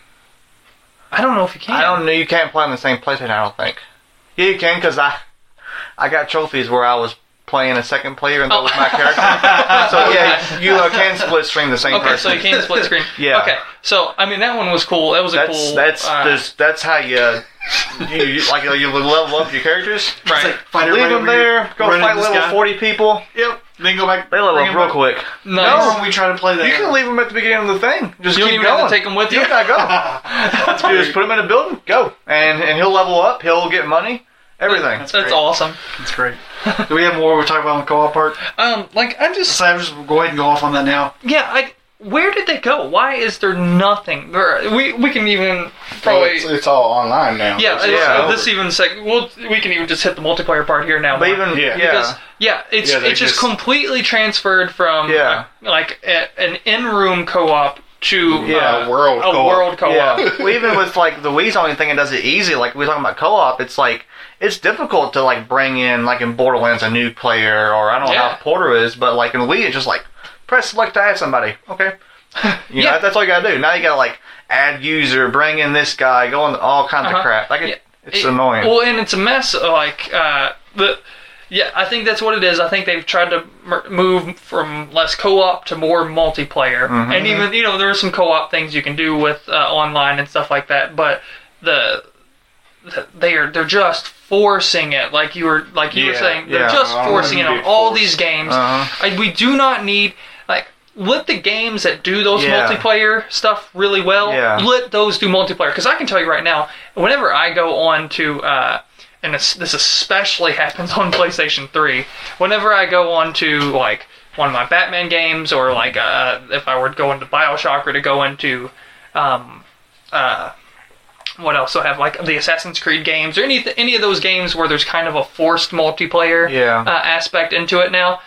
Speaker 1: I don't know if you can.
Speaker 2: I don't know. You can't play on the same PlayStation. I don't think. Yeah, you can because I I got trophies where I was playing a second player and that was
Speaker 1: Oh.
Speaker 2: my character. so yeah, you uh, can split stream the same
Speaker 1: Okay, so
Speaker 2: person.
Speaker 1: you can split screen.
Speaker 2: Yeah.
Speaker 1: Okay, so I mean that one was cool. That was a
Speaker 2: that's
Speaker 1: cool.
Speaker 2: that's
Speaker 1: uh,
Speaker 2: this, that's how you. You, you like you level up your characters.
Speaker 1: right.
Speaker 5: It's like fight
Speaker 2: Leave
Speaker 5: everybody
Speaker 2: them
Speaker 5: over here,
Speaker 2: there. Go
Speaker 5: run
Speaker 2: fight
Speaker 5: into this
Speaker 2: level
Speaker 5: guy.
Speaker 2: forty people.
Speaker 5: Yep. Then go back.
Speaker 2: They level
Speaker 5: bring
Speaker 2: up
Speaker 5: him
Speaker 2: real
Speaker 5: back.
Speaker 2: quick.
Speaker 5: Remember
Speaker 1: nice.
Speaker 5: when we try to play that?
Speaker 2: You can leave them at the beginning of the thing. Just
Speaker 1: You don't
Speaker 2: keep
Speaker 1: even
Speaker 2: going.
Speaker 1: have to take them with you.
Speaker 2: You gotta go. you just put him in a building. Go, and and he'll level up. He'll get money. Everything.
Speaker 1: That's,
Speaker 5: great.
Speaker 1: awesome.
Speaker 5: That's great. Do we have more we talk about on the co-op part?
Speaker 1: Um, like I'm just
Speaker 5: So I'm just go ahead and go off on that now.
Speaker 1: Yeah, I, where did they go? Why is there nothing? There, we we can even
Speaker 4: Well,
Speaker 1: probably
Speaker 4: it's, it's all online now.
Speaker 1: yeah.
Speaker 4: It's
Speaker 1: it's-
Speaker 2: yeah.
Speaker 4: over.
Speaker 1: This even sec. We'll, we can even just hit the multiplayer part here now.
Speaker 2: But
Speaker 1: Mark.
Speaker 2: even yeah,
Speaker 4: Yeah.
Speaker 1: because yeah, it's
Speaker 4: Yeah, they
Speaker 1: it's just,
Speaker 4: just-
Speaker 1: completely transferred from
Speaker 2: Yeah.
Speaker 1: uh, like a, an in-room co-op to
Speaker 2: Yeah,
Speaker 1: uh,
Speaker 4: a world
Speaker 1: a
Speaker 4: co-op.
Speaker 1: world co-op.
Speaker 2: yeah. well, even with like the Wii's only thing that does it easy. Like we're talking about co-op. It's like it's difficult to like bring in like in Borderlands a new player or I don't know
Speaker 1: Yeah.
Speaker 2: how Porter is, but like in Wii it's just like press select to add somebody. Okay. You
Speaker 1: Yeah.
Speaker 2: know, that's all you gotta do. Now you gotta like add user, bring in this guy, go on all kinds
Speaker 1: Uh-huh.
Speaker 2: of crap. Like it,
Speaker 1: Yeah.
Speaker 2: it's
Speaker 1: It-
Speaker 2: annoying.
Speaker 1: Well, and it's a mess. Like uh, the Yeah, I think that's what it is. I think they've tried to mer- move from less co-op to more multiplayer,
Speaker 2: Mm-hmm.
Speaker 1: and even you know there are some co-op things you can do with uh, online and stuff like that. But the, the they are they're just forcing it, like you were like you were
Speaker 4: Yeah,
Speaker 1: saying, they're
Speaker 2: yeah.
Speaker 1: just
Speaker 4: I don't
Speaker 1: forcing it
Speaker 4: wanna
Speaker 1: on
Speaker 4: be
Speaker 1: all
Speaker 4: forced.
Speaker 1: these games.
Speaker 2: Uh-huh.
Speaker 1: Like, we do not need like let the games that do those
Speaker 2: Yeah.
Speaker 1: multiplayer stuff really well.
Speaker 2: Yeah.
Speaker 1: Let those do multiplayer because I can tell you right now, whenever I go on to uh, and this, this especially happens on PlayStation Three, whenever I go on to like one of my Batman games or like uh, if I were to go into Bioshock or to go into um, uh, what else do I have like the Assassin's Creed games or any any of those games where there's kind of a forced multiplayer
Speaker 2: Yeah.
Speaker 1: uh, aspect into it now.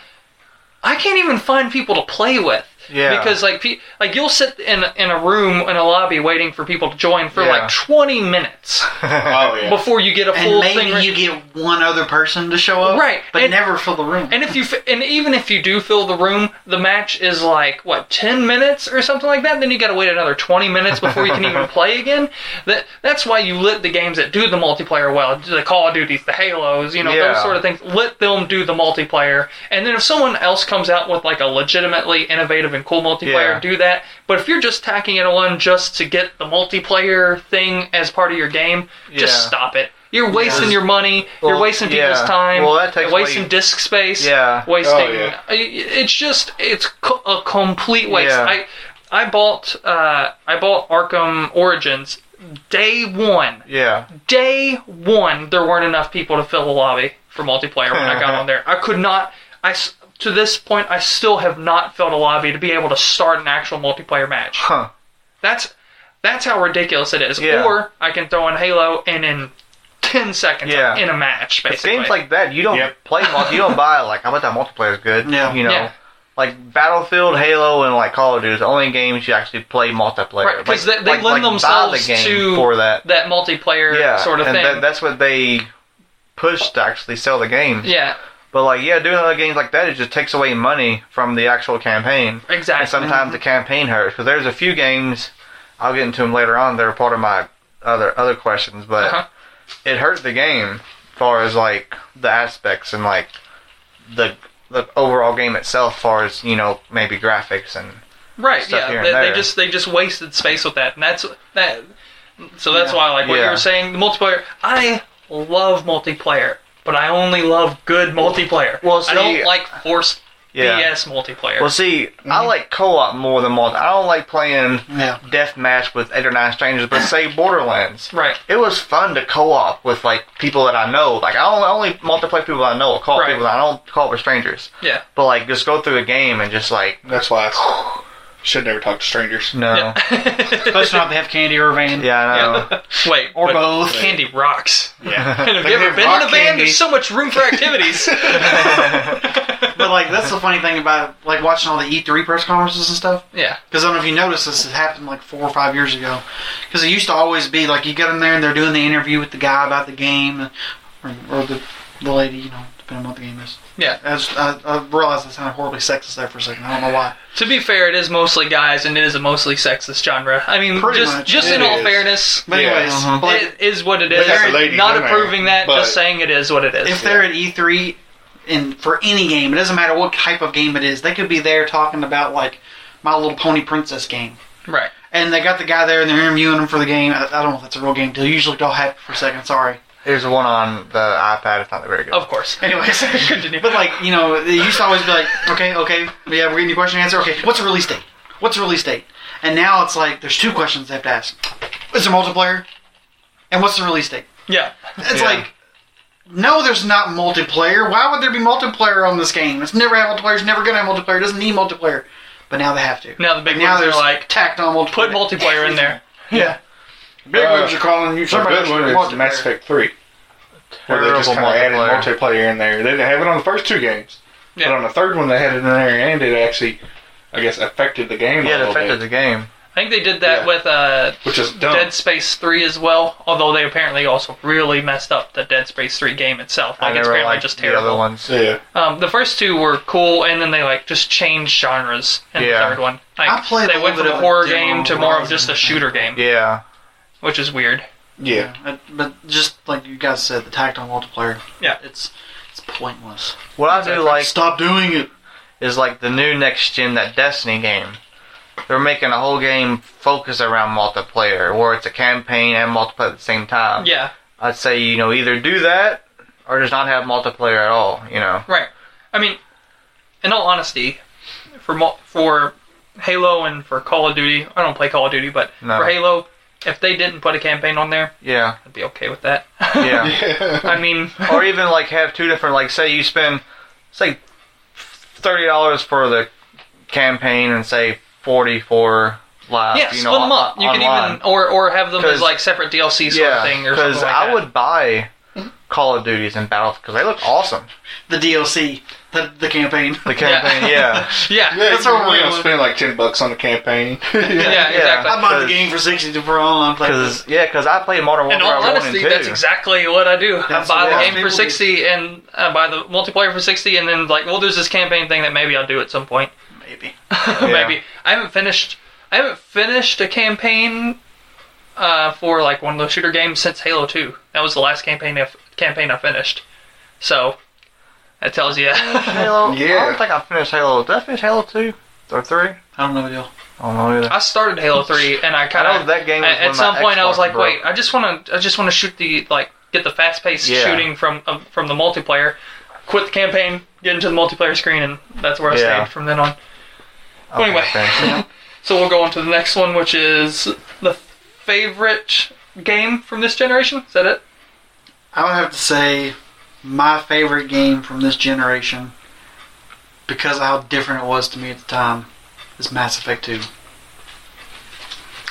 Speaker 1: I can't even find people to play with.
Speaker 2: Yeah.
Speaker 1: Because like pe- like you'll sit in in a room in a lobby waiting for people to join for
Speaker 2: Yeah.
Speaker 1: like 20 minutes
Speaker 4: Oh yeah.
Speaker 1: before you get a
Speaker 5: And
Speaker 1: full
Speaker 5: maybe
Speaker 1: thing. re-
Speaker 5: you get one other person to show up,
Speaker 1: Right,
Speaker 5: But
Speaker 1: and-
Speaker 5: never fill the room.
Speaker 1: and if you f- and even if you do fill the room, the match is like what ten minutes or something like that. Then you got to wait another twenty minutes before you can even play again. That that's why you let the games that do the multiplayer well, the Call of Duties, the Halos, you know
Speaker 2: Yeah.
Speaker 1: those sort of things. Let them do the multiplayer, and then if someone else comes out with like a legitimately innovative and cool multiplayer,
Speaker 2: Yeah.
Speaker 1: do that. But if you're just tacking it on just to get the multiplayer thing as part of your game, just
Speaker 2: Yeah.
Speaker 1: stop it. You're wasting
Speaker 2: Because-
Speaker 1: your money. you're
Speaker 2: Well,
Speaker 1: wasting people's
Speaker 2: yeah.
Speaker 1: time.
Speaker 2: Well, that takes
Speaker 1: you're wasting
Speaker 2: away-
Speaker 1: disk space.
Speaker 2: Yeah.
Speaker 1: Wasting.
Speaker 4: Oh, yeah.
Speaker 1: I- It's just it's co- a complete waste.
Speaker 2: Yeah.
Speaker 1: I I bought uh, I bought Arkham Origins day one.
Speaker 2: Yeah.
Speaker 1: Day one, there weren't enough people to fill the lobby for multiplayer when I got on there. I could not. I s- to this point, I still have not filled a lobby to be able to start an actual multiplayer match.
Speaker 2: Huh.
Speaker 1: That's that's how ridiculous it is.
Speaker 2: Yeah.
Speaker 1: Or I can throw in Halo and in ten seconds
Speaker 2: Yeah.
Speaker 1: I'm in a match. Basically,
Speaker 2: Games like that, you don't
Speaker 4: Yep.
Speaker 2: play multi. You don't buy like I bet that multiplayer is good.
Speaker 5: Yeah.
Speaker 2: You know,
Speaker 1: Yeah.
Speaker 2: like Battlefield, Halo, and like Call of Duty is the only games you actually play multiplayer.
Speaker 1: Right, 'cause
Speaker 2: Like-
Speaker 1: they- they lend
Speaker 2: like- like buy
Speaker 1: themselves
Speaker 2: the game
Speaker 1: to
Speaker 2: for that.
Speaker 1: that multiplayer
Speaker 2: Yeah,
Speaker 1: sort of
Speaker 2: and
Speaker 1: thing.
Speaker 2: That, that's what they push to actually sell the games.
Speaker 1: yeah,
Speaker 2: But like, yeah, doing other games like that, it just takes away money from the actual campaign.
Speaker 1: exactly.
Speaker 2: And sometimes the campaign hurts because there's a few games. I'll get into them later on. They're part of my other other questions, but
Speaker 1: Uh-huh.
Speaker 2: it hurt the game as far as like the aspects and like the the overall game itself, as far as you know, maybe graphics and
Speaker 1: right?
Speaker 2: stuff
Speaker 1: Yeah,
Speaker 2: here and
Speaker 1: they, they
Speaker 2: there.
Speaker 1: just they just wasted space with that, and that's that. So that's why, like what you
Speaker 2: Yeah.
Speaker 1: were saying, the multiplayer. I love multiplayer, but I only love good multiplayer.
Speaker 2: Well,
Speaker 1: I don't
Speaker 2: see-
Speaker 1: like forced
Speaker 2: yeah.
Speaker 1: BS multiplayer.
Speaker 2: Well, see,
Speaker 1: Mm-hmm.
Speaker 2: I like co-op more than multi. I don't like playing
Speaker 5: Yeah.
Speaker 2: deathmatch with eight or nine strangers, but say Borderlands.
Speaker 1: right.
Speaker 2: It was fun to co-op with like people that I know. Like I only, I only multiplayer people I know, co-op
Speaker 1: Right.
Speaker 2: people. I don't co-op with strangers.
Speaker 1: Yeah.
Speaker 2: But like, just go through a game and just like,
Speaker 4: That's why I should never talk to strangers.
Speaker 2: no, yeah,
Speaker 5: Supposed to not to have candy or a van
Speaker 2: I know.
Speaker 1: Wait.
Speaker 5: or
Speaker 1: but
Speaker 5: both.
Speaker 1: Candy rocks.
Speaker 4: Yeah.
Speaker 1: Have you ever been in a van? There's so much room for activities.
Speaker 5: But like that's the funny thing about like watching all the E3 press conferences and stuff.
Speaker 1: yeah.
Speaker 5: Because I don't know if you noticed this, it happened like four or five years ago. Because it used to always be like you get in there and they're doing the interview with the guy about the game or, or the, the lady, you know, depending on what the game is.
Speaker 1: Yeah.
Speaker 5: I, just, I, I realized I sounded horribly sexist there for a second. I don't know why.
Speaker 1: To be fair, it is mostly guys, and it is a mostly sexist genre. I mean,
Speaker 5: Pretty
Speaker 1: just
Speaker 5: much,
Speaker 1: just
Speaker 4: it
Speaker 1: in all
Speaker 4: is.
Speaker 1: fairness,
Speaker 5: But
Speaker 4: Yeah,
Speaker 5: anyways,
Speaker 2: uh-huh.
Speaker 5: like,
Speaker 1: it is what it
Speaker 4: But
Speaker 1: is.
Speaker 4: that's a lady,
Speaker 1: Not
Speaker 4: isn't it?
Speaker 1: approving that,
Speaker 4: But-
Speaker 1: just saying it is what it is.
Speaker 5: if they're at E3 and for any game, it doesn't matter what type of game it is, they could be there talking about like My Little Pony Princess game.
Speaker 1: right,
Speaker 5: And they got the guy there and they're interviewing him for the game. I, I don't know if that's a real game deal. Usually they'll have it for a second. Sorry.
Speaker 2: There's one on the iPad. It's not very good.
Speaker 1: of course.
Speaker 5: Anyways,
Speaker 1: Continue.
Speaker 5: but like you know, it used to always be like, okay, okay, yeah, we're getting your question and answer. Okay, what's the release date? What's the release date? And now it's like there's two questions they have to ask. Is there multiplayer? And what's the release date?
Speaker 1: Yeah,
Speaker 5: It's
Speaker 2: Yeah.
Speaker 5: like, no, there's not multiplayer. Why would there be multiplayer on this game? It's never had multiplayer. It's never gonna have multiplayer. It doesn't need multiplayer. But now they have to.
Speaker 1: Now the big
Speaker 5: now
Speaker 1: ones are
Speaker 5: there's
Speaker 1: like,
Speaker 5: tacked on multiplayer.
Speaker 1: put multiplayer in there.
Speaker 5: Yeah.
Speaker 4: Big ones are
Speaker 5: calling you.
Speaker 4: A good one is Mass Effect 3. Where they just
Speaker 2: Terrible
Speaker 4: kind of added
Speaker 2: multiplayer.
Speaker 4: multiplayer in there. They didn't have it on the first two games. But on
Speaker 1: Yeah,
Speaker 4: the third one, they had it in there, and it actually, I guess, affected the game a
Speaker 2: Yeah, it
Speaker 4: little
Speaker 2: affected
Speaker 4: bit.
Speaker 2: the game.
Speaker 1: I think they did that
Speaker 4: Yeah.
Speaker 1: with uh,
Speaker 4: Which is dumb.
Speaker 1: Dead Space Three as well. Although they apparently also really messed up the Dead Space Three game itself. Like
Speaker 2: I
Speaker 1: it's
Speaker 2: never
Speaker 1: apparently
Speaker 2: liked
Speaker 1: just
Speaker 2: the
Speaker 1: terrible.
Speaker 2: other ones.
Speaker 4: yeah.
Speaker 1: Um, the first two were cool, and then they like just changed genres in
Speaker 2: Yeah.
Speaker 1: the third one. Like,
Speaker 5: I played
Speaker 1: they
Speaker 5: a
Speaker 1: went
Speaker 5: little
Speaker 1: from
Speaker 5: bit
Speaker 1: a
Speaker 5: of
Speaker 1: horror
Speaker 5: Demo
Speaker 1: game to more of
Speaker 5: Horizon,
Speaker 1: just
Speaker 5: I
Speaker 1: a
Speaker 5: think.
Speaker 1: shooter game,
Speaker 2: Yeah,
Speaker 1: which is weird.
Speaker 4: Yeah.
Speaker 5: Uh, But just like you guys said, the tacked on multiplayer.
Speaker 1: Yeah.
Speaker 5: It's It's pointless.
Speaker 2: What I do like
Speaker 5: Stop doing it.
Speaker 2: is like the new next gen that Destiny game. They're making a whole game focus around multiplayer, where it's a campaign and multiplayer at the same time.
Speaker 1: Yeah.
Speaker 2: I'd say you know either do that or just not have multiplayer at all. You know,
Speaker 1: Right. I mean, in all honesty, for mul- for Halo and for Call of Duty, I don't play Call of Duty, but
Speaker 2: No.
Speaker 1: for Halo, if they didn't put a campaign on there,
Speaker 2: yeah,
Speaker 1: I'd be okay with that.
Speaker 2: yeah.
Speaker 1: I mean,
Speaker 2: or even like have two different like say you spend say thirty dollars for the campaign and say forty for live.
Speaker 1: yeah,
Speaker 2: you
Speaker 1: split
Speaker 2: know,
Speaker 1: them up. You can
Speaker 2: online.
Speaker 1: even or or have them
Speaker 2: 'Cause-
Speaker 1: as like separate DLC sort of thing or something like
Speaker 2: I
Speaker 1: that. Mm-hmm.
Speaker 2: would buy Call of Duties and Battlefield because they look awesome.
Speaker 5: The DLC. The, the campaign.
Speaker 2: The campaign, yeah,
Speaker 1: Yeah.
Speaker 4: Yeah,
Speaker 5: That's
Speaker 4: you
Speaker 5: what we're
Speaker 4: gonna
Speaker 5: doing.
Speaker 4: spend like ten bucks on the campaign. Oh, yeah.
Speaker 1: Yeah, exactly.
Speaker 5: I bought the
Speaker 2: Because-
Speaker 5: game for 60 for online play.
Speaker 2: because yeah, because I play Modern
Speaker 1: In
Speaker 2: Warfare
Speaker 1: all
Speaker 2: 1
Speaker 1: honesty,
Speaker 2: and 2.
Speaker 1: that's exactly what I do.
Speaker 5: That's
Speaker 1: I buy
Speaker 5: what
Speaker 1: the game for
Speaker 5: people do.
Speaker 1: sixty and I buy the multiplayer for sixty, and then like, well, there's this campaign thing that maybe I'll do at some point.
Speaker 5: Maybe.
Speaker 2: Yeah.
Speaker 1: maybe I haven't finished. I haven't finished a campaign uh, for like one of those shooter games since Halo Two. That was the last campaign I, campaign I finished. So that tells you. I
Speaker 2: Halo. I
Speaker 4: Yeah.
Speaker 2: don't think I finished Halo. Did I finish Halo two or three?
Speaker 5: I don't know what deal.
Speaker 2: I don't know either.
Speaker 1: started Halo Three, and I
Speaker 2: I know
Speaker 1: kind of
Speaker 2: that game. Was
Speaker 1: at
Speaker 2: when
Speaker 1: some
Speaker 2: my
Speaker 1: point I was
Speaker 2: Xbox
Speaker 1: like,
Speaker 2: broke.
Speaker 1: wait, I just want to I just want to shoot the like get the fast paced
Speaker 2: Yeah.
Speaker 1: shooting from uh, from the multiplayer. Quit the campaign, get into the multiplayer screen, and that's where I
Speaker 2: Yeah.
Speaker 1: stayed from then on.
Speaker 2: Okay,
Speaker 1: anyway.
Speaker 2: thanks.
Speaker 1: So we'll go on to the next one, which is the favorite game from this generation. Is that it?
Speaker 5: I would have to say my favorite game from this generation, because of how different it was to me at the time, is Mass Effect 2.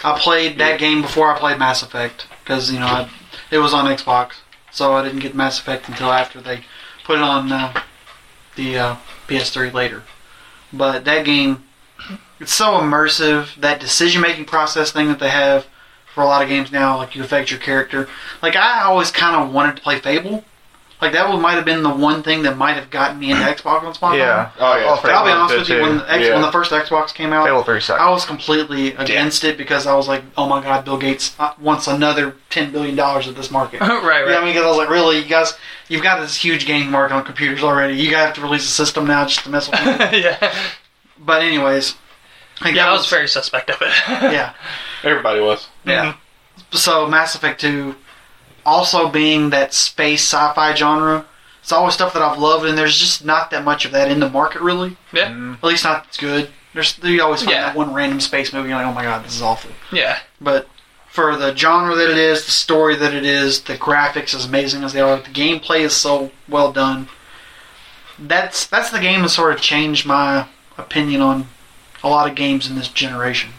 Speaker 5: I played that game before I played Mass Effect, because, you know, I, it was on Xbox, so I didn't get Mass Effect until after they put it on uh, the uh, PS3 later. But that game, it's so immersive. That decision making process thing that they have for a lot of games now, like you affect your character. Like I always kind of wanted to play Fable. Like that would, might have been the one thing that might have gotten me into Xbox on Spot.
Speaker 2: Yeah.
Speaker 4: Oh, yeah.
Speaker 2: I'll
Speaker 5: But I'll be
Speaker 2: Fable
Speaker 5: honest
Speaker 2: two,
Speaker 5: with you,
Speaker 2: too.
Speaker 5: when the, X,
Speaker 4: Yeah.
Speaker 5: when the first Xbox came out,
Speaker 2: Fable three sucked.
Speaker 5: I was completely against it because I was like, oh my god, Bill Gates uh, wants another $10 billion of this market.
Speaker 1: right, right.
Speaker 5: Yeah, I mean, because I was like, really, you guys, you've got this huge gaming market on computers already. You guys have to release a system now just to mess with me.
Speaker 1: yeah,
Speaker 5: but anyways, like,
Speaker 1: yeah, I was very suspect of it.
Speaker 5: yeah.
Speaker 4: Everybody was.
Speaker 5: Yeah. Mm-hmm. So Mass Effect 2, also being that space sci-fi genre, it's always stuff that I've loved, and there's just not that much of that in the market, really.
Speaker 1: Yeah.
Speaker 2: Mm.
Speaker 5: At least not that's good. There's you always find
Speaker 1: Yeah.
Speaker 5: that one random space movie, you're like, oh my god, this is awful.
Speaker 1: yeah,
Speaker 5: But for the genre that it is, the story that it is, the graphics as amazing as they are, the gameplay is so well done. That's that's the game that sort of changed my opinion on a lot of games in this generation.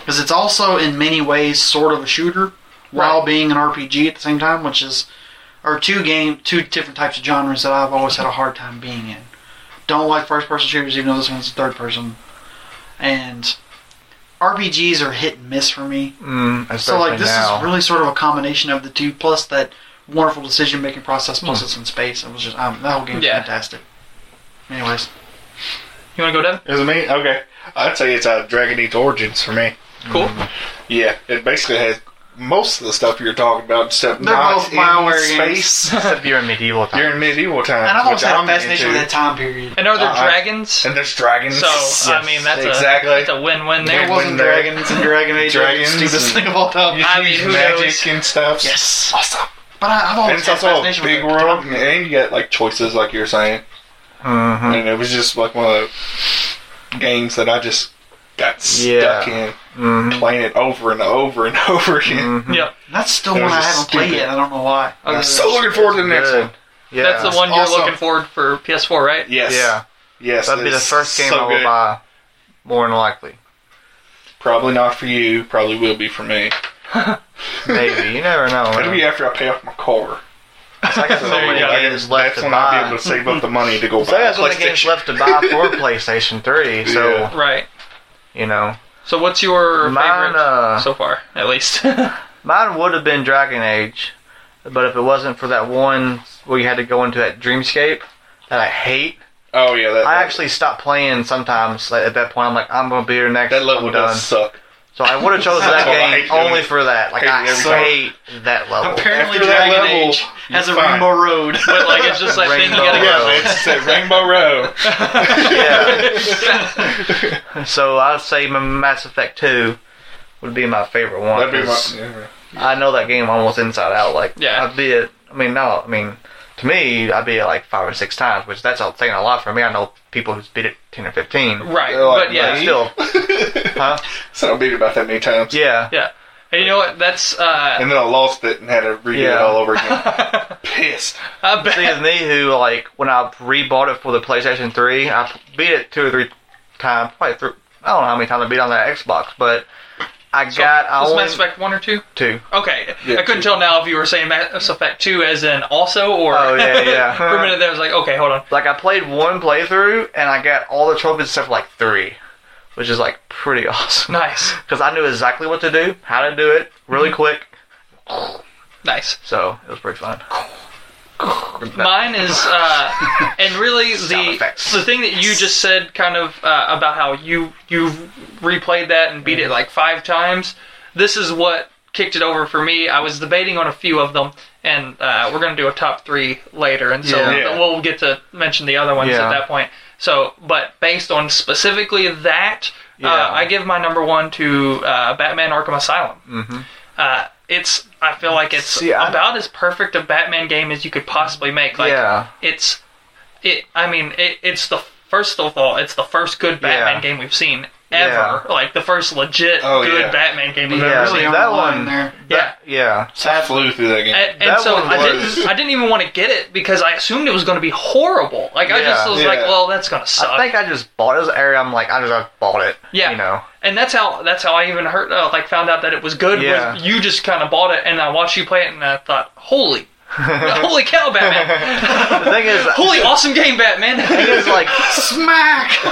Speaker 5: Because it's also in many ways sort of a shooter while being an RPG at the same time, which is are two game two different types of genres that I've always had a hard time being in. Don't like first person shooters even though this one's third person. And RPGs are hit and miss for me.
Speaker 2: Mm,
Speaker 5: So
Speaker 2: especially
Speaker 5: like this
Speaker 2: now.
Speaker 5: is really sort of a combination of the two, plus that wonderful decision making process, plus
Speaker 4: Hmm.
Speaker 5: it's in space. It was just um, that whole game's
Speaker 1: Yeah.
Speaker 5: fantastic.
Speaker 4: Uh,
Speaker 5: Anyways,
Speaker 1: you want to go, Devin?
Speaker 4: Is it me? Okay. I'd say it's uh, Dragon Age Origins for me.
Speaker 1: Cool.
Speaker 4: Mm. Yeah, it basically has most of the stuff you're talking about, except
Speaker 5: They're
Speaker 4: not
Speaker 5: both
Speaker 4: in
Speaker 5: Bioware games.
Speaker 4: space.
Speaker 2: Except you're in medieval times.
Speaker 4: You're in medieval times,
Speaker 5: and I've always
Speaker 4: which
Speaker 5: had a
Speaker 4: I'm
Speaker 5: fascination
Speaker 4: into.
Speaker 5: with that time period.
Speaker 1: And are there
Speaker 4: Uh, I-
Speaker 1: dragons?
Speaker 4: And there's dragons.
Speaker 1: so I mean, that's
Speaker 4: exactly.
Speaker 1: a that's a win-win there.
Speaker 5: There
Speaker 4: There
Speaker 5: wasn't
Speaker 4: wasn't there-
Speaker 5: dragons and Dragon Age, like the
Speaker 4: Dragons
Speaker 5: stupidest
Speaker 4: and-
Speaker 5: thing of all time.
Speaker 4: You
Speaker 1: I
Speaker 4: see
Speaker 1: mean, who
Speaker 4: magic
Speaker 1: knows?
Speaker 4: and stuff.
Speaker 5: Yes,
Speaker 4: Awesome.
Speaker 5: but I, I've
Speaker 4: And
Speaker 5: always
Speaker 4: it's
Speaker 5: had a
Speaker 4: also a
Speaker 5: fascination
Speaker 4: big
Speaker 5: with that
Speaker 4: world,
Speaker 5: time.
Speaker 4: and you get like choices, like you're saying.
Speaker 2: Mhm.
Speaker 4: And it was just like one of the games that I just got stuck in
Speaker 2: Mhm.
Speaker 4: playing it over and over and over again.
Speaker 2: Mhm.
Speaker 1: Yep,
Speaker 5: That's still
Speaker 4: It
Speaker 5: one
Speaker 4: was
Speaker 5: I
Speaker 4: just
Speaker 5: haven't played
Speaker 4: stupid.
Speaker 5: yet. I don't know why.
Speaker 4: I'm Mm-hmm. so looking forward to the next
Speaker 2: Good.
Speaker 4: one.
Speaker 2: Yeah.
Speaker 1: that's the one you're
Speaker 4: Awesome.
Speaker 1: looking forward for PS4, right?
Speaker 4: Yes.
Speaker 2: Yeah,
Speaker 4: Yes.
Speaker 2: that'd be the
Speaker 4: it's
Speaker 2: first game
Speaker 4: so
Speaker 2: I will
Speaker 4: good.
Speaker 2: buy. More than likely,
Speaker 4: Probably not for you. Probably will be for me.
Speaker 2: maybe you never know.
Speaker 4: It'll
Speaker 2: man.
Speaker 4: be after I pay off my car.
Speaker 2: So I got so
Speaker 1: There
Speaker 2: many
Speaker 1: you go.
Speaker 2: games left
Speaker 4: That's
Speaker 2: to
Speaker 4: when I'll be
Speaker 2: buy.
Speaker 4: able to save up the money to go
Speaker 2: So I
Speaker 4: buy a
Speaker 2: got so many games
Speaker 4: PlayStation.
Speaker 2: left to buy for PlayStation 3. So
Speaker 4: Yeah.
Speaker 1: Right.
Speaker 2: you know,
Speaker 1: So what's your
Speaker 2: mine
Speaker 1: favorite
Speaker 2: uh,
Speaker 1: so far, at least?
Speaker 2: mine would have been Dragon Age, but if it wasn't for that one where you had to go into that dreamscape that I hate,
Speaker 4: Oh yeah, that
Speaker 2: I actually stopped playing sometimes. Like, at that point, I'm like, I'm gonna be here next.
Speaker 4: that level
Speaker 2: I'm done.
Speaker 4: does suck.
Speaker 2: So I would have chosen that
Speaker 4: Oh, I
Speaker 2: game
Speaker 4: hate doing
Speaker 2: only
Speaker 4: it.
Speaker 2: for that. Like
Speaker 4: Hate
Speaker 2: I
Speaker 4: every time.
Speaker 2: hate that level.
Speaker 5: Apparently,
Speaker 4: After that
Speaker 5: Dragon
Speaker 4: level,
Speaker 5: Age has a
Speaker 4: you're fine.
Speaker 5: Rainbow Road.
Speaker 1: But like it's just that thing you gotta go.
Speaker 2: Rainbow
Speaker 4: Yeah, man, it's at Rainbow Row.
Speaker 2: yeah. So I'd say my Mass Effect Two would be my favorite one.
Speaker 4: That'd be my.
Speaker 2: 'cause
Speaker 4: Yeah.
Speaker 2: I know that game almost inside out. Like
Speaker 1: Yeah.
Speaker 2: I'd be it. I mean, no, I mean. To me, I beat it like five or six times, which that's all saying a lot for me. I know people who's beat it ten or fifteen.
Speaker 1: Right,
Speaker 4: They're
Speaker 1: but
Speaker 4: like,
Speaker 2: But
Speaker 1: yeah,
Speaker 2: still, huh?
Speaker 4: So I don't beat it about that many times.
Speaker 2: Yeah,
Speaker 1: yeah. And you know what? That's uh,
Speaker 4: And then I lost it and had to redo it
Speaker 2: Yeah.
Speaker 4: all over again. Pissed.
Speaker 1: I
Speaker 2: The thing
Speaker 1: bet.
Speaker 2: is me who like when I rebought it for the PlayStation 3, I beat it two or three times, probably through. I don't know how many times I beat on that Xbox, but I got I
Speaker 1: Was
Speaker 2: only
Speaker 1: Mass Effect one or two?
Speaker 2: two.
Speaker 1: Okay,
Speaker 4: Yeah,
Speaker 1: I couldn't
Speaker 4: two.
Speaker 1: tell now if you were saying Mass Effect two as in also or.
Speaker 2: Oh, yeah, yeah.
Speaker 1: for a minute there, I was like, okay, hold on.
Speaker 2: Like I played one playthrough and I got all the trophies except for like three, which is like pretty awesome
Speaker 1: Nice,
Speaker 2: because I knew exactly what to do, how to do it, really
Speaker 1: Mm-hmm.
Speaker 2: quick.
Speaker 1: nice.
Speaker 2: So it was pretty fun.
Speaker 1: Mine is, uh, and really the
Speaker 2: effects.
Speaker 1: the thing that you just said, kind of uh, about how you you replayed that and beat
Speaker 2: Mm-hmm.
Speaker 1: it like five times. This is what kicked it over for me. I was debating on a few of them, and uh, we're gonna do a top three later, and so
Speaker 2: Yeah.
Speaker 4: Yeah.
Speaker 1: we'll get to mention the other ones
Speaker 2: Yeah.
Speaker 1: at that point. So, but based on specifically that, uh,
Speaker 2: Yeah.
Speaker 1: I give my number one to uh, Batman: Arkham Asylum. Uh, it's I feel like it's
Speaker 2: Mm-hmm. See, I-
Speaker 1: about as perfect a Batman game as you could possibly make. Like
Speaker 2: Yeah.
Speaker 1: it's it. I mean, it, it's the first of all, it's the first good Batman
Speaker 2: Yeah.
Speaker 1: game we've seen ever. Like the first legit
Speaker 4: Oh,
Speaker 1: good
Speaker 4: yeah.
Speaker 1: Batman game we've
Speaker 2: Yeah,
Speaker 1: ever
Speaker 2: see,
Speaker 1: seen.
Speaker 5: on
Speaker 2: that
Speaker 5: the line
Speaker 2: one-
Speaker 5: there.
Speaker 1: Yeah.
Speaker 2: Yeah,
Speaker 4: I flew through that game.
Speaker 1: And, and
Speaker 2: That
Speaker 1: so
Speaker 2: one
Speaker 1: I
Speaker 2: was-
Speaker 1: didn't. I didn't even want to get it because I assumed it was going to be horrible. Like I just
Speaker 2: Yeah.
Speaker 1: was like,
Speaker 4: Yeah.
Speaker 1: well, that's going to suck.
Speaker 2: I think I just bought it. it was an area I'm like I just I bought it.
Speaker 1: Yeah.
Speaker 2: you know.
Speaker 1: and that's how that's how I even heard uh, like found out that it was good.
Speaker 2: Yeah.
Speaker 1: Was you just kind of bought it and I watched you play it and I thought, holy, holy cow, Batman!
Speaker 2: The thing is,
Speaker 1: holy awesome game, Batman!
Speaker 2: thing is like
Speaker 5: Smack!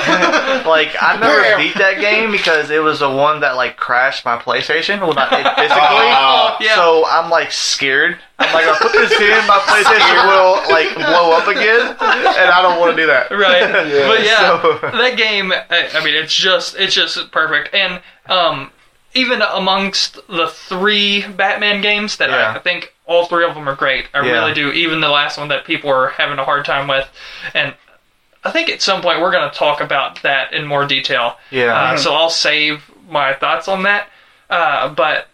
Speaker 2: like I never beat that game because it was the one that like crashed my PlayStation. Well, not it
Speaker 4: Oh,
Speaker 2: physically.
Speaker 1: yeah.
Speaker 2: So I'm like scared. I'm like, I put this in, my PlayStation will like blow up again, and I don't want to do that.
Speaker 1: right, but yeah,
Speaker 2: so-
Speaker 1: that game. I, I mean, it's just it's just perfect. And um, even amongst the three Batman games that
Speaker 2: Yeah.
Speaker 1: I, I think all three of them are great. I
Speaker 2: Yeah.
Speaker 1: really do. Even the last one that people are having a hard time with, and I think at some point we're going to talk about that in more detail.
Speaker 2: Yeah.
Speaker 1: Uh, so I'll save my thoughts on that. Uh, but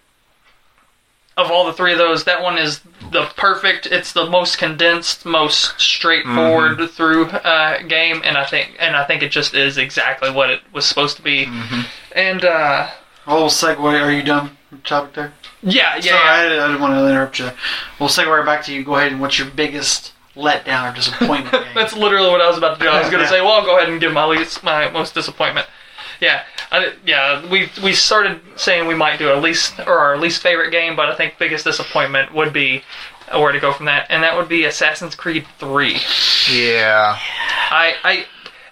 Speaker 1: of all the three of those, that one is the perfect. It's the most condensed, most straightforward through uh, game, and I think and I think it just is exactly what it was supposed to be. And uh,
Speaker 5: Little segue. Are you done? with the Topic there.
Speaker 1: yeah, yeah,
Speaker 5: Sorry,
Speaker 1: yeah.
Speaker 5: I, didn't- I didn't want to interrupt you. We'll segue right back to you. Go ahead and what's your biggest letdown or disappointment? game?
Speaker 1: That's literally what I was about to do. I was going to
Speaker 5: Yeah.
Speaker 1: say, well, I'll go ahead and give my least, my most disappointment. Yeah, I, did- yeah. We we started saying we might do a least or our least favorite game, but I think biggest disappointment would be uh, where to go from that, and that would be Assassin's Creed Three.
Speaker 2: Yeah,
Speaker 1: I, I,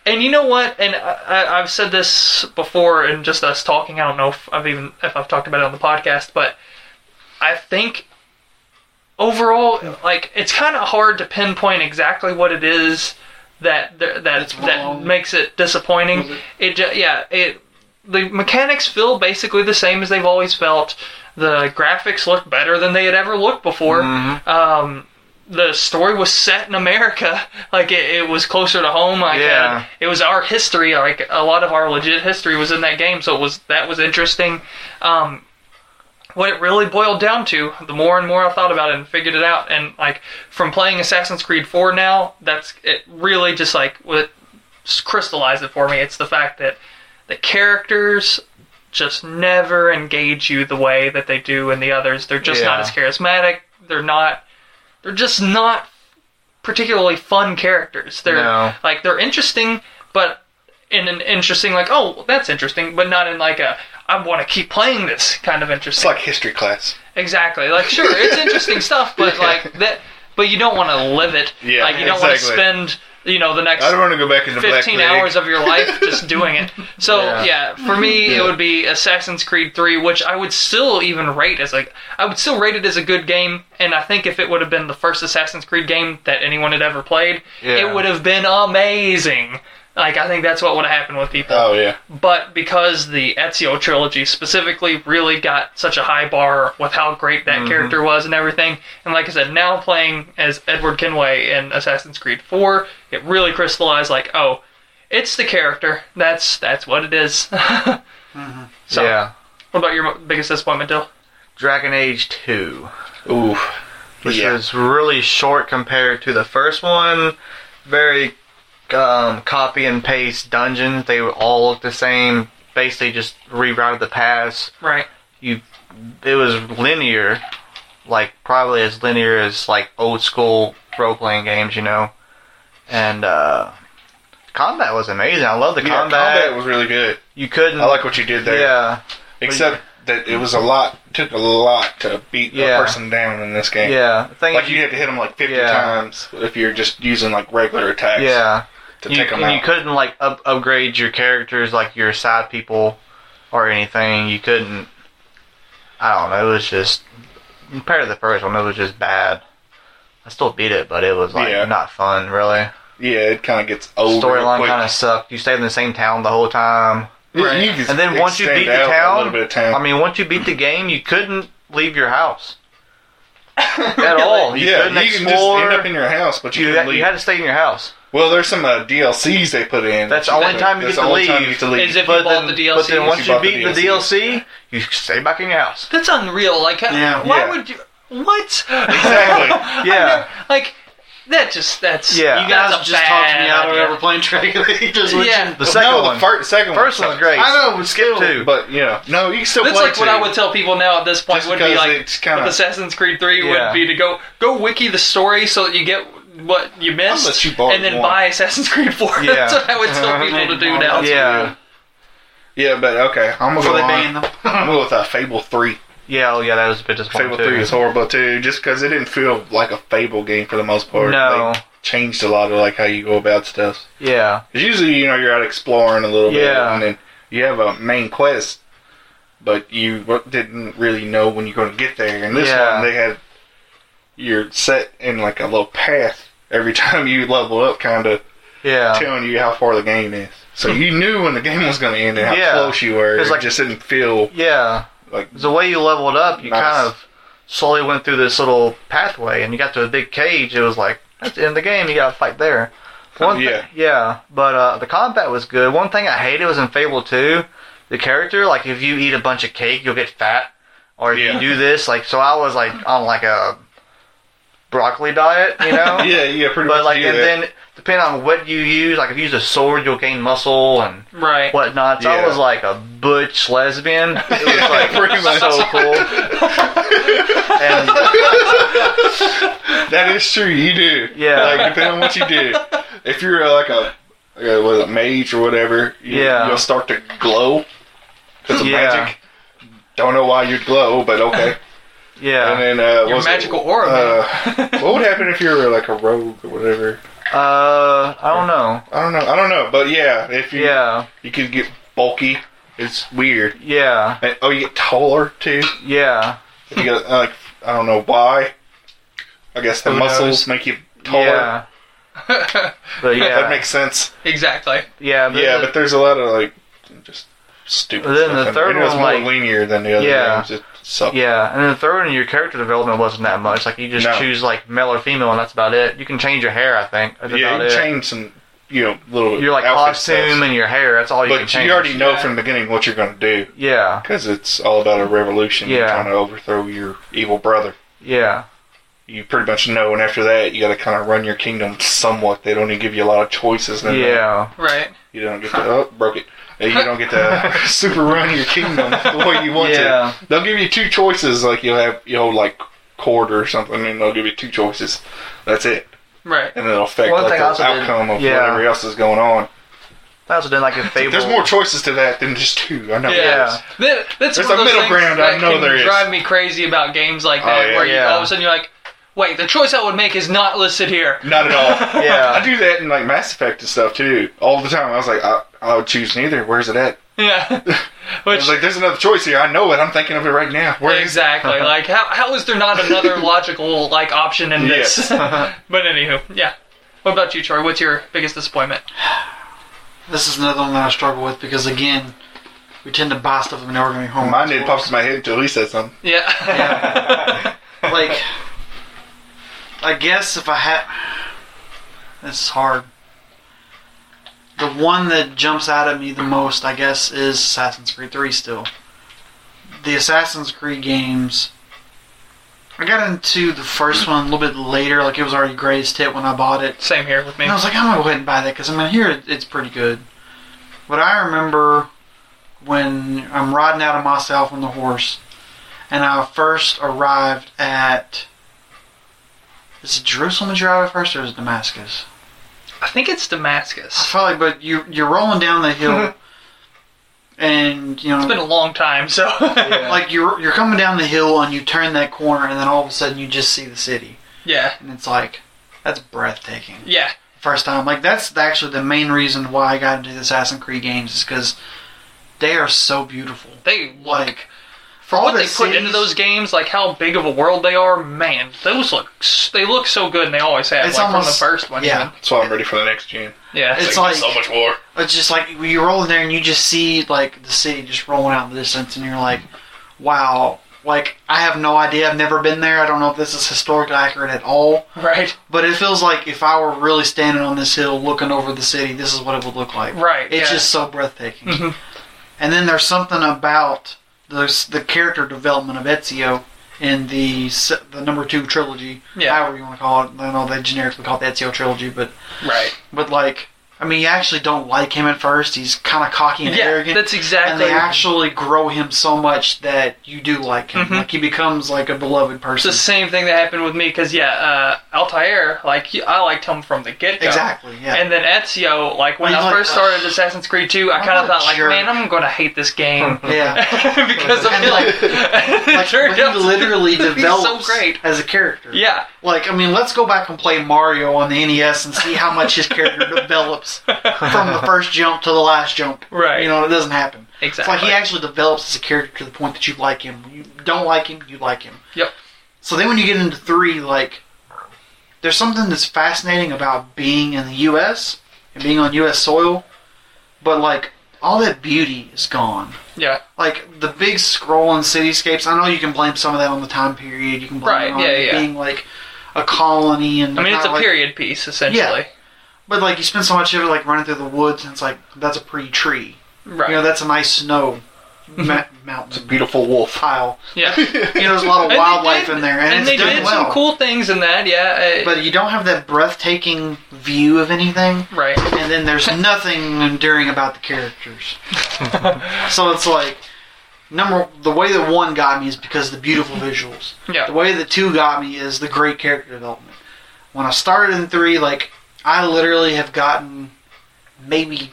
Speaker 1: and you know what? And I, I, I've said this before, in just us talking. I don't know if I've even if I've talked about it on the podcast, but I think overall, like it's kind of hard to pinpoint exactly what it is that that that,
Speaker 5: That's
Speaker 1: that
Speaker 5: wrong.
Speaker 1: makes it disappointing. It, ju- yeah, it the mechanics feel basically the same as they've always felt. The graphics look better than they had ever looked before. Um, the story was set in America. Like it, it was closer to home. Like
Speaker 2: Yeah.
Speaker 1: uh, it was our history. Like a lot of our legit history was in that game. So it was that was interesting. Um, what it really boiled down to, the more and more I thought about it and figured it out, and like from playing Assassin's Creed 4 now, that's it. Really, just like what crystallized it for me. It's the fact that the characters just never engage you the way that they do in the others. They're just not
Speaker 2: Yeah.
Speaker 1: as charismatic. They're not. They're just not particularly fun characters. They're
Speaker 2: No.
Speaker 1: like they're interesting, but in an interesting like oh that's interesting, but not in like a I want to keep playing this kind of
Speaker 4: It's
Speaker 1: interesting.
Speaker 4: like history class.
Speaker 1: exactly. Like sure, it's interesting stuff, but like that. But you don't want to live it.
Speaker 4: Yeah,
Speaker 1: like you don't
Speaker 4: exactly.
Speaker 1: want to spend you know the next
Speaker 4: I don't want to go back into Black
Speaker 1: 15
Speaker 4: Plague.
Speaker 1: hours of your life just doing it. So yeah,
Speaker 2: Yeah.
Speaker 1: for me
Speaker 4: Yeah.
Speaker 1: it would be Assassin's Creed 3, which I would still even rate as like I would still rate it as a good game and I think if it would have been the first Assassin's Creed game that anyone had ever played,
Speaker 2: Yeah.
Speaker 1: it would have been amazing. Like I think that's what would have happened with people.
Speaker 4: Oh yeah.
Speaker 1: But because the Ezio trilogy specifically really got such a high bar with how great that
Speaker 5: Mm-hmm.
Speaker 1: character was and everything, and like I said, now playing as Edward Kenway in Assassin's Creed 4, it really crystallized like, oh, it's the character. That's that's what it is. So,
Speaker 2: yeah.
Speaker 1: what about your mo- biggest disappointment, Dill?
Speaker 2: Dragon Age 2,
Speaker 4: Ooh.
Speaker 2: which
Speaker 4: yeah.
Speaker 2: was really short compared to the first one. Very um, copy and paste dungeons. They all look the same. Basically, just rerouted the paths.
Speaker 1: Right.
Speaker 2: You, it was linear, like probably as linear as like old school role playing games, you know. And uh, combat was amazing. I love the
Speaker 4: Yeah,
Speaker 2: combat.
Speaker 4: combat was really good.
Speaker 2: You couldn't.
Speaker 4: I like what you did there.
Speaker 2: Yeah,
Speaker 4: Except that it was a lot. Took a lot to beat
Speaker 2: Yeah.
Speaker 4: a person down in this game.
Speaker 2: yeah. The thing
Speaker 4: Like
Speaker 2: is-
Speaker 4: you had to hit them like 50
Speaker 2: Yeah.
Speaker 4: times if you're just using like regular attacks.
Speaker 2: yeah.
Speaker 4: To
Speaker 2: you,
Speaker 4: take them
Speaker 2: and
Speaker 4: out.
Speaker 2: you couldn't like up, upgrade your characters like your side people or anything you couldn't i don't know it was just compared to the first one it was just bad i still beat it but it was like
Speaker 4: Yeah.
Speaker 2: not fun really
Speaker 4: yeah, it kind of gets old.
Speaker 2: storyline kind of sucked you stayed in the same town the whole time
Speaker 1: Right.
Speaker 2: and then once you beat the
Speaker 4: a
Speaker 2: town
Speaker 4: little bit of time.
Speaker 2: i mean once you beat the game you couldn't leave your house at all you
Speaker 4: yeah,
Speaker 2: couldn't
Speaker 4: you can just
Speaker 2: explore
Speaker 4: end up in your house, but you,
Speaker 2: you,
Speaker 4: can
Speaker 2: had,
Speaker 4: leave.
Speaker 2: you had to stay in your house
Speaker 4: well, there's some uh, DLCs they put in.
Speaker 2: That's
Speaker 4: that
Speaker 2: the
Speaker 4: you
Speaker 2: only
Speaker 4: can-
Speaker 2: time you
Speaker 4: that's
Speaker 2: get
Speaker 4: the
Speaker 2: to
Speaker 4: only time
Speaker 2: leave.
Speaker 4: you get to
Speaker 1: Is
Speaker 4: leave.
Speaker 1: if you bought the DLC.
Speaker 2: but then once
Speaker 4: you
Speaker 2: you,
Speaker 4: bought the
Speaker 2: beat the DLC,
Speaker 4: DLC.
Speaker 2: you stay back in your house.
Speaker 1: That's unreal. Like,
Speaker 5: Yeah.
Speaker 1: why
Speaker 4: Yeah.
Speaker 1: would you? What?
Speaker 4: Exactly.
Speaker 2: Yeah.
Speaker 1: like, that just that's
Speaker 2: Yeah.
Speaker 1: you
Speaker 5: You guys
Speaker 1: guys are
Speaker 5: just
Speaker 1: bad
Speaker 5: talked me out of
Speaker 1: idea.
Speaker 5: ever playing Dragon Age. Just went-
Speaker 1: Yeah,
Speaker 2: The second
Speaker 4: no,
Speaker 2: one.
Speaker 4: the fir- second
Speaker 2: First
Speaker 4: one
Speaker 2: one's great.
Speaker 4: I know, but still,
Speaker 2: two.
Speaker 4: but you know, no, you can still
Speaker 1: that's
Speaker 4: play
Speaker 1: like what
Speaker 4: two.
Speaker 1: I would tell people now at this point
Speaker 4: Just
Speaker 1: would be
Speaker 4: because
Speaker 1: like
Speaker 4: it's kinda-
Speaker 1: with Assassin's Creed Three
Speaker 2: Yeah.
Speaker 1: would be to go go wiki the story so that you get what you missed
Speaker 4: Unless you borrowed
Speaker 1: and then
Speaker 4: one.
Speaker 1: buy Assassin's Creed Four.
Speaker 2: Yeah.
Speaker 1: that's what I would tell people to do now.
Speaker 2: yeah,
Speaker 4: Yeah, but okay, I'm gonna
Speaker 5: Before
Speaker 4: go
Speaker 5: they
Speaker 4: on.
Speaker 5: ban them.
Speaker 4: I'm going with uh, Fable Three.
Speaker 2: yeah, oh, yeah. That was a bit
Speaker 4: Fable
Speaker 2: disappointing.
Speaker 4: Three
Speaker 2: too.
Speaker 4: is horrible too, just because it didn't feel like a Fable game for the most part.
Speaker 2: No.
Speaker 4: They changed a lot of like how you go about stuff.
Speaker 2: Yeah,
Speaker 4: 'Cause usually, you know, you're out exploring a little
Speaker 2: Yeah.
Speaker 4: bit, and then you have a main quest, but you w- didn't really know when you're going to get there. And this
Speaker 2: Yeah.
Speaker 4: one, they had you're set in like a little path every time you level up, kind of
Speaker 2: yeah.
Speaker 4: telling you how far the game is. So you knew when the game was going to end and how
Speaker 2: Yeah.
Speaker 4: close you were.
Speaker 2: It's
Speaker 4: It
Speaker 2: like-
Speaker 4: just didn't feel
Speaker 2: Yeah.
Speaker 4: like
Speaker 2: The way you leveled up, you
Speaker 4: Nice.
Speaker 2: kind of slowly went through this little pathway, and you got to a big cage. It was like that's the end of the game. You got to fight there. One
Speaker 4: Yeah.
Speaker 2: thi- yeah. But uh, the combat was good. One thing I hated was in Fable Two, the character. Like if you eat a bunch of cake, you'll get fat, or if
Speaker 4: Yeah.
Speaker 2: you do this, like so I was like on like a broccoli diet, you know.
Speaker 4: yeah, yeah, pretty much.
Speaker 2: But like,
Speaker 4: do
Speaker 2: and
Speaker 4: that.
Speaker 2: then depending on what you use, like if you use a sword, you'll gain muscle and
Speaker 1: Right.
Speaker 2: whatnot. So I
Speaker 4: Yeah.
Speaker 2: was like a butch lesbian. It was like
Speaker 4: pretty much.
Speaker 2: so cool. and
Speaker 4: That is true. You do.
Speaker 2: Yeah.
Speaker 4: Like depending on what you do, if you're uh, like a like a, what is it, mage or whatever, you,
Speaker 2: Yeah.
Speaker 4: you'll start to glow because of
Speaker 2: Yeah.
Speaker 4: magic. Don't know why you'd glow, but okay. And
Speaker 2: yeah,
Speaker 4: then uh, what
Speaker 1: Your
Speaker 4: was it?
Speaker 1: magical aura.
Speaker 4: Uh, what would happen if you were like a rogue or whatever?
Speaker 2: uh, I don't know.
Speaker 4: I don't know. I don't know. But yeah, if you
Speaker 2: Yeah,
Speaker 4: you could get bulky, it's weird.
Speaker 2: yeah,
Speaker 4: And, oh, you get taller too.
Speaker 2: yeah,
Speaker 4: If you get like I don't know why. I guess the
Speaker 2: Who
Speaker 4: muscles make you taller.
Speaker 2: yeah. But yeah,
Speaker 4: That makes sense.
Speaker 1: man. exactly.
Speaker 2: yeah, but
Speaker 4: yeah,
Speaker 2: the-
Speaker 4: but there's a lot of like just stupid.
Speaker 2: But then
Speaker 4: stuff
Speaker 2: the
Speaker 4: in
Speaker 2: third
Speaker 4: there. it was
Speaker 2: one,
Speaker 4: more
Speaker 2: like-
Speaker 4: linear than the other
Speaker 2: Yeah.
Speaker 4: games. It sucked.
Speaker 2: yeah, and then the third one, your character development wasn't that much. Like you just
Speaker 4: No.
Speaker 2: choose like male or female, and that's about it. You can change your hair, I think. That's
Speaker 4: yeah,
Speaker 2: about
Speaker 4: you
Speaker 2: it.
Speaker 4: change some, you know, little
Speaker 2: your like
Speaker 4: outfit
Speaker 2: costume
Speaker 4: stuff.
Speaker 2: and your hair. That's all you can
Speaker 4: but
Speaker 2: change.
Speaker 4: you already know
Speaker 1: Yeah.
Speaker 4: from the beginning what you're going to do
Speaker 2: yeah,
Speaker 4: because it's all about a revolution.
Speaker 2: Yeah.
Speaker 4: trying to overthrow your evil brother.
Speaker 2: yeah.
Speaker 4: You pretty much know, and after that, you got to kind of run your kingdom somewhat. They don't even give you a lot of choices. and then
Speaker 2: Yeah.
Speaker 1: Right.
Speaker 4: you don't get to oh, broke it. And You don't get to super run your kingdom the way you want to.
Speaker 2: Yeah.
Speaker 4: They'll give you two choices, like you'll have you hold like court or something, and they'll give you two choices. That's it,
Speaker 1: Right.
Speaker 4: and it'll affect
Speaker 2: One
Speaker 4: like
Speaker 2: thing
Speaker 4: the
Speaker 2: I also did-
Speaker 4: outcome of
Speaker 2: yeah.
Speaker 4: whatever else is going on.
Speaker 2: I also didn't like a Fable.
Speaker 4: There's more choices to that than just two. I know.
Speaker 1: Yeah.
Speaker 4: that.
Speaker 1: That, that's
Speaker 4: There's
Speaker 1: one
Speaker 4: a
Speaker 1: of those
Speaker 4: middle
Speaker 1: things
Speaker 4: ground, I
Speaker 1: That
Speaker 4: know
Speaker 1: can
Speaker 4: there is.
Speaker 1: drive me crazy about games like
Speaker 4: Oh,
Speaker 1: that,
Speaker 4: yeah.
Speaker 1: where you,
Speaker 2: Yeah.
Speaker 1: all of a sudden you're like, "Wait, the choice I would make is not listed here."
Speaker 4: Not at all.
Speaker 2: Yeah.
Speaker 4: I do that in like Mass Effect and stuff too, all the time. I was like, I, I'll choose neither. Where's it at?
Speaker 1: Yeah.
Speaker 4: I
Speaker 1: Which
Speaker 4: was like, there's another choice here. I know it. I'm thinking of it right now. Where is it?
Speaker 1: exactly. like, how, how is there not another logical like option in this?
Speaker 4: Yes.
Speaker 1: but anywho, yeah. What about you, Troy? What's your biggest disappointment?
Speaker 5: This is another one that I struggle with because again, we tend to buy stuff that we know we're going to be home.
Speaker 4: Mine didn't pop in my head until he said something.
Speaker 1: Yeah.
Speaker 5: like I guess if I had this is hard. The one that jumps out at me the most, I guess, is Assassin's Creed 3 still. The Assassin's Creed games I got into the first one a little bit later, like it was already greatest hit when I bought it.
Speaker 1: Same here with me.
Speaker 5: And I was like, I'm gonna go ahead and buy that because I mean, here it- it's pretty good. But I remember when I'm riding out of myself on the horse, and I first arrived at. Is it Jerusalem that you arrive at first, or is it Damascus?
Speaker 1: I think it's
Speaker 5: I
Speaker 1: Damascus.
Speaker 5: felt like, but you you're rolling down the hill, and you know,
Speaker 1: It's been a long time, so.
Speaker 5: like you're you're coming down the hill and you turn that corner, and then all of a sudden you just see the city,
Speaker 1: yeah.
Speaker 5: and it's like, that's breathtaking.
Speaker 1: Yeah.
Speaker 5: first time. Like that's the- actually the main reason why I got into the Assassin's Creed games is because they are so beautiful.
Speaker 1: They look.
Speaker 5: Like for all
Speaker 1: what
Speaker 5: the
Speaker 1: they put into
Speaker 5: cities,
Speaker 1: those games, like how big of a world they are, man, those look s- they look so good, and they always have.
Speaker 5: It's
Speaker 1: like
Speaker 5: almost-
Speaker 1: from the first one,
Speaker 5: yeah.
Speaker 4: That's why I'm ready for the next gen.
Speaker 1: even. yeah,
Speaker 5: It's
Speaker 1: it's,
Speaker 5: like
Speaker 4: so much more.
Speaker 5: it's just like when you roll in there and you just see like the city just rolling out in the distance, and you're like, wow. Like I have no idea. I've never been there. I don't know if this is historically accurate at all.
Speaker 1: right,
Speaker 5: But it feels like if I were really standing on this hill looking over the city, this is what it would look like.
Speaker 1: right.
Speaker 5: It's
Speaker 1: yeah.
Speaker 5: just so breathtaking.
Speaker 1: Mhm.
Speaker 5: And then there's something about the the character development of Ezio in the se- the number two trilogy,
Speaker 1: Yeah.
Speaker 5: however you want to call it. I know they generically call it the Ezio trilogy, but
Speaker 1: right.
Speaker 5: but like I mean, you actually don't like him at first. He's kind of cocky and
Speaker 1: Yeah,
Speaker 5: arrogant.
Speaker 1: that's
Speaker 5: and
Speaker 1: exactly.
Speaker 5: they actually grow him so much that you do like him.
Speaker 1: Mhm.
Speaker 5: Like he becomes like a beloved
Speaker 1: it's the
Speaker 5: person.
Speaker 1: same thing that happened with me because yeah, uh, Altair, like he- I liked him from the get go.
Speaker 5: Exactly. Yeah.
Speaker 1: And then Ezio, like when
Speaker 5: He's
Speaker 1: I
Speaker 5: like,
Speaker 1: first started Assassin's Creed 2, I
Speaker 5: I'm
Speaker 1: kind
Speaker 5: a
Speaker 1: of thought like,
Speaker 5: jerk.
Speaker 1: man, I'm gonna hate this game
Speaker 5: yeah.
Speaker 1: because of
Speaker 5: And,
Speaker 1: him.
Speaker 5: like- Like,
Speaker 1: It
Speaker 5: when
Speaker 1: turned
Speaker 5: he
Speaker 1: out to-
Speaker 5: literally
Speaker 1: he's so
Speaker 5: develops
Speaker 1: great.
Speaker 5: as a character.
Speaker 1: Yeah,
Speaker 5: Like, I mean, let's go back and play Mario on the NES and see how much his character develops from the first jump to the last jump.
Speaker 1: Right.
Speaker 5: You know, it doesn't happen. It's
Speaker 1: exactly.
Speaker 5: like he actually develops as a character to the point that you like him. You don't like him, you like him.
Speaker 1: Yep.
Speaker 5: So then when you get into three, like, there's something that's fascinating about being in the U.S. and being on U.S. soil, but, like, all that beauty is gone
Speaker 1: yeah,
Speaker 5: like the big scrolling cityscapes. I know you can blame some of that on the time period. You can blame
Speaker 1: Right,
Speaker 5: it on
Speaker 1: yeah,
Speaker 5: it
Speaker 1: yeah.
Speaker 5: being like a colony and
Speaker 1: I mean it's
Speaker 5: not,
Speaker 1: a
Speaker 5: like-
Speaker 1: period piece essentially.
Speaker 5: But like you spend so much of it like running through the woods, and it's like that's a pretty tree.
Speaker 1: Right.
Speaker 5: You know, that's a nice snow ma- mountain
Speaker 4: Beautiful wolf.
Speaker 5: pile.
Speaker 1: yeah.
Speaker 5: You know, there's a lot of
Speaker 1: And they
Speaker 5: wildlife
Speaker 1: did-
Speaker 5: in there, and, it's
Speaker 1: they
Speaker 5: done
Speaker 1: did
Speaker 5: well.
Speaker 1: some cool things in that, yeah. uh,
Speaker 5: but you don't have that breathtaking view of anything,
Speaker 1: right,
Speaker 5: and then there's nothing enduring about the characters. so it's like number the way that one got me is because of the beautiful visuals.
Speaker 1: yeah,
Speaker 5: The way the two got me is the great character development. When I started in three, like I literally have gotten maybe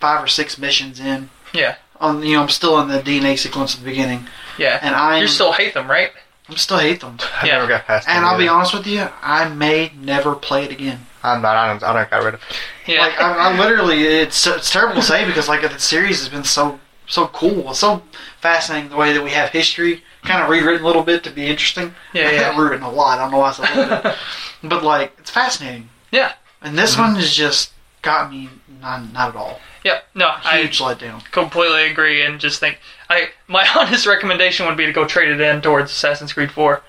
Speaker 5: five or six missions in.
Speaker 1: Yeah.
Speaker 5: On you know, I'm still in the DNA sequence at the beginning,
Speaker 1: yeah.
Speaker 5: and I
Speaker 1: You still hate them, right?
Speaker 5: I'm still hate them.
Speaker 2: I
Speaker 1: Yeah.
Speaker 2: never got past it.
Speaker 5: And I'll be
Speaker 2: either.
Speaker 5: honest with you, I may never play it again.
Speaker 2: I'm not. I don't, I don't got rid of it.
Speaker 1: Yeah,
Speaker 5: Like I, I literally, it's it's terrible to say because like the series has been so so cool, so fascinating the way that we have history kind of rewritten a little bit to be interesting.
Speaker 1: yeah, yeah.
Speaker 5: rewritten a lot. I don't know why I said a little bit. But like, it's fascinating.
Speaker 1: Yeah. Mm-hmm.
Speaker 5: And this one has just got me not, not at all.
Speaker 1: Yep. No, I
Speaker 5: Huge letdown.
Speaker 1: completely agree, and just think I my honest recommendation would be to go trade it in towards Assassin's Creed Four.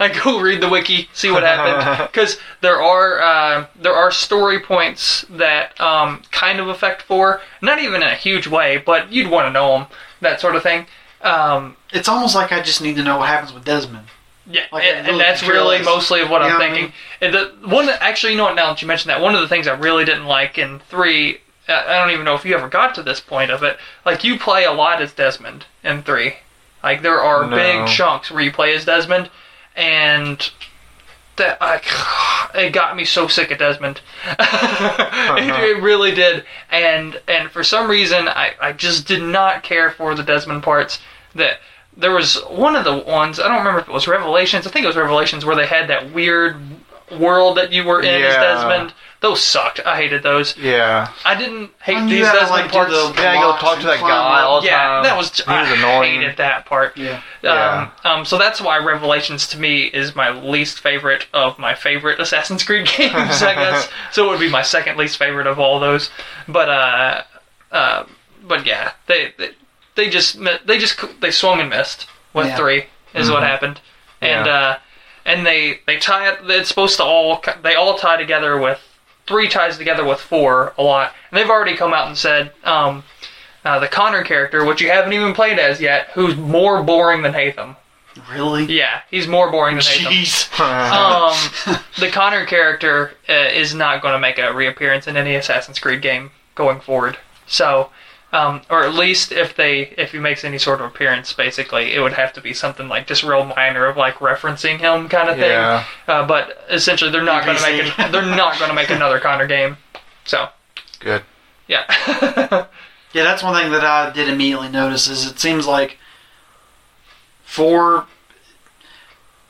Speaker 1: Like go read the wiki, see what happened, because there are uh, there are story points that um, kind of affect four, not even in a huge way, but you'd want to know them, that sort of thing. Um,
Speaker 5: It's almost like I just need to know what happens with Desmond.
Speaker 1: Yeah,
Speaker 5: Like,
Speaker 1: and,
Speaker 5: it
Speaker 1: and
Speaker 5: really
Speaker 1: that's really
Speaker 5: drills.
Speaker 1: mostly of what
Speaker 5: You know
Speaker 1: I'm
Speaker 5: what I
Speaker 1: thinking. And the one, that- actually, you know what? Now that you mentioned that, one of the things I really didn't like in three, I I don't even know if you ever got to this point of it. Like you play a lot as Desmond in three. Like there are
Speaker 2: No.
Speaker 1: big chunks where you play as Desmond, and that I, it got me so sick of Desmond. it, it really did, and and for some reason I, I just did not care for the Desmond parts. That there was one of the ones I don't remember if it was Revelations. I think it was Revelations where they had that weird world that you were in as
Speaker 2: Yeah.
Speaker 1: Desmond. Those sucked. I hated those.
Speaker 2: Yeah.
Speaker 1: I didn't hate
Speaker 5: And you
Speaker 1: these.
Speaker 5: gotta,
Speaker 1: That's
Speaker 5: like,
Speaker 1: the
Speaker 5: do
Speaker 1: parts.
Speaker 5: the-
Speaker 2: Yeah, go
Speaker 5: Watch
Speaker 2: talk
Speaker 5: and
Speaker 2: to that
Speaker 5: climb
Speaker 2: guy
Speaker 5: up.
Speaker 2: all the
Speaker 1: yeah,
Speaker 2: time.
Speaker 1: that was,
Speaker 2: he was
Speaker 1: I
Speaker 2: annoying.
Speaker 1: hated that part.
Speaker 5: Yeah.
Speaker 2: Yeah.
Speaker 1: Um, um, so that's why Revelations to me is my least favorite of my favorite Assassin's Creed games, I guess. So it would be my second least favorite of all those. But uh, uh, but yeah, they they, they just mi- they just they swung and missed with
Speaker 5: Yeah.
Speaker 1: three is what happened, and
Speaker 2: Yeah.
Speaker 1: uh, and they they tie it. It's supposed to all co- they all tie together with three ties together with four a lot, and they've already come out and said. Um, uh, the Connor character, which you haven't even played as yet, who's more boring than Hatham.
Speaker 5: Really?
Speaker 1: Yeah, he's more boring than Hatham.
Speaker 5: Jeez.
Speaker 1: Um, the Connor character uh, is not going to make a reappearance in any Assassin's Creed game going forward. So, um, or at least if they if he makes any sort of appearance, basically, it would have to be something like just real minor of like referencing him kind of thing.
Speaker 2: Yeah.
Speaker 1: Uh, but essentially, they're not going to make
Speaker 5: NPC.
Speaker 1: an, they're not going to make another Connor game. So,
Speaker 2: Good.
Speaker 1: yeah.
Speaker 5: Yeah, that's one thing that I did immediately notice is it seems like for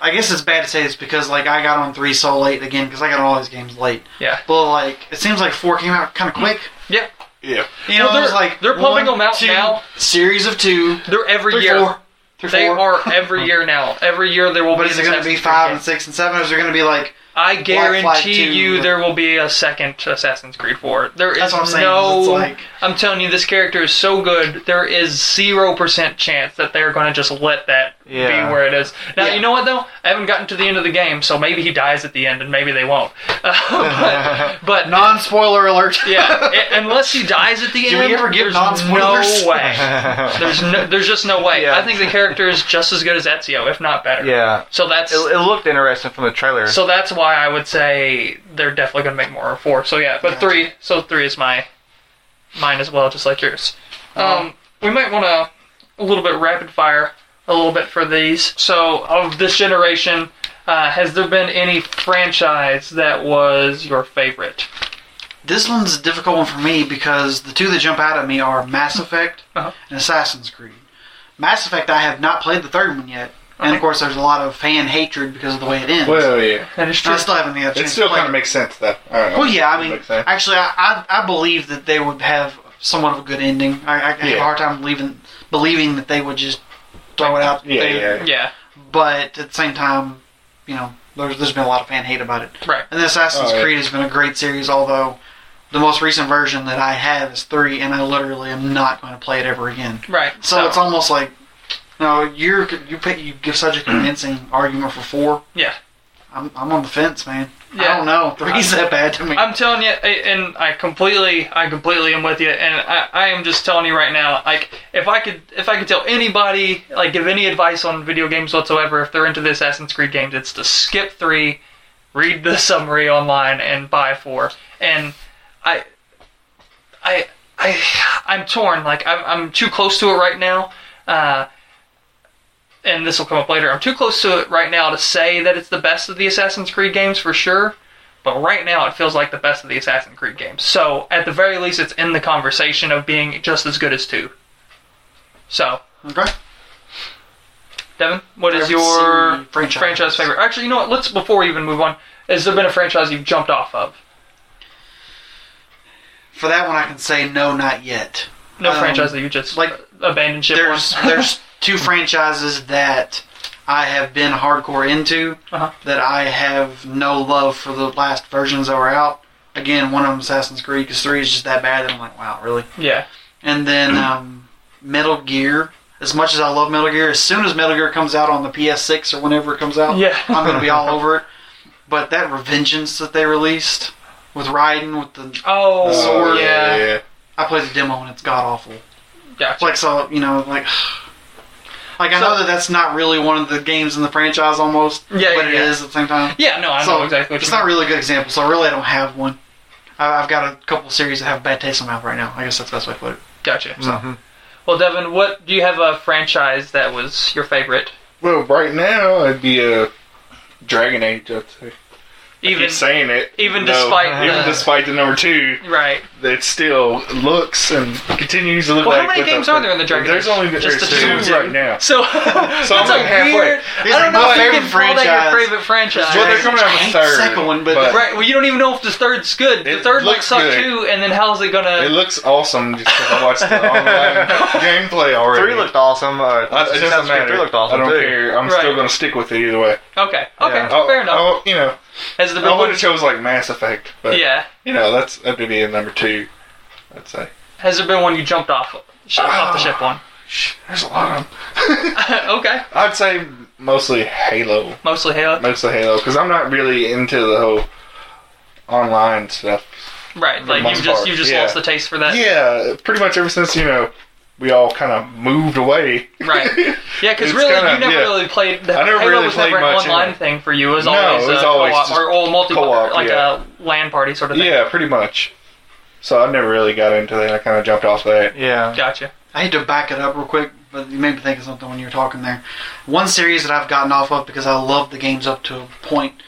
Speaker 5: I guess it's bad to say this because like I got on three so late again because I got on all these games late.
Speaker 1: Yeah.
Speaker 5: But like it seems like four came out kind of quick.
Speaker 1: yeah.
Speaker 4: Yeah.
Speaker 5: You know,
Speaker 1: Well, they're-
Speaker 5: there's like
Speaker 1: they're pumping
Speaker 5: one,
Speaker 1: them out
Speaker 5: two,
Speaker 1: now.
Speaker 5: Series of two,
Speaker 1: They're every
Speaker 5: three,
Speaker 1: year.
Speaker 5: four, three,
Speaker 1: They
Speaker 5: four.
Speaker 1: are every year now. Every year there will
Speaker 5: But
Speaker 1: be.
Speaker 5: is
Speaker 1: an
Speaker 5: it going to be
Speaker 1: Assassin's Creed
Speaker 5: five
Speaker 1: game.
Speaker 5: and six and seven? Or is it going to be like
Speaker 1: I
Speaker 5: Flag
Speaker 1: guarantee
Speaker 5: 2.
Speaker 1: you there will be a second Assassin's Creed 4. There is
Speaker 5: That's what I'm saying,
Speaker 1: no.
Speaker 5: it's like-
Speaker 1: I'm telling you, this character is so good. There is zero percent chance that they're going to just let that
Speaker 2: Yeah.
Speaker 1: be where it is. Now
Speaker 5: Yeah.
Speaker 1: you know what though? I haven't gotten to the end of the game, so maybe he dies at the end, and maybe they won't. Uh, but but
Speaker 5: non spoiler alert?
Speaker 1: yeah, i- unless he dies at the
Speaker 5: Do
Speaker 1: end,
Speaker 5: we ever get
Speaker 1: there's
Speaker 5: non-spoilers?
Speaker 1: no way. There's no, there's just no way.
Speaker 2: Yeah.
Speaker 1: I think the character is just as good as Ezio, if not better.
Speaker 2: yeah.
Speaker 1: So that's
Speaker 2: It, it looked interesting from the trailer.
Speaker 1: so that's why I would say they're definitely gonna make more four. So yeah, but three. So three is my mine as well, just like yours. Um, we might want to a little bit rapid fire a little bit for these. So of this generation, uh, has there been any franchise that was your favorite?
Speaker 5: This one's a difficult one for me because the two that jump out at me are Mass Effect
Speaker 1: Uh-huh.
Speaker 5: and Assassin's Creed. Mass Effect, I have not played the third one yet, and
Speaker 1: Okay.
Speaker 5: of course, there's a lot of fan hatred because of the way it ends.
Speaker 4: Well, yeah.
Speaker 1: That is
Speaker 5: And
Speaker 1: true.
Speaker 5: I still haven't had a
Speaker 4: It
Speaker 5: chance
Speaker 4: still
Speaker 5: to play
Speaker 4: kind of
Speaker 5: it.
Speaker 4: makes sense, though. I don't know.
Speaker 5: Well, yeah, I
Speaker 4: It
Speaker 5: mean,
Speaker 4: makes sense.
Speaker 5: actually, I, I I believe that they would have somewhat of a good ending. I, I have a
Speaker 4: Yeah.
Speaker 5: hard time believing believing that they would just throw it out
Speaker 4: Yeah,
Speaker 5: there.
Speaker 4: yeah.
Speaker 1: yeah,
Speaker 5: But at the same time, you know, there's, there's been a lot of fan hate about it.
Speaker 1: right.
Speaker 5: And Assassin's
Speaker 4: Oh, yeah.
Speaker 5: Creed has been a great series, although the most recent version that I have is three, and I literally am not going to play it ever again.
Speaker 1: Right.
Speaker 5: So it's almost like, you know, you're you pick, you give such a convincing argument for four.
Speaker 1: Yeah.
Speaker 5: I'm, I'm on the fence, man.
Speaker 1: Yeah.
Speaker 5: I don't know. Three's that bad to me.
Speaker 1: I'm telling you, I- and I completely, I completely am with you, and I, I am just telling you right now, like if I could, if I could tell anybody, like give any advice on video games whatsoever, if they're into the Assassin's Creed games, it's to skip three, read the summary online, and buy four. And I, I, I, I'm torn. Like I'm, I'm too close to it right now. Uh, and this will come up later. I'm too close to it right now to say that it's the best of the Assassin's Creed games for sure but right now it feels like the best of the Assassin's Creed games. So at the very least, it's in the conversation of being just as good as two. So
Speaker 5: okay.
Speaker 1: Devin, what is
Speaker 5: Favorite
Speaker 1: your
Speaker 5: series, franchise.
Speaker 1: franchise favorite? Actually, you know what? Let's before we even move on, has there been a franchise you've jumped off of?
Speaker 5: For that one, I can say no, not yet.
Speaker 1: No
Speaker 5: Um,
Speaker 1: franchise that you just
Speaker 5: like,
Speaker 1: like abandoned ship on?
Speaker 5: There's there's two franchises that I have been hardcore into
Speaker 1: Uh-huh.
Speaker 5: that I have no love for the last versions that were out. Again, one of them Assassin's Creed because three is just that bad. And I'm like, wow, really?
Speaker 1: yeah,
Speaker 5: And then um, Metal Gear. As much as I love Metal Gear, as soon as Metal Gear comes out on the PS6 or whenever it comes out,
Speaker 1: Yeah.
Speaker 5: I'm gonna be all over it. But that Revengeance that they released with Raiden, with the
Speaker 1: oh
Speaker 5: uh,
Speaker 4: Oh,
Speaker 1: yeah,
Speaker 4: yeah, yeah.
Speaker 5: I played the demo and it's god awful.
Speaker 1: gotcha.
Speaker 5: Like so, you know, like like I
Speaker 1: So-
Speaker 5: know that that's not really one of the games in the franchise almost,
Speaker 1: Yeah,
Speaker 5: but
Speaker 1: yeah,
Speaker 5: it is
Speaker 1: yeah.
Speaker 5: at the same time.
Speaker 1: yeah, no, I
Speaker 5: so
Speaker 1: know exactly. What
Speaker 5: it's
Speaker 1: you
Speaker 5: not
Speaker 1: mean.
Speaker 5: really a good example, so I really don't have one. I, I've got a couple series that have bad taste in my mouth right now. I guess that's the best way to put it.
Speaker 1: gotcha. So.
Speaker 2: Mhm.
Speaker 1: Well, Devin, what do you have a franchise that was your favorite?
Speaker 4: Well, right now it'd be a Dragon Age, I'd say.
Speaker 1: Even
Speaker 4: keep saying it.
Speaker 1: even
Speaker 4: though-
Speaker 1: despite
Speaker 4: even
Speaker 1: the-
Speaker 4: despite the number two,
Speaker 1: right.
Speaker 4: that still looks and continues to look
Speaker 1: Well, how
Speaker 4: like.
Speaker 1: many
Speaker 4: what
Speaker 1: games are there in the Dragon
Speaker 4: There's
Speaker 1: Age?
Speaker 4: only
Speaker 1: Just
Speaker 4: there's
Speaker 1: the
Speaker 4: two,
Speaker 1: two.
Speaker 4: right now.
Speaker 1: So,
Speaker 4: So I'm
Speaker 1: that's
Speaker 4: like
Speaker 1: a
Speaker 4: halfway.
Speaker 1: weird.
Speaker 5: These
Speaker 1: I
Speaker 5: are
Speaker 1: don't
Speaker 5: my
Speaker 1: know if you can
Speaker 5: favorite
Speaker 1: call that your
Speaker 5: franchise.
Speaker 1: favorite franchise.
Speaker 4: Well, they're coming out with a
Speaker 5: Ain't
Speaker 4: third.
Speaker 5: second one, but-
Speaker 1: Right. Well, you don't even know if the third's good. The
Speaker 4: It
Speaker 1: third might
Speaker 4: looks
Speaker 1: suck
Speaker 4: good.
Speaker 1: too, and then how's it gonna?
Speaker 4: It looks awesome just 'cause I watched the online gameplay already.
Speaker 2: Three looked awesome. Uh,
Speaker 4: I, it doesn't matter.
Speaker 2: Three looked awesome
Speaker 4: I don't
Speaker 2: too.
Speaker 4: care. I'm
Speaker 1: Right.
Speaker 4: still going to stick with it either way.
Speaker 1: okay. Okay.
Speaker 2: Yeah.
Speaker 4: I'll-
Speaker 1: Fair enough.
Speaker 4: I'll- you know,
Speaker 1: As the big
Speaker 4: Oh, I would
Speaker 1: one,
Speaker 4: have chose like Mass Effect, but
Speaker 1: yeah.
Speaker 4: you know, that's that'd be in number two. I'd say
Speaker 1: Has there been one you jumped off sh- off the ship on?
Speaker 4: Shh, there's a lot of them.
Speaker 1: okay.
Speaker 4: I'd say mostly Halo,
Speaker 1: Mostly Halo.
Speaker 4: mostly Halo, because I'm not really into the whole online stuff.
Speaker 1: Right. Like
Speaker 4: most
Speaker 1: you just
Speaker 4: part,
Speaker 1: you just
Speaker 4: yeah.
Speaker 1: lost the taste for that.
Speaker 4: Yeah, pretty much ever since you know we all kind of moved away.
Speaker 1: Right. Yeah, because
Speaker 4: It's
Speaker 1: really,
Speaker 4: kinda-
Speaker 1: you never
Speaker 4: yeah.
Speaker 1: really played.
Speaker 4: I never
Speaker 1: Halo
Speaker 4: really
Speaker 1: was
Speaker 4: played
Speaker 1: never an
Speaker 4: much in
Speaker 1: online
Speaker 4: it.
Speaker 1: thing for you. It was
Speaker 4: No,
Speaker 1: always,
Speaker 4: it was
Speaker 1: a
Speaker 4: always
Speaker 1: co-op
Speaker 4: just
Speaker 1: or, or multi
Speaker 4: co-op,
Speaker 1: like
Speaker 4: yeah.
Speaker 1: a LAN party sort of thing.
Speaker 4: Yeah, pretty much. So I never really got into that. I kind of jumped off that.
Speaker 2: Yeah.
Speaker 1: Gotcha.
Speaker 5: I need to back it up real quick, but you made me think of something when you were talking there. One series that I've gotten off of because I love the games up to a point,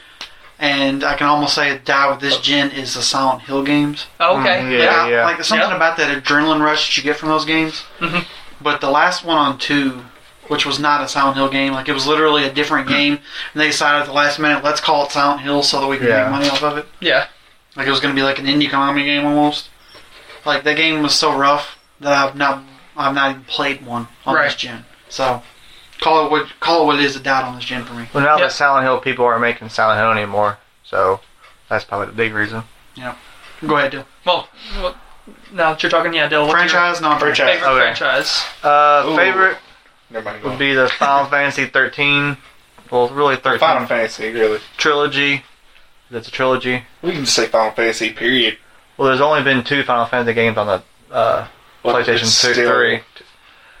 Speaker 5: and I can almost say it died with
Speaker 1: Oh.
Speaker 5: this gen is the Silent Hill games.
Speaker 1: Okay.
Speaker 2: Mm,
Speaker 1: yeah.
Speaker 2: yeah.
Speaker 5: like there's something
Speaker 1: Yeah.
Speaker 5: about that adrenaline rush that you get from those games.
Speaker 1: Mhm.
Speaker 5: But the last one on two, which was not a Silent Hill game, like it was literally a different game, and they decided at the last minute, let's call it Silent Hill so that we can
Speaker 2: Yeah.
Speaker 5: make money off of it.
Speaker 1: Yeah.
Speaker 5: Like it was going to be like an indie Konami game almost. Like that game was so rough that I've not I've not even played one on this
Speaker 1: Right.
Speaker 5: gen. So call it what call it what it is. It died on this gen for me.
Speaker 2: Well, now
Speaker 1: Yeah.
Speaker 2: that Silent Hill people aren't making Silent Hill anymore, so that's probably the big reason.
Speaker 5: Go ahead, Dill.
Speaker 1: Well, well, now that you're talking, yeah, Dill, what's
Speaker 5: Franchise, non
Speaker 1: your
Speaker 5: franchise.
Speaker 1: favorite
Speaker 2: Okay.
Speaker 1: franchise?
Speaker 2: Uh,
Speaker 4: Ooh.
Speaker 2: favorite
Speaker 4: Never mind.
Speaker 2: would be the Final Fantasy 13. Well, really 13
Speaker 4: Final Fantasy, really.
Speaker 2: trilogy. That's a trilogy.
Speaker 4: We can just say Final Fantasy, period.
Speaker 2: Well, there's only been two Final Fantasy games on the uh,
Speaker 4: But
Speaker 2: PlayStation
Speaker 4: it's
Speaker 2: 2,
Speaker 4: still-
Speaker 2: 3.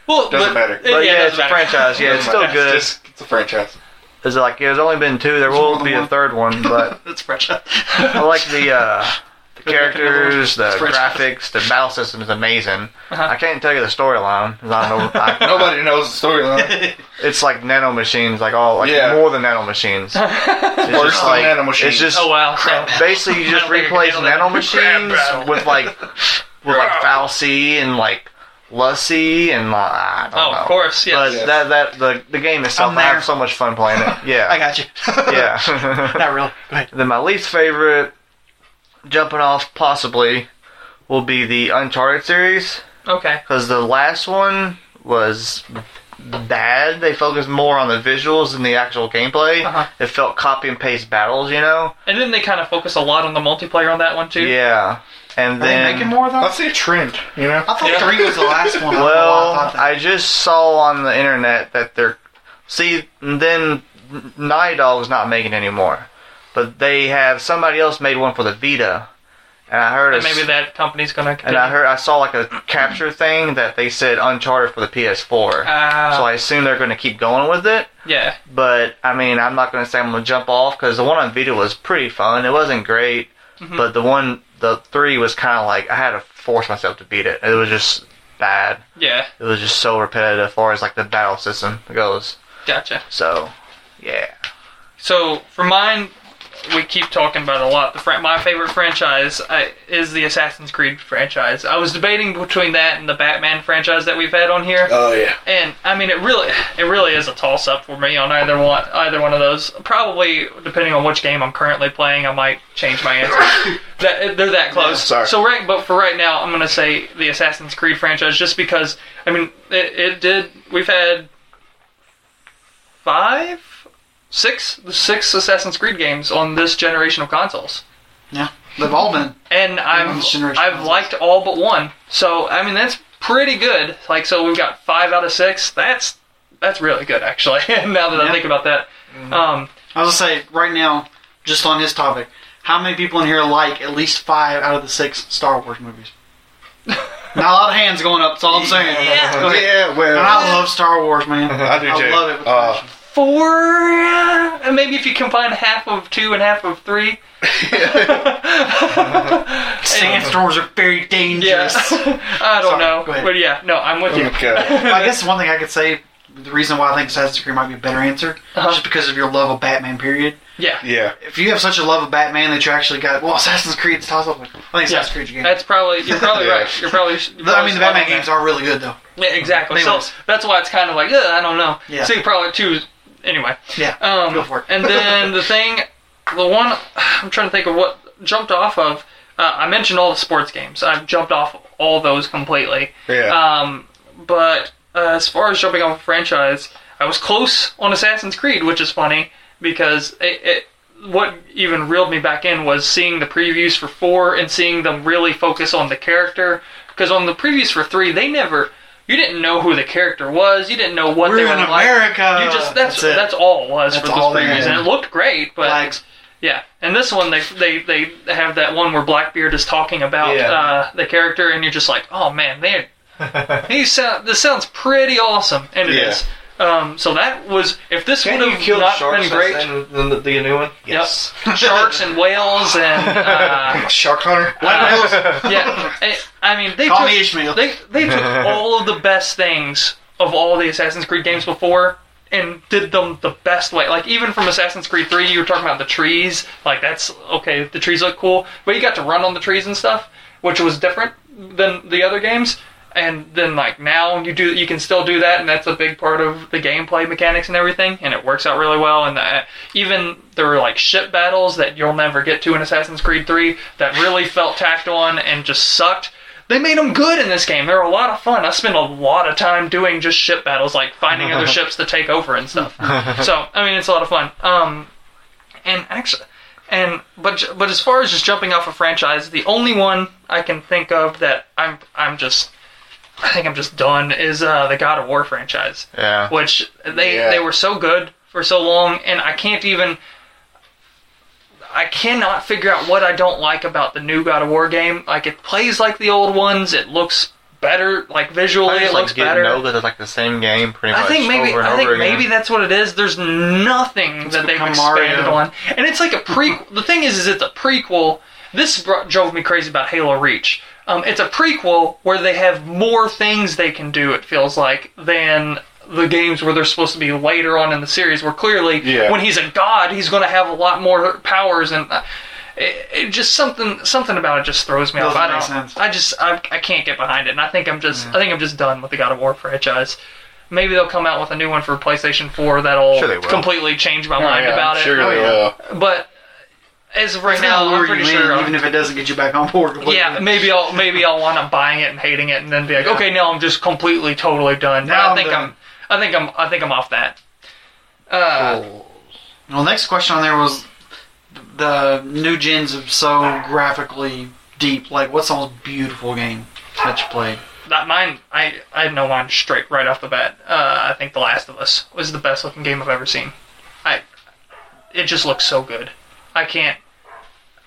Speaker 1: Well,
Speaker 4: Doesn't
Speaker 1: but,
Speaker 4: matter.
Speaker 1: it-
Speaker 2: But yeah,
Speaker 1: it
Speaker 2: it's
Speaker 1: doesn't
Speaker 2: a
Speaker 1: matter.
Speaker 2: franchise. Yeah, it's still
Speaker 4: It's
Speaker 2: good.
Speaker 4: just- It's, a franchise.
Speaker 2: It's like yeah, there's only been two. There will be a third one, but
Speaker 5: That's franchise.
Speaker 2: I like the uh, the characters, the
Speaker 5: Spreadsheet.
Speaker 2: graphics, the battle system is amazing.
Speaker 1: Uh-huh.
Speaker 2: I can't tell you the storyline. 'cause I don't know. I-
Speaker 4: Nobody knows the storyline.
Speaker 2: It's like nano machines, like all like
Speaker 4: Yeah.
Speaker 2: more than nano machines. It's
Speaker 4: Worse
Speaker 2: just
Speaker 4: than
Speaker 2: like
Speaker 4: nano machines.
Speaker 2: it's just
Speaker 1: Oh wow. So,
Speaker 2: basically you
Speaker 1: I
Speaker 2: just
Speaker 1: don't think I can
Speaker 2: replace
Speaker 1: handle that.
Speaker 2: nano
Speaker 1: Crab
Speaker 2: machines Oh,
Speaker 1: battle.
Speaker 2: with like with like Falsy and like Lussy and uh, I don't
Speaker 1: oh,
Speaker 2: know.
Speaker 1: of course, yes.
Speaker 2: But that that the the game itself,
Speaker 5: I'm
Speaker 2: I
Speaker 5: there.
Speaker 2: have so much fun playing it. Yeah,
Speaker 5: I got you.
Speaker 2: yeah.
Speaker 5: not really. Go ahead.
Speaker 2: Then my least favorite, jumping off possibly, will be the Uncharted series
Speaker 1: okay.
Speaker 2: because the last one was bad. They focused more on the visuals than the actual gameplay.
Speaker 1: Uh-huh.
Speaker 2: It felt copy and paste battles, you know.
Speaker 1: And then they kind of focus a lot on the multiplayer on that one too.
Speaker 2: Yeah, and
Speaker 5: Are they
Speaker 2: then
Speaker 5: making more though?
Speaker 4: I see a trend, you know?
Speaker 5: I thought
Speaker 1: Yeah.
Speaker 5: three was the last one. I don't know why Oh, I
Speaker 2: Well,
Speaker 5: thought that.
Speaker 2: I just saw on the internet that they're see and then Night Dog's not making any more, but they have somebody else made one for the Vita, and I heard
Speaker 1: And
Speaker 2: a s-
Speaker 1: maybe that company's gonna.
Speaker 2: and
Speaker 1: Continue.
Speaker 2: I heard I saw like a capture thing that they said Uncharted for the PS4,
Speaker 1: Uh,
Speaker 2: so I assume they're going to keep going with it.
Speaker 1: yeah.
Speaker 2: But I mean, I'm not going to say I'm going to jump off because the one on Vita was pretty fun. It wasn't great,
Speaker 1: Mhm.
Speaker 2: but the one the three was kind of like I had to force myself to beat it. It was just bad
Speaker 1: Yeah.
Speaker 2: it was just so repetitive as far as like the battle system goes.
Speaker 1: Gotcha.
Speaker 2: So, yeah.
Speaker 1: So for mine, we keep talking about it a lot. The fran- my favorite franchise I, is the Assassin's Creed franchise. I was debating between that and the Batman franchise that we've had on here,
Speaker 4: Oh, yeah.
Speaker 1: and I mean it really it really is a toss up for me on either one either one of those. Probably depending on which game I'm currently playing, I might change my answer. that, they're that close.
Speaker 4: Yeah, sorry.
Speaker 1: So right, but for right now, I'm gonna say the Assassin's Creed franchise just because I mean it, it did. We've had five six the six Assassin's Creed games on this generation of consoles,
Speaker 5: They've all been.
Speaker 1: and
Speaker 5: on
Speaker 1: I'm
Speaker 5: this generation of
Speaker 1: I've
Speaker 5: consoles.
Speaker 1: liked all but one. So I mean that's pretty good. Like so we've got five out of six. That's that's really good actually. now that I
Speaker 5: Yeah. Mm-hmm.
Speaker 1: think about that, um,
Speaker 5: I was gonna say right now, just on this topic, how many people in here like at least five out of the six Star Wars movies? Not a lot of hands going up. That's all I'm saying. Go ahead.
Speaker 4: Yeah, well.
Speaker 5: And I love Star Wars, man.
Speaker 4: I do too.
Speaker 5: love it. With
Speaker 4: Uh,
Speaker 5: passion.
Speaker 1: four. uh, and maybe if you combine half of two and half of three.
Speaker 5: Sandstorms are very
Speaker 1: Yeah,
Speaker 5: dangerous.
Speaker 1: I don't
Speaker 5: Sorry, go
Speaker 1: know,
Speaker 5: ahead.
Speaker 1: but yeah, no, I'm with you.
Speaker 4: Okay.
Speaker 5: I guess one thing I could say, the reason why I think Assassin's Creed might be a better answer,
Speaker 1: Uh-huh.
Speaker 5: just because of your love of Batman. Period.
Speaker 1: Yeah.
Speaker 4: Yeah.
Speaker 5: If you have such a love of Batman that you actually got, well, Assassin's Creed's toss up. I think Assassin's Creed's your game.
Speaker 1: That's probably you're probably
Speaker 4: Yeah.
Speaker 1: right. You're probably. You're
Speaker 5: The-
Speaker 1: probably
Speaker 5: I mean, the
Speaker 1: spot
Speaker 5: Batman
Speaker 1: on that.
Speaker 5: games are really good though.
Speaker 1: Yeah, exactly.
Speaker 5: Anyways.
Speaker 1: So that's why it's kind of like Ugh, I don't know.
Speaker 5: Yeah.
Speaker 1: So you probably choose anyway.
Speaker 5: Yeah.
Speaker 1: Um,
Speaker 5: Go for it.
Speaker 1: and then the thing, the one I'm trying to think of what jumped off of. Uh, I mentioned all the sports games. I've jumped off all those completely.
Speaker 4: Yeah.
Speaker 1: Um, but uh, as far as jumping off a franchise, I was close on Assassin's Creed, which is funny because it, it what even reeled me back in was seeing the previews for four and seeing them really focus on the character. Because on the previews for three, they never you didn't know who the character was, you didn't know what
Speaker 5: We're
Speaker 1: they were
Speaker 5: in
Speaker 1: like.
Speaker 5: America.
Speaker 1: You just that's
Speaker 5: Oh, it.
Speaker 1: that's, all it was
Speaker 5: That's
Speaker 1: for those
Speaker 5: all they
Speaker 1: previews,
Speaker 5: had.
Speaker 1: and it looked great, but
Speaker 5: Flags.
Speaker 1: yeah, and this one they they they have that one where Blackbeard is talking about
Speaker 2: Yeah.
Speaker 1: uh, the character, and you're just like, oh man, they he sound this sounds pretty awesome, and it
Speaker 4: Yeah.
Speaker 1: is. Um, so that was if this would
Speaker 2: Can't you
Speaker 1: have
Speaker 2: kill the
Speaker 1: Uh, not
Speaker 2: sharks
Speaker 1: been great.
Speaker 2: in the, the new one?
Speaker 1: Yep, sharks and whales and uh,
Speaker 4: Shark Hunter.
Speaker 1: uh, yeah, I, I mean they
Speaker 5: Call
Speaker 1: took
Speaker 5: me Ishmael.
Speaker 1: they they took all of the best things of all the Assassin's Creed games before and did them the best way. Like even from Assassin's Creed 3, you were talking about the trees. Like that's okay, the trees look cool, but you got to run on the trees and stuff, which was different than the other games. And then like now you do you can still do that, and that's a big part of the gameplay mechanics and everything, and it works out really well. And that, even there were like ship battles that you'll never get to in Assassin's Creed 3 that really felt tacked on and just sucked they made them good in this game. They're a lot of fun. I spent a lot of time doing just ship battles, like finding other ships to take over and stuff. so I mean, it's a lot of fun. Um, and actually, and but j- but as far as just jumping off a franchise, the only one I can think of that I'm I'm just I think I'm just done is uh, the God of War franchise
Speaker 2: Yeah.
Speaker 1: which they
Speaker 4: Yeah.
Speaker 1: they were so good for so long, and I can't even. I cannot figure out what I don't like about the new God of War game. Like it plays like the old ones. It looks better, like visually,
Speaker 2: I
Speaker 1: it
Speaker 2: just
Speaker 1: looks
Speaker 2: like getting
Speaker 1: better.
Speaker 2: over that it's like the same game pretty much
Speaker 1: I think maybe
Speaker 2: over and
Speaker 1: I
Speaker 2: over
Speaker 1: think
Speaker 2: again.
Speaker 1: maybe that's what it is. There's nothing that they've
Speaker 5: become
Speaker 1: expanded
Speaker 5: Mario.
Speaker 1: on, and it's like a prequel. the thing is, is it's a prequel. This brought, drove me crazy about Halo Reach. Um, it's a prequel where they have more things they can do. It feels like than the games where they're supposed to be later on in the series. Where clearly,
Speaker 4: Yeah.
Speaker 1: when he's a god, he's going to have a lot more powers and. Uh, it, it just something something about it just throws me off.
Speaker 5: Doesn't
Speaker 1: I
Speaker 5: make
Speaker 1: don't.
Speaker 5: sense.
Speaker 1: I just I, I can't get behind it, and I think I'm just I think I'm just done with the God of War franchise. Maybe they'll come out with a new one for PlayStation 4 that'll
Speaker 2: Sure they will.
Speaker 1: completely change my mind
Speaker 5: yeah,
Speaker 1: about
Speaker 4: Sure
Speaker 5: Oh,
Speaker 4: they
Speaker 5: yeah.
Speaker 4: will.
Speaker 1: it. But as of right
Speaker 5: It's gonna
Speaker 1: now, I'm
Speaker 5: lure
Speaker 1: pretty
Speaker 5: you in,
Speaker 1: sure.
Speaker 5: even if it doesn't get you back on board. completely.
Speaker 1: yeah, maybe I'll maybe I'll wind up buying it and hating it, and then be like, okay, now I'm just completely totally done. But
Speaker 5: Now
Speaker 1: I
Speaker 5: I'm
Speaker 1: think
Speaker 5: done.
Speaker 1: I'm I think I'm I think I'm off that. Uh,
Speaker 5: Well, next question on there was the new gens are so graphically deep. Like, what's the most beautiful game that you played?
Speaker 1: That mine, I I know mine straight right off the bat. Uh, I think The Last of Us was the best looking game I've ever seen. I, it just looks so good. I can't,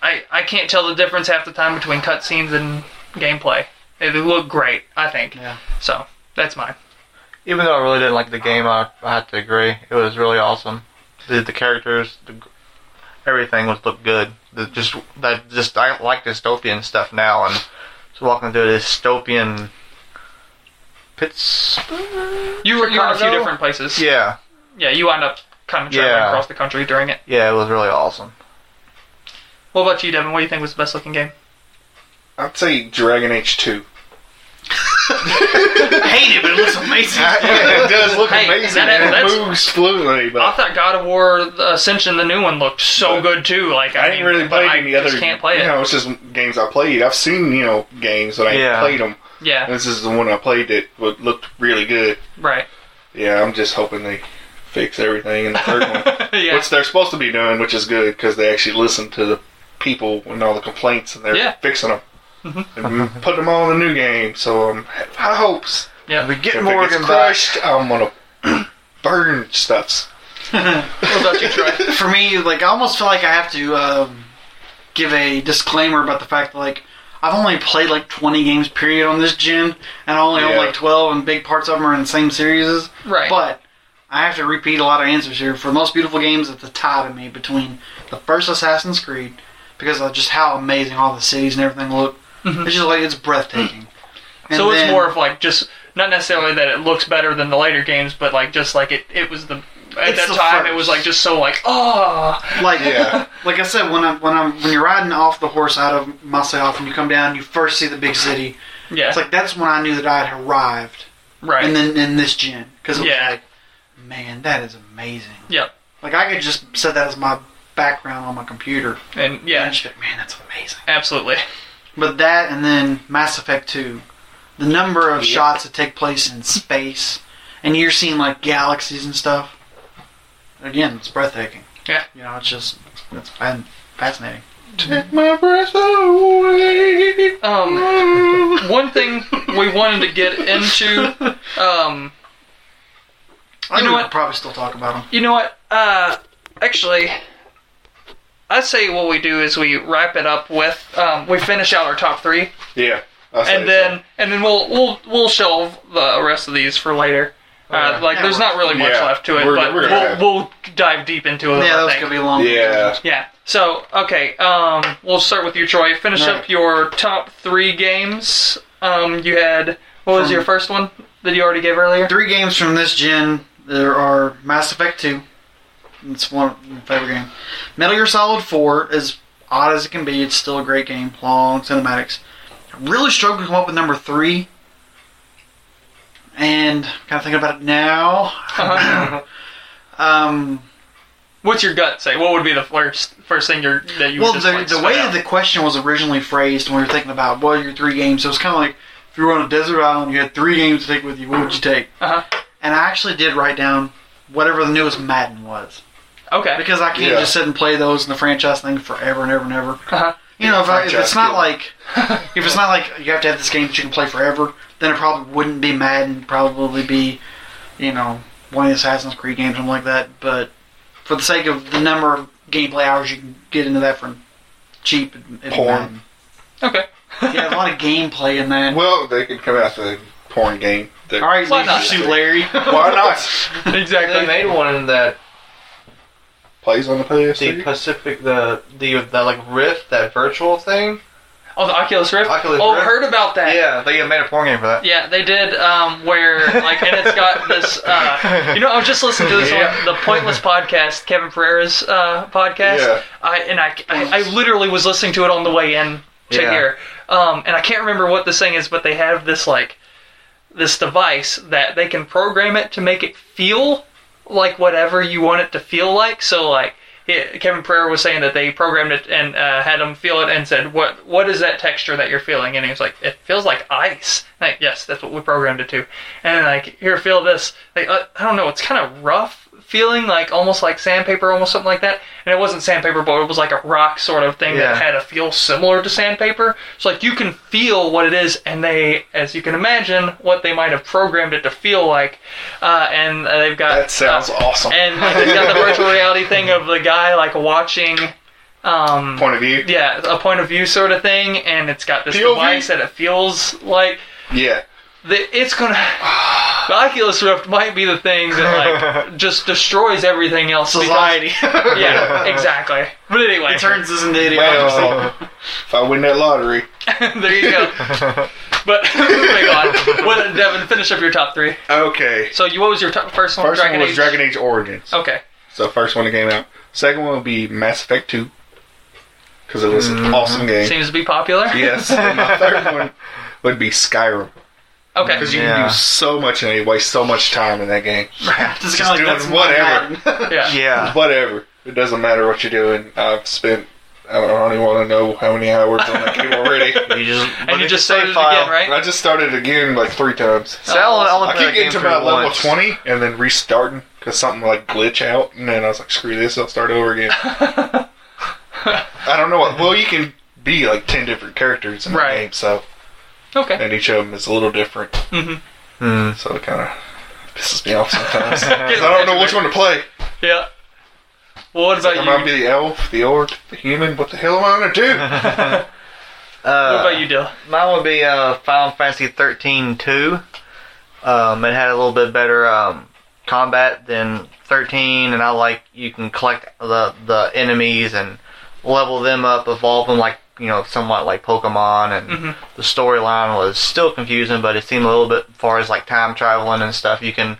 Speaker 1: I I can't tell the difference half the time between cutscenes and gameplay. They they look great. I think.
Speaker 5: Yeah.
Speaker 1: So that's mine.
Speaker 2: Even though I really didn't like the game, I, I had to agree. It was really awesome. The, the characters, the, gr- everything was looked good. The, just that just I like dystopian stuff now, and just walking through dystopian pits.
Speaker 1: You were you were in a few
Speaker 2: Chicago?
Speaker 1: different places.
Speaker 2: Yeah,
Speaker 1: Yeah. You wind up kind of traveling
Speaker 2: Yeah.
Speaker 1: across the country during it.
Speaker 2: yeah, it was really awesome.
Speaker 1: What about you, Devin? What do you think was the best looking game?
Speaker 4: I'd say Dragon Age 2.
Speaker 5: Hate it, but it looks amazing.
Speaker 4: yeah, it does look
Speaker 1: Hey,
Speaker 4: amazing.
Speaker 1: that-
Speaker 4: and
Speaker 1: that's-
Speaker 4: it moves fluently,
Speaker 1: I
Speaker 4: but
Speaker 1: thought God of War Ascension, the new one, looked so good too. Like I,
Speaker 4: uh, I
Speaker 1: mean,
Speaker 4: didn't really
Speaker 1: but
Speaker 4: play
Speaker 1: I
Speaker 4: any
Speaker 1: just
Speaker 4: other.
Speaker 1: Can't play it.
Speaker 4: You know, it's just games I played. I've seen you know games, but I ain't
Speaker 2: Yeah.
Speaker 4: played them.
Speaker 1: yeah.
Speaker 4: This is the one I played that wa- looked really good.
Speaker 1: Right.
Speaker 4: Yeah, I'm just hoping they fix everything in the third one,
Speaker 1: yeah.
Speaker 4: which they're supposed to be doing, which is good because they actually listen to the people and all the complaints, and they're
Speaker 1: Yeah. Mm-hmm.
Speaker 4: fixing them and putting them all in the new game. So um, high hopes.
Speaker 1: yeah.
Speaker 2: We get
Speaker 4: If
Speaker 2: more
Speaker 4: it gets
Speaker 2: than that.
Speaker 4: crushed, I'm gonna burn stuffs.
Speaker 1: What about you, Troy?
Speaker 5: For me, like, I almost feel like I have to um, give a disclaimer about the fact that, like, I've only played like 20 games period on this gen, and I only own
Speaker 4: Yeah.
Speaker 5: like 12, and big parts of them are in the same series.
Speaker 1: Right.
Speaker 5: But I have to repeat a lot of answers here. For the most beautiful games, it's a tie to me between the first Assassin's Creed because of just how amazing all the cities and everything look.
Speaker 1: Mhm.
Speaker 5: It's just like it's breathtaking. And
Speaker 1: Mm-hmm. so it's
Speaker 5: then-
Speaker 1: more of like just not necessarily that it looks better than the later games, but like just like it, it was the at
Speaker 5: It's
Speaker 1: that
Speaker 5: the
Speaker 1: time it
Speaker 5: first.
Speaker 1: was like just so like oh
Speaker 5: Like
Speaker 4: Yeah.
Speaker 5: like I said, when I'm when I'm when you're riding off the horse out of myself and you come down, you first see the big city.
Speaker 1: yeah
Speaker 5: It's like that's when I knew that I had arrived,
Speaker 1: right
Speaker 5: and then in this gen because
Speaker 1: Yeah.
Speaker 5: yeah. like, man, that is amazing.
Speaker 1: Yep.
Speaker 5: Like I could just set that as my background on my computer.
Speaker 1: and
Speaker 5: And
Speaker 1: yeah
Speaker 5: just be like, man, that's amazing.
Speaker 1: absolutely
Speaker 5: But that and then Mass Effect 2, the number of
Speaker 4: Yeah.
Speaker 5: shots that take place in space, and you're seeing like galaxies and stuff. Again, it's breathtaking.
Speaker 1: Yeah.
Speaker 5: You know, it's just it's fan- fascinating.
Speaker 4: Take my breath away.
Speaker 1: um one thing we wanted to get into um
Speaker 5: I
Speaker 1: You
Speaker 5: know
Speaker 1: know
Speaker 5: we
Speaker 1: what?
Speaker 5: could probably still talk about them.
Speaker 1: you know what uh actually I say what we do is we wrap it up with um, we finish out our top three
Speaker 4: Yeah. I say
Speaker 1: and then and then we'll we'll we'll shelve the rest of these for later. Uh,
Speaker 4: Alright.
Speaker 1: like, there's not really much
Speaker 4: Oh, Yeah.
Speaker 1: left to it,
Speaker 4: We're-
Speaker 1: but
Speaker 4: we're
Speaker 1: we'll,
Speaker 4: gonna have-
Speaker 1: we'll dive deep into it.
Speaker 5: Yeah,
Speaker 1: I
Speaker 5: that was
Speaker 1: think.
Speaker 5: gonna be a long.
Speaker 4: so. Uh, Yeah.
Speaker 1: Yeah. So, okay, um, we'll start with you, Troy. Finish
Speaker 5: Alright.
Speaker 1: up your top three games. Um, you had what was
Speaker 5: From-
Speaker 1: your first one that you already gave earlier?
Speaker 5: Three games from this gen. There are Mass Effect 2. It's one of my favorite game. Metal Gear Solid 4, as odd as it can be, it's still a great game. Long cinematics. I really struggled to come up with number three. And kind of thinking about it now. Um,
Speaker 1: What's your gut say? What would be the first first thing you're, that you?
Speaker 5: well,
Speaker 1: would just,
Speaker 5: the,
Speaker 1: like,
Speaker 5: the
Speaker 1: spit
Speaker 5: way
Speaker 1: out?
Speaker 5: that the question was originally phrased when we were thinking about what are your three games, it was kind of like if you were on a desert island, you had three games to take with you. What would you take?
Speaker 1: Uh-huh.
Speaker 5: And I actually did write down whatever the newest Madden was
Speaker 1: okay,
Speaker 5: because I can't
Speaker 4: Yeah.
Speaker 5: just sit and play those in the franchise thing forever and ever and ever.
Speaker 1: Uh-huh.
Speaker 5: You know, if, I, if
Speaker 4: Franchise
Speaker 5: it's not
Speaker 4: killer.
Speaker 5: like if it's not like you have to have this game that you can play forever, then it probably wouldn't be Madden. it'd Probably be you know one of the Assassin's Creed games, something like that. But for the sake of the number of gameplay hours you can get into that from cheap, it'd be
Speaker 4: Porn.
Speaker 5: Madden.
Speaker 1: okay.
Speaker 5: Yeah, there's a lot of gameplay in that.
Speaker 4: Well, they could come out the porn game. They-
Speaker 5: All right,
Speaker 1: Why
Speaker 5: Leisure
Speaker 1: not?
Speaker 5: Suit Larry.
Speaker 4: Why not?
Speaker 2: They
Speaker 1: exactly.
Speaker 2: made one that
Speaker 4: Plays on the PS3.
Speaker 2: the Pacific, the the the like Rift, that virtual thing.
Speaker 1: Oh, the Oculus Rift.
Speaker 2: Oculus
Speaker 1: oh,
Speaker 2: Rift.
Speaker 1: heard about that?
Speaker 2: Yeah, they made a porn game for that.
Speaker 1: Yeah, they did. Um, where like, and it's got this. Uh, you know, I was just listening to this
Speaker 2: Yeah.
Speaker 1: one, the Pointless podcast, Kevin Pereira's uh, podcast.
Speaker 4: Yeah.
Speaker 1: I and I, I, I literally was listening to it on the way in to
Speaker 2: Yeah.
Speaker 1: here, um, and I can't remember what this thing is, but they have this like this device that they can program it to make it feel like whatever you want it to feel like. So like it, Kevin Pereira was saying that they programmed it and uh, had him feel it and said, "What what is that texture that you're feeling?" And he was like, "It feels like ice." And Like yes, that's what we programmed it to. And like here, feel this. Like uh, I don't know, it's kind of rough feeling, like almost like sandpaper, almost something like that. And it wasn't sandpaper, but it was like a rock sort of thing
Speaker 2: Yeah.
Speaker 1: that had a feel similar to sandpaper. So like you can feel what it is, and they, as you can imagine, what they might have programmed it to feel like. Uh, and uh, they've got
Speaker 4: That sounds
Speaker 1: uh,
Speaker 4: awesome.
Speaker 1: and like, they've got the virtual reality thing of the guy like watching. Um,
Speaker 4: Point of view.
Speaker 1: yeah, a point of view sort of thing, and it's got this
Speaker 4: POV?
Speaker 1: device that it feels like
Speaker 4: Yeah.
Speaker 1: the, it's gonna. The Oculus Rift might be the thing that like just destroys everything else. because-
Speaker 5: Society.
Speaker 1: yeah, exactly. But anyway,
Speaker 5: It turns this into idiocracy.
Speaker 4: Well, if I win that lottery,
Speaker 1: there you go. But moving on. Well, Devin, finish up your top three.
Speaker 4: okay.
Speaker 1: So you, what was your top, first one?
Speaker 4: First
Speaker 1: Dragon
Speaker 4: one was
Speaker 1: Age? Oh.
Speaker 4: Dragon Age Origins.
Speaker 1: Okay.
Speaker 4: So first one that came out. Second one would be Mass Effect 2 because it was an awesome game.
Speaker 1: Seems to be popular.
Speaker 4: Yes. And my third one would be Skyrim
Speaker 1: Okay.
Speaker 4: because you
Speaker 2: Yeah.
Speaker 4: can do so much and you waste so much time in that game.
Speaker 5: Just
Speaker 4: Just
Speaker 5: kind of
Speaker 4: doing
Speaker 5: like that's
Speaker 4: whatever.
Speaker 5: whatever.
Speaker 1: Yeah.
Speaker 2: Yeah.
Speaker 4: Whatever. It doesn't matter what you're doing. I've spent. I don't, I don't even want to know how many hours on that game already.
Speaker 2: You just
Speaker 1: And you just
Speaker 2: save
Speaker 1: saved it
Speaker 2: file.
Speaker 1: again, right?
Speaker 4: I just started again like three times.
Speaker 2: So I only- I only
Speaker 4: I
Speaker 2: played
Speaker 4: keep
Speaker 2: that
Speaker 4: getting to
Speaker 2: game through
Speaker 4: about level
Speaker 2: once.
Speaker 4: 20 and then restarting because something like glitch out, and then I was like, screw this, I'll start over again. I don't know what. Well, you can be like 10 different characters in
Speaker 1: Right.
Speaker 4: the game, so.
Speaker 1: Okay.
Speaker 4: And each of them is a little different,
Speaker 2: Hmm.
Speaker 4: so it kind of pisses me off sometimes. 'Cause I don't know which one to play.
Speaker 1: Yeah. Well, what about
Speaker 4: I
Speaker 1: you?
Speaker 4: might be the elf, the orc, the human. What the hell am I going to do?
Speaker 1: what
Speaker 2: Uh,
Speaker 1: about you, Dill?
Speaker 2: mine would be uh, Final Fantasy 13 2. Um, it had a little bit better um, combat than 13, and I like you can collect the the enemies and level them up, evolve them like you know somewhat like Pokemon. And
Speaker 1: Mhm.
Speaker 2: the storyline was still confusing, but it seemed a little bit as far as like time traveling and stuff. You can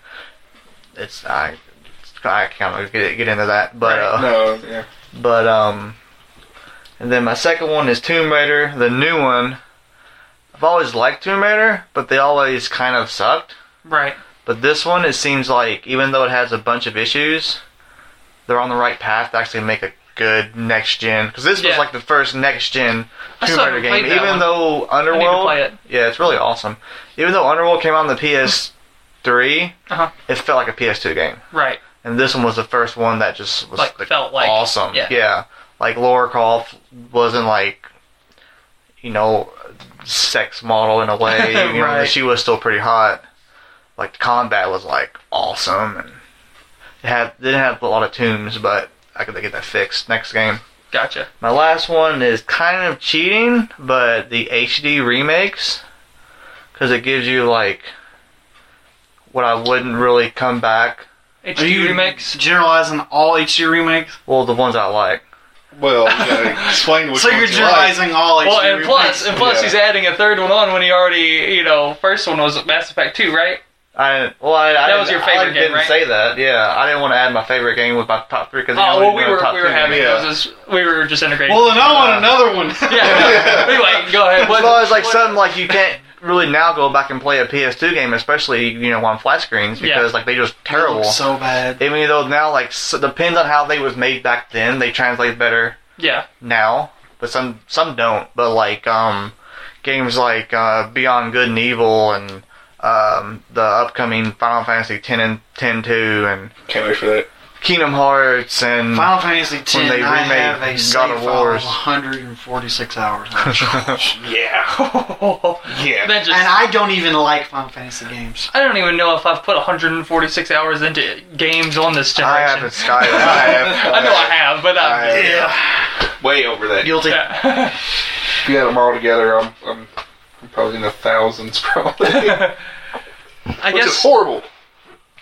Speaker 2: it's I it's I can't get get into that, but uh,
Speaker 4: No, yeah.
Speaker 2: but um, and then my second one is Tomb Raider, the new one. I've always liked Tomb Raider, but they always kind of sucked.
Speaker 1: Right.
Speaker 2: But this one, it seems like even though it has a bunch of issues, they're on the right path to actually make a good next gen. Because this
Speaker 1: Yeah.
Speaker 2: was like the first next gen
Speaker 1: I
Speaker 2: Tomb
Speaker 1: still
Speaker 2: Raider
Speaker 1: haven't
Speaker 2: game.
Speaker 1: played that
Speaker 2: Even
Speaker 1: one.
Speaker 2: though
Speaker 1: I need to
Speaker 2: Underworld,
Speaker 1: play it.
Speaker 2: yeah, it's really awesome. Even though Underworld came out on the PS3,
Speaker 1: Uh-huh.
Speaker 2: it felt like a PS2 game.
Speaker 1: Right.
Speaker 2: And this one was the first one that just was
Speaker 1: Like, felt like-
Speaker 2: awesome.
Speaker 1: yeah.
Speaker 2: Like Laura Croft wasn't like you know sex model in a way. You know,
Speaker 1: Right.
Speaker 2: she was still pretty hot. Like the combat was like awesome and it had they didn't have a lot of tombs, but I could get that fixed next game.
Speaker 1: Gotcha.
Speaker 2: My last one is kind of cheating, but the HD remakes, because it gives you like what I wouldn't really come back.
Speaker 1: HD remix.
Speaker 5: Generalizing all HD remakes.
Speaker 2: Well, the ones I like.
Speaker 4: Well, you gotta explain which
Speaker 5: so you're
Speaker 4: ones you like.
Speaker 5: generalizing all HD
Speaker 1: Well, and
Speaker 5: remakes.
Speaker 1: plus, and plus,
Speaker 4: Yeah.
Speaker 1: he's adding a third one on when he already, you know, first one was Mass Effect Two, right?
Speaker 2: I didn't- well, I, I
Speaker 1: That was
Speaker 2: didn't-
Speaker 1: your favorite
Speaker 2: I didn't
Speaker 1: game, right?
Speaker 2: say that. Yeah, I didn't want to add my favorite game with my top three because
Speaker 1: Oh, well, we were
Speaker 2: top
Speaker 1: we were
Speaker 2: two
Speaker 1: having
Speaker 2: games.
Speaker 4: yeah.
Speaker 1: those. As, we were just integrating.
Speaker 5: well, then I
Speaker 2: Uh,
Speaker 5: want another one.
Speaker 1: yeah. no. Anyway, go ahead.
Speaker 2: Well,
Speaker 1: What,
Speaker 2: it's always like
Speaker 1: what-
Speaker 2: something like you can't really now go back and play a PS2 game, especially you know on flat screens
Speaker 1: Yeah.
Speaker 2: because like they just terrible.
Speaker 5: So bad.
Speaker 2: Even though now like s depends on how they was made back then, they translate better
Speaker 1: Yeah.
Speaker 2: now, but some some don't. But like um, games like uh, Beyond Good and Evil and um, the upcoming Final Fantasy 10 and 10 2 and
Speaker 4: Can't wait for that.
Speaker 2: Kingdom Hearts and
Speaker 5: Final Fantasy X,
Speaker 2: When they
Speaker 5: I
Speaker 2: remade
Speaker 5: have a
Speaker 2: God
Speaker 5: save
Speaker 2: of
Speaker 5: file of
Speaker 2: Wars.
Speaker 5: 146 hours,
Speaker 4: Yeah.
Speaker 1: That just-
Speaker 5: and I don't even like Final Fantasy games.
Speaker 1: I don't even know if I've put 146 hours into games on this
Speaker 2: I
Speaker 1: generation.
Speaker 2: have it Skyrim.
Speaker 4: I have.
Speaker 1: I know I have, but
Speaker 4: I
Speaker 1: I.
Speaker 4: have. Way over that.
Speaker 5: Guilty.
Speaker 1: Yeah.
Speaker 4: If you had them all together, I'm, I'm, I'm probably in the thousands, probably.
Speaker 1: I
Speaker 4: Which is
Speaker 1: guess.
Speaker 4: horrible.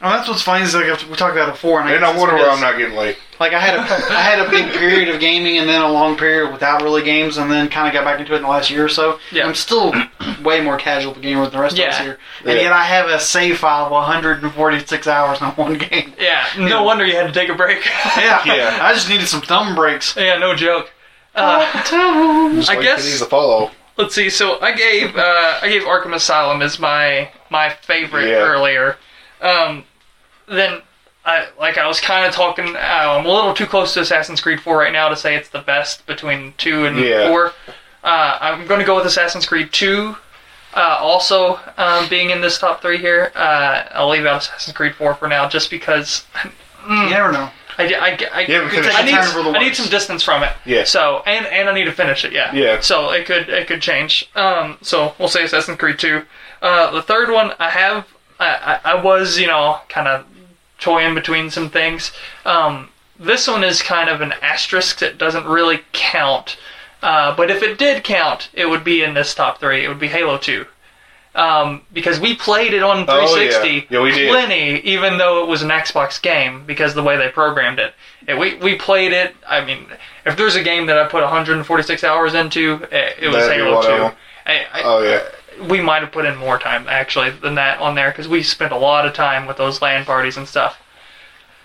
Speaker 5: Oh, that's what's funny is like if we talk about it before, and I
Speaker 4: And
Speaker 5: guess
Speaker 4: I
Speaker 5: that's
Speaker 4: wonder
Speaker 5: what it
Speaker 4: why
Speaker 5: is.
Speaker 4: I'm not getting late.
Speaker 5: Like I had a I had a big period of gaming and then a long period without really games and then kind of got back into it in the last year or so.
Speaker 1: Yeah.
Speaker 5: I'm still way more casual of a gamer than the rest of us
Speaker 1: Yeah.
Speaker 5: here, and
Speaker 4: Yeah.
Speaker 5: yet I have a save file of 146 hours on one game.
Speaker 1: Yeah. No wonder you had to take a break.
Speaker 5: Yeah,
Speaker 4: Yeah.
Speaker 5: I just needed some thumb breaks.
Speaker 1: Yeah. No joke. Uh,
Speaker 4: Just
Speaker 1: I
Speaker 4: wait
Speaker 1: guess-
Speaker 4: for these to follow.
Speaker 1: let's see. So I gave uh, I gave Arkham Asylum as my my favorite
Speaker 4: Yeah.
Speaker 1: earlier. Um, then I like I was kind of talking. Uh, I'm a little too close to Assassin's Creed 4 right now to say it's the best between two and
Speaker 4: Yeah.
Speaker 1: four. Uh, I'm going to go with Assassin's Creed 2. Uh, also um, being in this top three here, uh, I'll leave out Assassin's Creed 4 for now, just because Mm.
Speaker 5: You never know.
Speaker 1: I, I, I,
Speaker 4: You haven't finished
Speaker 1: I
Speaker 4: it.
Speaker 1: need,
Speaker 5: Time for the
Speaker 1: I need
Speaker 5: works.
Speaker 1: some distance from it.
Speaker 4: Yeah.
Speaker 1: So and and I need to finish it. Yeah.
Speaker 4: Yeah.
Speaker 1: So it could it could change. Um. So we'll say Assassin's Creed Two. Uh, the third one I have I I, I was you know kind of toying between some things. Um. This one is kind of an asterisk that doesn't really count. Uh, but if it did count, it would be in this top three. It would be Halo Two. Um, because we played it on
Speaker 4: Oh, yeah.
Speaker 1: 360
Speaker 4: Yeah, we did.
Speaker 1: plenty, even though it was an Xbox game, because the way they programmed it. And we, we played it. I mean, if there's a game that I put 146 hours into, eh, it, it was
Speaker 4: That'd be
Speaker 1: Halo
Speaker 4: one of
Speaker 1: 2.
Speaker 4: them.
Speaker 1: I, I,
Speaker 4: Oh, yeah.
Speaker 1: we might have put in more time, actually, than that on there, because we spent a lot of time with those LAN parties and stuff.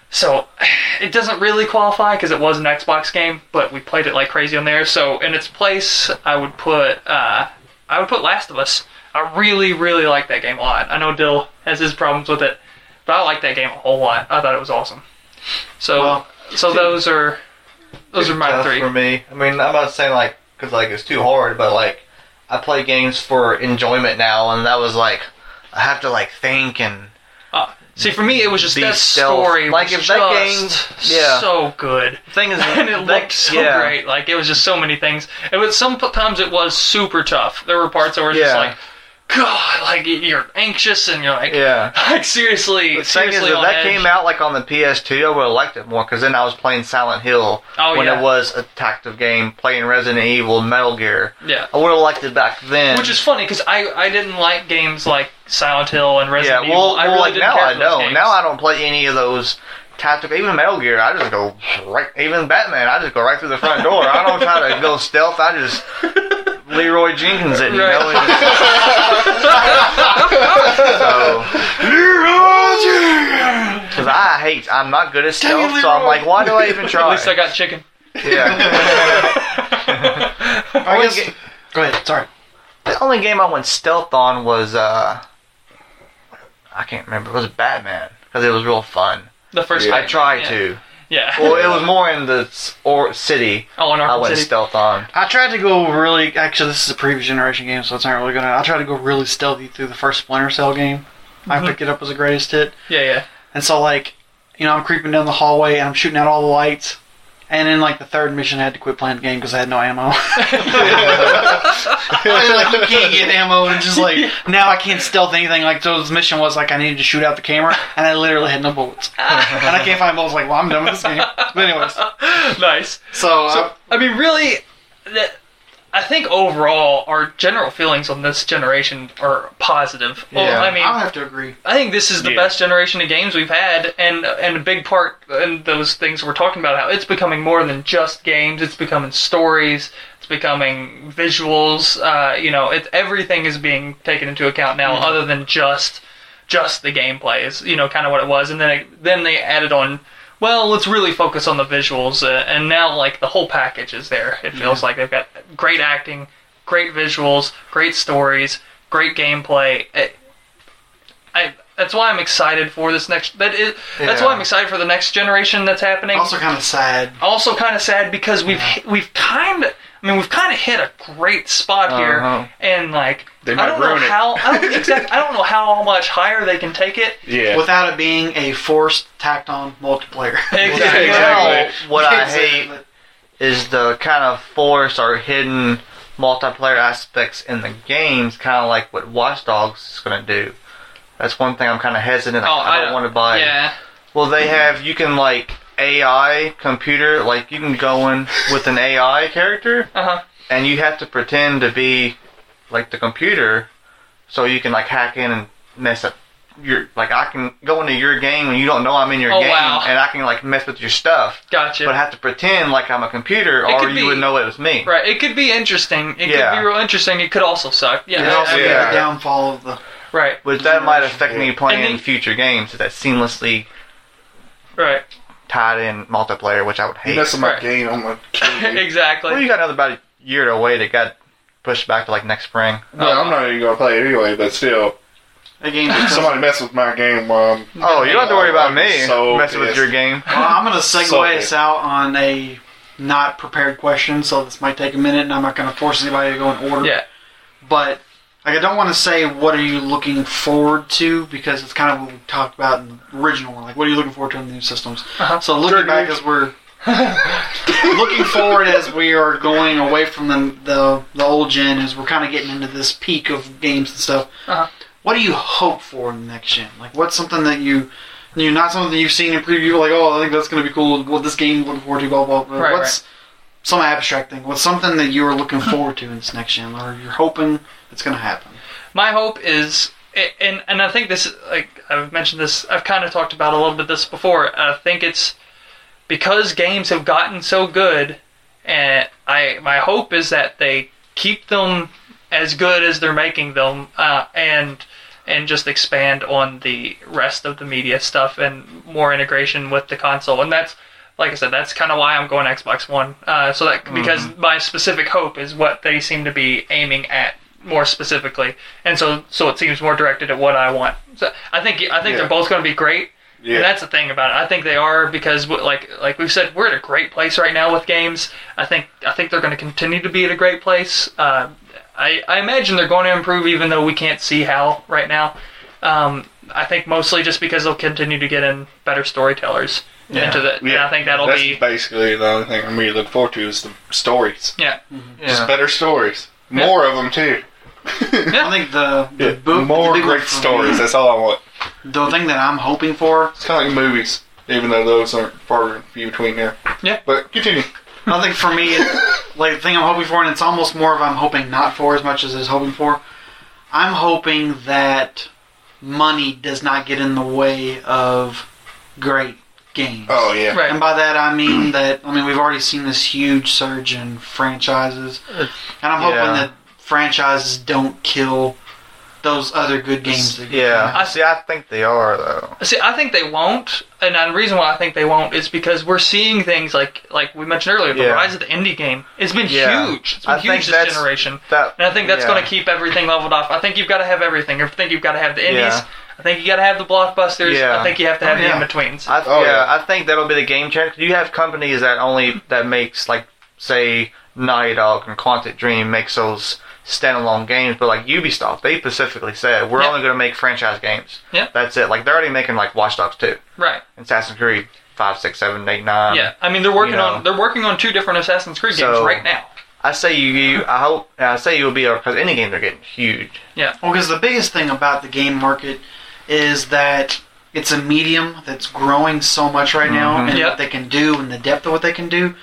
Speaker 1: So, it doesn't really qualify because it was an Xbox game, but we played it like crazy on there. So, in its place, I would put uh, I would put Last of Us. I really, really like that game a lot. I know Dill has his problems with it, but I like that game a whole lot. I thought it was awesome. So,
Speaker 5: Well,
Speaker 1: so those are those are my
Speaker 2: tough
Speaker 1: three.
Speaker 2: for me. I mean, I'm not saying like because like it's too hard, but like I play games for enjoyment now, and that was like I have to like think and
Speaker 1: See, for me, it was just
Speaker 2: Be
Speaker 1: that
Speaker 2: stealth.
Speaker 1: story
Speaker 2: Like,
Speaker 1: was
Speaker 2: if that
Speaker 1: just
Speaker 2: game- yeah.
Speaker 1: so good.
Speaker 2: thing is
Speaker 1: and it looked so
Speaker 2: yeah.
Speaker 1: great. Like it was just so many things. It was sometimes it was super tough. There were parts that were just
Speaker 2: Yeah.
Speaker 1: like, God, like you're anxious and you're like,
Speaker 2: Yeah.
Speaker 1: like seriously,
Speaker 2: The thing is,
Speaker 1: seriously
Speaker 2: if
Speaker 1: on edge.
Speaker 2: that came out like on the PS2, I would have liked it more because then I was playing Silent Hill
Speaker 1: Oh,
Speaker 2: when
Speaker 1: yeah.
Speaker 2: it was a tactical game, playing Resident Evil, Metal Gear.
Speaker 1: yeah.
Speaker 2: I would have liked it back then.
Speaker 1: Which is funny because I, I didn't like games like Silent Hill and
Speaker 2: yeah,
Speaker 1: Resident
Speaker 2: well,
Speaker 1: Evil. I
Speaker 2: well,
Speaker 1: really
Speaker 2: like
Speaker 1: didn't
Speaker 2: now
Speaker 1: care
Speaker 2: I
Speaker 1: for those
Speaker 2: don't.
Speaker 1: games.
Speaker 2: Now I don't play any of those tactical. Even Metal Gear, I just go right. Even Batman, I just go right through the front door. I don't try to go stealth. I just Leroy Jenkins it, you
Speaker 1: Right.
Speaker 2: know. and- so, Because I hate, I'm not good at
Speaker 5: Damn you,
Speaker 2: stealth, so I'm
Speaker 5: Leroy.
Speaker 2: like, why do I even try?
Speaker 1: At least I got chicken.
Speaker 2: yeah.
Speaker 5: I
Speaker 2: Only
Speaker 5: guess-
Speaker 2: ga-
Speaker 5: Go ahead. Sorry.
Speaker 2: the only game I went stealth on was, uh, I can't remember. It was Batman because it was real fun.
Speaker 1: The first
Speaker 4: Yeah.
Speaker 2: I
Speaker 1: Batman,
Speaker 2: tried
Speaker 1: yeah.
Speaker 2: to.
Speaker 1: Yeah.
Speaker 2: Well, it was more in the s- or city.
Speaker 1: oh, in
Speaker 2: I
Speaker 1: Arkham
Speaker 2: went
Speaker 1: City.
Speaker 2: stealth on.
Speaker 5: I tried to go really. Actually, this is a previous generation game, so it's not really gonna. I tried to go really stealthy through the first Splinter Cell game.
Speaker 1: Mm-hmm.
Speaker 5: I picked it up as the greatest hit,
Speaker 1: Yeah, yeah.
Speaker 5: and so like, you know, I'm creeping down the hallway and I'm shooting out all the lights, and then like the third mission, I had to quit playing the game because I had no ammo. I mean, like you can't get ammo, and just like now I can't stealth anything. Like so, this mission was like I needed to shoot out the camera, and I literally had no bullets, and I can't find bullets. Like, well, I'm done with this game. But anyways, so,
Speaker 1: nice.
Speaker 5: uh,
Speaker 1: I mean, really, that- I think overall our general feelings on this generation are positive. Well,
Speaker 2: Yeah.
Speaker 1: I mean,
Speaker 5: I'll have to agree.
Speaker 1: I think this is the
Speaker 4: Yeah.
Speaker 1: best generation of games we've had, and and a big part in those things we're talking about how it's becoming more than just games. It's becoming stories. It's becoming visuals. Uh, you know, it, everything is being taken into account now, other than just just the gameplay. Is you know kind of what it was, and then it, then they added on. Well, let's really focus on the visuals, uh, and now like the whole package is there. It feels like they've got great acting, great visuals, great stories, great gameplay. It, I that's why I'm excited for this next. That is that's
Speaker 2: Yeah.
Speaker 1: why I'm excited for the next generation that's happening.
Speaker 5: Also, kind of sad.
Speaker 1: Also, kind of sad because we've hit- we've kind of. I mean, we've kind of hit a great spot
Speaker 2: Uh-huh.
Speaker 1: here, and like
Speaker 4: They
Speaker 1: I
Speaker 4: might
Speaker 1: don't know
Speaker 4: ruin it.
Speaker 1: how I don't, exact, I don't know how much higher they can take it.
Speaker 4: Yeah.
Speaker 5: without it being a forced tacked on multiplayer.
Speaker 1: Exactly.
Speaker 2: Well, what I hate is the kind of force or hidden multiplayer aspects in the games, kind of like what Watch Dogs is going to do. That's one thing I'm kind of hesitant.
Speaker 1: Oh,
Speaker 2: I, don't want to buy.
Speaker 1: Yeah,
Speaker 2: Well, they have you can like AI computer, like you can go in with an AI character,
Speaker 1: uh-huh.
Speaker 2: and you have to pretend to be like the computer, so you can like hack in and mess up. Your like I can go into your game when you don't know I'm in your
Speaker 1: Oh,
Speaker 2: game,
Speaker 1: wow.
Speaker 2: and I can like mess with your stuff
Speaker 1: gotcha.
Speaker 2: but I have to pretend like I'm a computer,
Speaker 1: It
Speaker 2: or
Speaker 1: could
Speaker 2: you
Speaker 1: be-
Speaker 2: would know it was me.
Speaker 1: right, it could be interesting. It
Speaker 2: Yeah.
Speaker 1: could be real interesting. It could also suck. Yeah,
Speaker 5: It's also
Speaker 1: I- I-
Speaker 5: yeah.
Speaker 4: Yeah.
Speaker 5: the downfall of the.
Speaker 1: right,
Speaker 2: But that might affect me playing
Speaker 1: And then-
Speaker 2: future games that seamlessly
Speaker 1: right,
Speaker 2: tied in multiplayer, which I would
Speaker 4: You
Speaker 2: hate.
Speaker 4: mess with my
Speaker 1: Right.
Speaker 4: game, I'm gonna kill you.
Speaker 1: exactly.
Speaker 2: well, you got another about a year to wait. It got pushed back to like next spring.
Speaker 4: No, I'm not even gonna play it anyway. But still,
Speaker 5: The game
Speaker 4: if
Speaker 5: becomes-
Speaker 4: somebody mess with my game, um,
Speaker 2: Oh, you don't have to worry about
Speaker 4: I'm
Speaker 2: me
Speaker 4: so
Speaker 2: messing with
Speaker 4: pissed.
Speaker 2: your game.
Speaker 5: Well, I'm going to segue
Speaker 4: So good.
Speaker 5: us out on a not prepared question, so this might take a minute, and I'm not going to force anybody to go in order.
Speaker 1: Yeah.
Speaker 5: But like, I don't want to say what are you looking forward to because it's kind of what we talked about in the original one. Like, what are you looking forward to in the new systems?
Speaker 1: Uh-huh.
Speaker 5: So looking back as we're looking forward as we are going away from the the, the old gen, as we're kind of getting into this peak of games and stuff.
Speaker 1: Uh-huh.
Speaker 5: What do you hope for in the next gen? Like, what's something that you you know, not something you've seen in preview, like, oh, I think that's going to be cool. What this game looking forward to, blah blah. blah.
Speaker 1: Right,
Speaker 5: What's some abstract thing? What's something that you are looking forward to in this next gen, or you're hoping it's going to happen?
Speaker 1: my hope is and and I think this like I've mentioned this I've kind of talked about a little bit this before I think it's because games have gotten so good and I my hope is that they keep them as good as they're making them uh, and and just expand on the rest of the media stuff and more integration with the console and that's like I said that's kind of why I'm going Xbox One uh, so that because my specific hope is what they seem to be aiming at more specifically and so so it seems more directed at what I want so I think I think
Speaker 4: Yeah.
Speaker 1: they're both going to be great
Speaker 4: yeah.
Speaker 1: and that's the thing about it. I think they are because, w- like, like we've said, we're at a great place right now with games. I think I think they're going to continue to be at a great place. Uh, I I imagine they're going to improve, even though we can't see how right now. Um, I think mostly just because they'll continue to get in better storytellers into the. And
Speaker 4: Yeah.
Speaker 1: I think that'll
Speaker 4: That's
Speaker 1: be
Speaker 4: basically the only thing I'm really looking forward to is the stories.
Speaker 1: yeah.
Speaker 4: Just
Speaker 2: Yeah.
Speaker 4: better stories,
Speaker 1: Yeah.
Speaker 4: more of them too.
Speaker 5: I think the, the
Speaker 4: Yeah,
Speaker 5: book,
Speaker 4: more
Speaker 5: the big one
Speaker 4: great
Speaker 5: for me,
Speaker 4: stories. That's all I want.
Speaker 5: the thing that I'm hoping for,
Speaker 4: It's kind of like movies, even though those aren't far and few between now.
Speaker 1: Yeah.
Speaker 4: But continue.
Speaker 5: I think for me, like the thing I'm hoping for, and it's almost more of I'm hoping not for as much as it's hoping for. I'm hoping that money does not get in the way of great games.
Speaker 4: Oh yeah.
Speaker 1: Right.
Speaker 5: And by that I mean that I mean we've already seen this huge surge in franchises, and I'm hoping
Speaker 2: Yeah.
Speaker 5: that franchises don't kill those other good games. That you
Speaker 2: Yeah.
Speaker 1: I-
Speaker 2: See, I think they are though.
Speaker 1: See, I think they won't, and the reason why I think they won't is because we're seeing things like like we mentioned earlier, the
Speaker 2: Yeah.
Speaker 1: rise of the indie game. It's been
Speaker 2: Yeah.
Speaker 1: huge. It's been
Speaker 2: I
Speaker 1: huge
Speaker 2: think
Speaker 1: this
Speaker 2: that's-
Speaker 1: generation,
Speaker 2: That.
Speaker 1: and I think that's
Speaker 2: yeah.
Speaker 1: going to keep everything leveled off. I think you've got to have everything. I think you've got to have the indies.
Speaker 2: Yeah.
Speaker 1: I think you got to have the blockbusters.
Speaker 2: Yeah.
Speaker 1: I think you have to have
Speaker 5: Oh, yeah.
Speaker 1: the in betweens.
Speaker 2: I,
Speaker 4: Oh,
Speaker 2: yeah,
Speaker 4: yeah.
Speaker 2: I think that'll be the game changer. You have companies that only that makes like say Naughty Dog and Quantic Dream makes those standalone games, but like Ubisoft, they specifically said we're
Speaker 1: Yeah.
Speaker 2: only going to make franchise games.
Speaker 1: Yeah.
Speaker 2: that's it. Like they're already making like Watch Dogs two,
Speaker 1: Right.
Speaker 2: and Assassin's Creed five, six, seven, eight, nine.
Speaker 1: yeah. I mean, they're working
Speaker 2: you know.
Speaker 1: on they're working on two different Assassin's Creed games
Speaker 2: So-
Speaker 1: right now.
Speaker 2: I say you, you I hope I say you'll be because any games are getting huge.
Speaker 5: Well, because the biggest thing about the game market is that it's a medium that's growing so much right now,
Speaker 2: Mhm.
Speaker 5: and
Speaker 1: Yep.
Speaker 5: what they can do, and the depth of what they can do.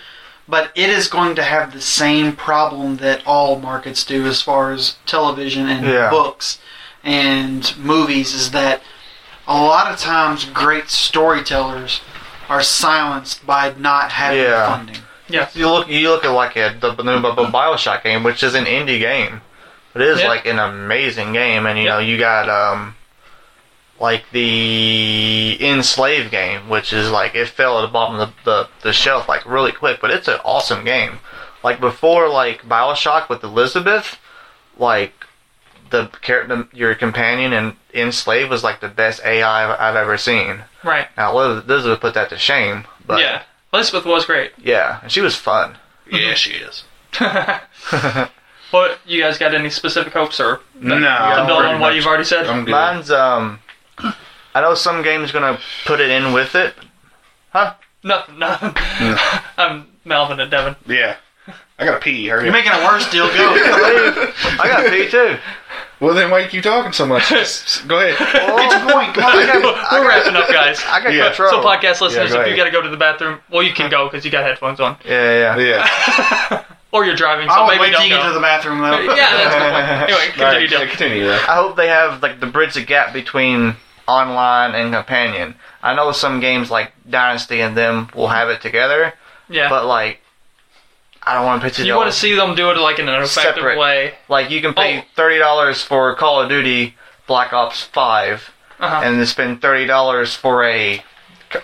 Speaker 5: But it is going to have the same problem that all markets do, as far as television and
Speaker 2: Yeah.
Speaker 5: books and movies, is that a lot of times great storytellers are silenced by not having
Speaker 2: Yeah.
Speaker 5: funding.
Speaker 1: Yeah.
Speaker 2: You look you look at like a, the new Bubble Bioshock game, which is an indie game, but it is
Speaker 1: Yeah.
Speaker 2: like an amazing game, and you
Speaker 1: Yeah.
Speaker 2: know you got um like the Enslave game, which is like it fell at the bottom of the, the, the shelf like really quick, but it's an awesome game. Like before, like Bioshock with Elizabeth, like the, char- the your companion and Enslave was like the best AI I've, I've ever seen.
Speaker 1: Right.
Speaker 2: Now Elizabeth, Elizabeth put that to shame, but
Speaker 1: yeah. Elizabeth was great.
Speaker 2: yeah, and she was fun.
Speaker 4: Yeah, she is.
Speaker 1: but you guys got any specific hopes or
Speaker 4: No,
Speaker 1: to
Speaker 4: I'm
Speaker 1: build
Speaker 4: pretty
Speaker 1: on what
Speaker 4: much-
Speaker 1: you've already said?
Speaker 4: I'm good.
Speaker 2: Mine's um, I know some game's gonna put it in with it.
Speaker 1: Nothing. Nothing. I'm Malvin and Devin.
Speaker 4: Yeah, I got to pee. Hurry
Speaker 5: You're
Speaker 4: up.
Speaker 5: making a worse deal go.
Speaker 2: I got P too.
Speaker 4: Well, then why you keep talking so much? Just- Go ahead.
Speaker 5: Oh.
Speaker 2: Oh.
Speaker 5: It's a point. Come on.
Speaker 2: I got, I
Speaker 1: We're
Speaker 2: got,
Speaker 1: wrapping up, guys.
Speaker 2: I got
Speaker 4: Yeah.
Speaker 2: control.
Speaker 1: So, podcast listeners,
Speaker 4: go
Speaker 1: if you
Speaker 4: ahead.
Speaker 1: got to go to the bathroom, well, you can go because you got headphones on,
Speaker 2: yeah, yeah.
Speaker 4: Yeah.
Speaker 1: or you're driving, so
Speaker 5: I won't
Speaker 1: maybe
Speaker 5: wait till
Speaker 1: don't
Speaker 5: you get to
Speaker 1: go.
Speaker 5: the bathroom though.
Speaker 1: yeah, that's a good point. Anyway,
Speaker 4: All right,
Speaker 1: continue. Dylan.
Speaker 4: continue. though.
Speaker 2: I hope they have like the bridge the gap between online and companion. I know some games like Dynasty and them will have it together,
Speaker 1: Yeah,
Speaker 2: but like, I don't want to pitch it.
Speaker 1: you
Speaker 2: all-
Speaker 1: want to see them do it like in an effective
Speaker 2: Separate.
Speaker 1: way.
Speaker 2: like you can pay
Speaker 1: Oh.
Speaker 2: thirty dollars for Call of Duty Black Ops 5
Speaker 1: Uh-huh.
Speaker 2: and then spend thirty dollars for a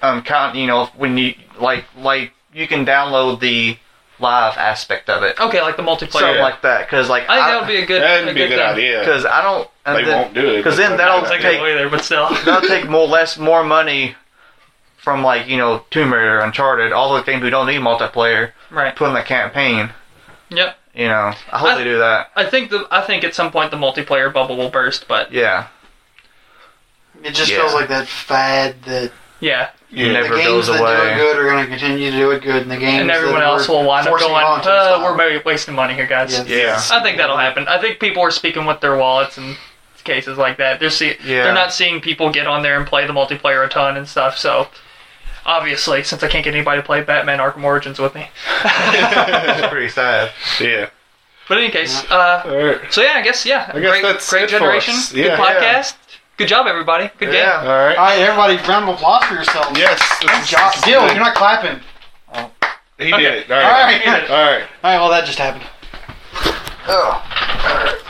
Speaker 2: um count. You know when you like like you can download the live aspect of it,
Speaker 1: Okay, like the multiplayer.
Speaker 2: something like that. Because like
Speaker 1: Oh, I think that would be a good,
Speaker 4: That'd be a good
Speaker 1: thing.
Speaker 4: idea.
Speaker 2: because I don't and
Speaker 4: They
Speaker 2: then-
Speaker 4: won't do it.
Speaker 2: 'cause then
Speaker 4: but
Speaker 2: that'll
Speaker 1: I
Speaker 4: that's
Speaker 1: don't
Speaker 4: a
Speaker 1: think
Speaker 4: good
Speaker 1: it will either, but still.
Speaker 2: that'll take more less more money from like you know Tomb Raider, Uncharted, all those games we don't need multiplayer.
Speaker 1: Right.
Speaker 2: Put in the campaign.
Speaker 1: Yep.
Speaker 2: You know, I hope
Speaker 1: I-
Speaker 2: they do that.
Speaker 1: I think the I think at some point the multiplayer bubble will burst, but
Speaker 2: Yeah,
Speaker 5: It just
Speaker 2: Yeah.
Speaker 5: feels like that fad that
Speaker 1: yeah,
Speaker 2: it
Speaker 4: Yeah.
Speaker 2: never
Speaker 5: the
Speaker 2: goes
Speaker 5: games that do it
Speaker 2: away.
Speaker 5: good are going to continue to do it good, and the games
Speaker 1: and everyone
Speaker 5: that
Speaker 1: else
Speaker 5: we're
Speaker 1: will wind up
Speaker 5: forcing
Speaker 1: going,
Speaker 5: onto the
Speaker 1: uh,
Speaker 5: style."
Speaker 1: we're maybe wasting money here, guys.
Speaker 5: Yes.
Speaker 4: Yeah.
Speaker 1: I think that'll happen. I think people are speaking with their wallets and cases like that. They're see-
Speaker 2: Yeah.
Speaker 1: they're not seeing people get on there and play the multiplayer a ton and stuff. So obviously, since I can't get anybody to play Batman Arkham Origins with me,
Speaker 2: It's pretty sad.
Speaker 4: Yeah.
Speaker 1: but in any case, uh,
Speaker 4: All right.
Speaker 1: so yeah, I guess yeah,
Speaker 4: guess
Speaker 1: great,
Speaker 4: that's
Speaker 1: great
Speaker 4: it for
Speaker 1: generation,
Speaker 4: us.
Speaker 1: good
Speaker 4: Yeah.
Speaker 1: podcast, good job everybody, good game.
Speaker 2: Yeah.
Speaker 4: All right.
Speaker 5: All right, everybody, round of applause for yourself.
Speaker 4: Yes. this is-
Speaker 5: Josh, Gil, you're not clapping.
Speaker 4: He did it. All
Speaker 5: All
Speaker 4: right.
Speaker 5: right, all right.
Speaker 4: All right.
Speaker 5: Well, that just happened.
Speaker 2: Ugh.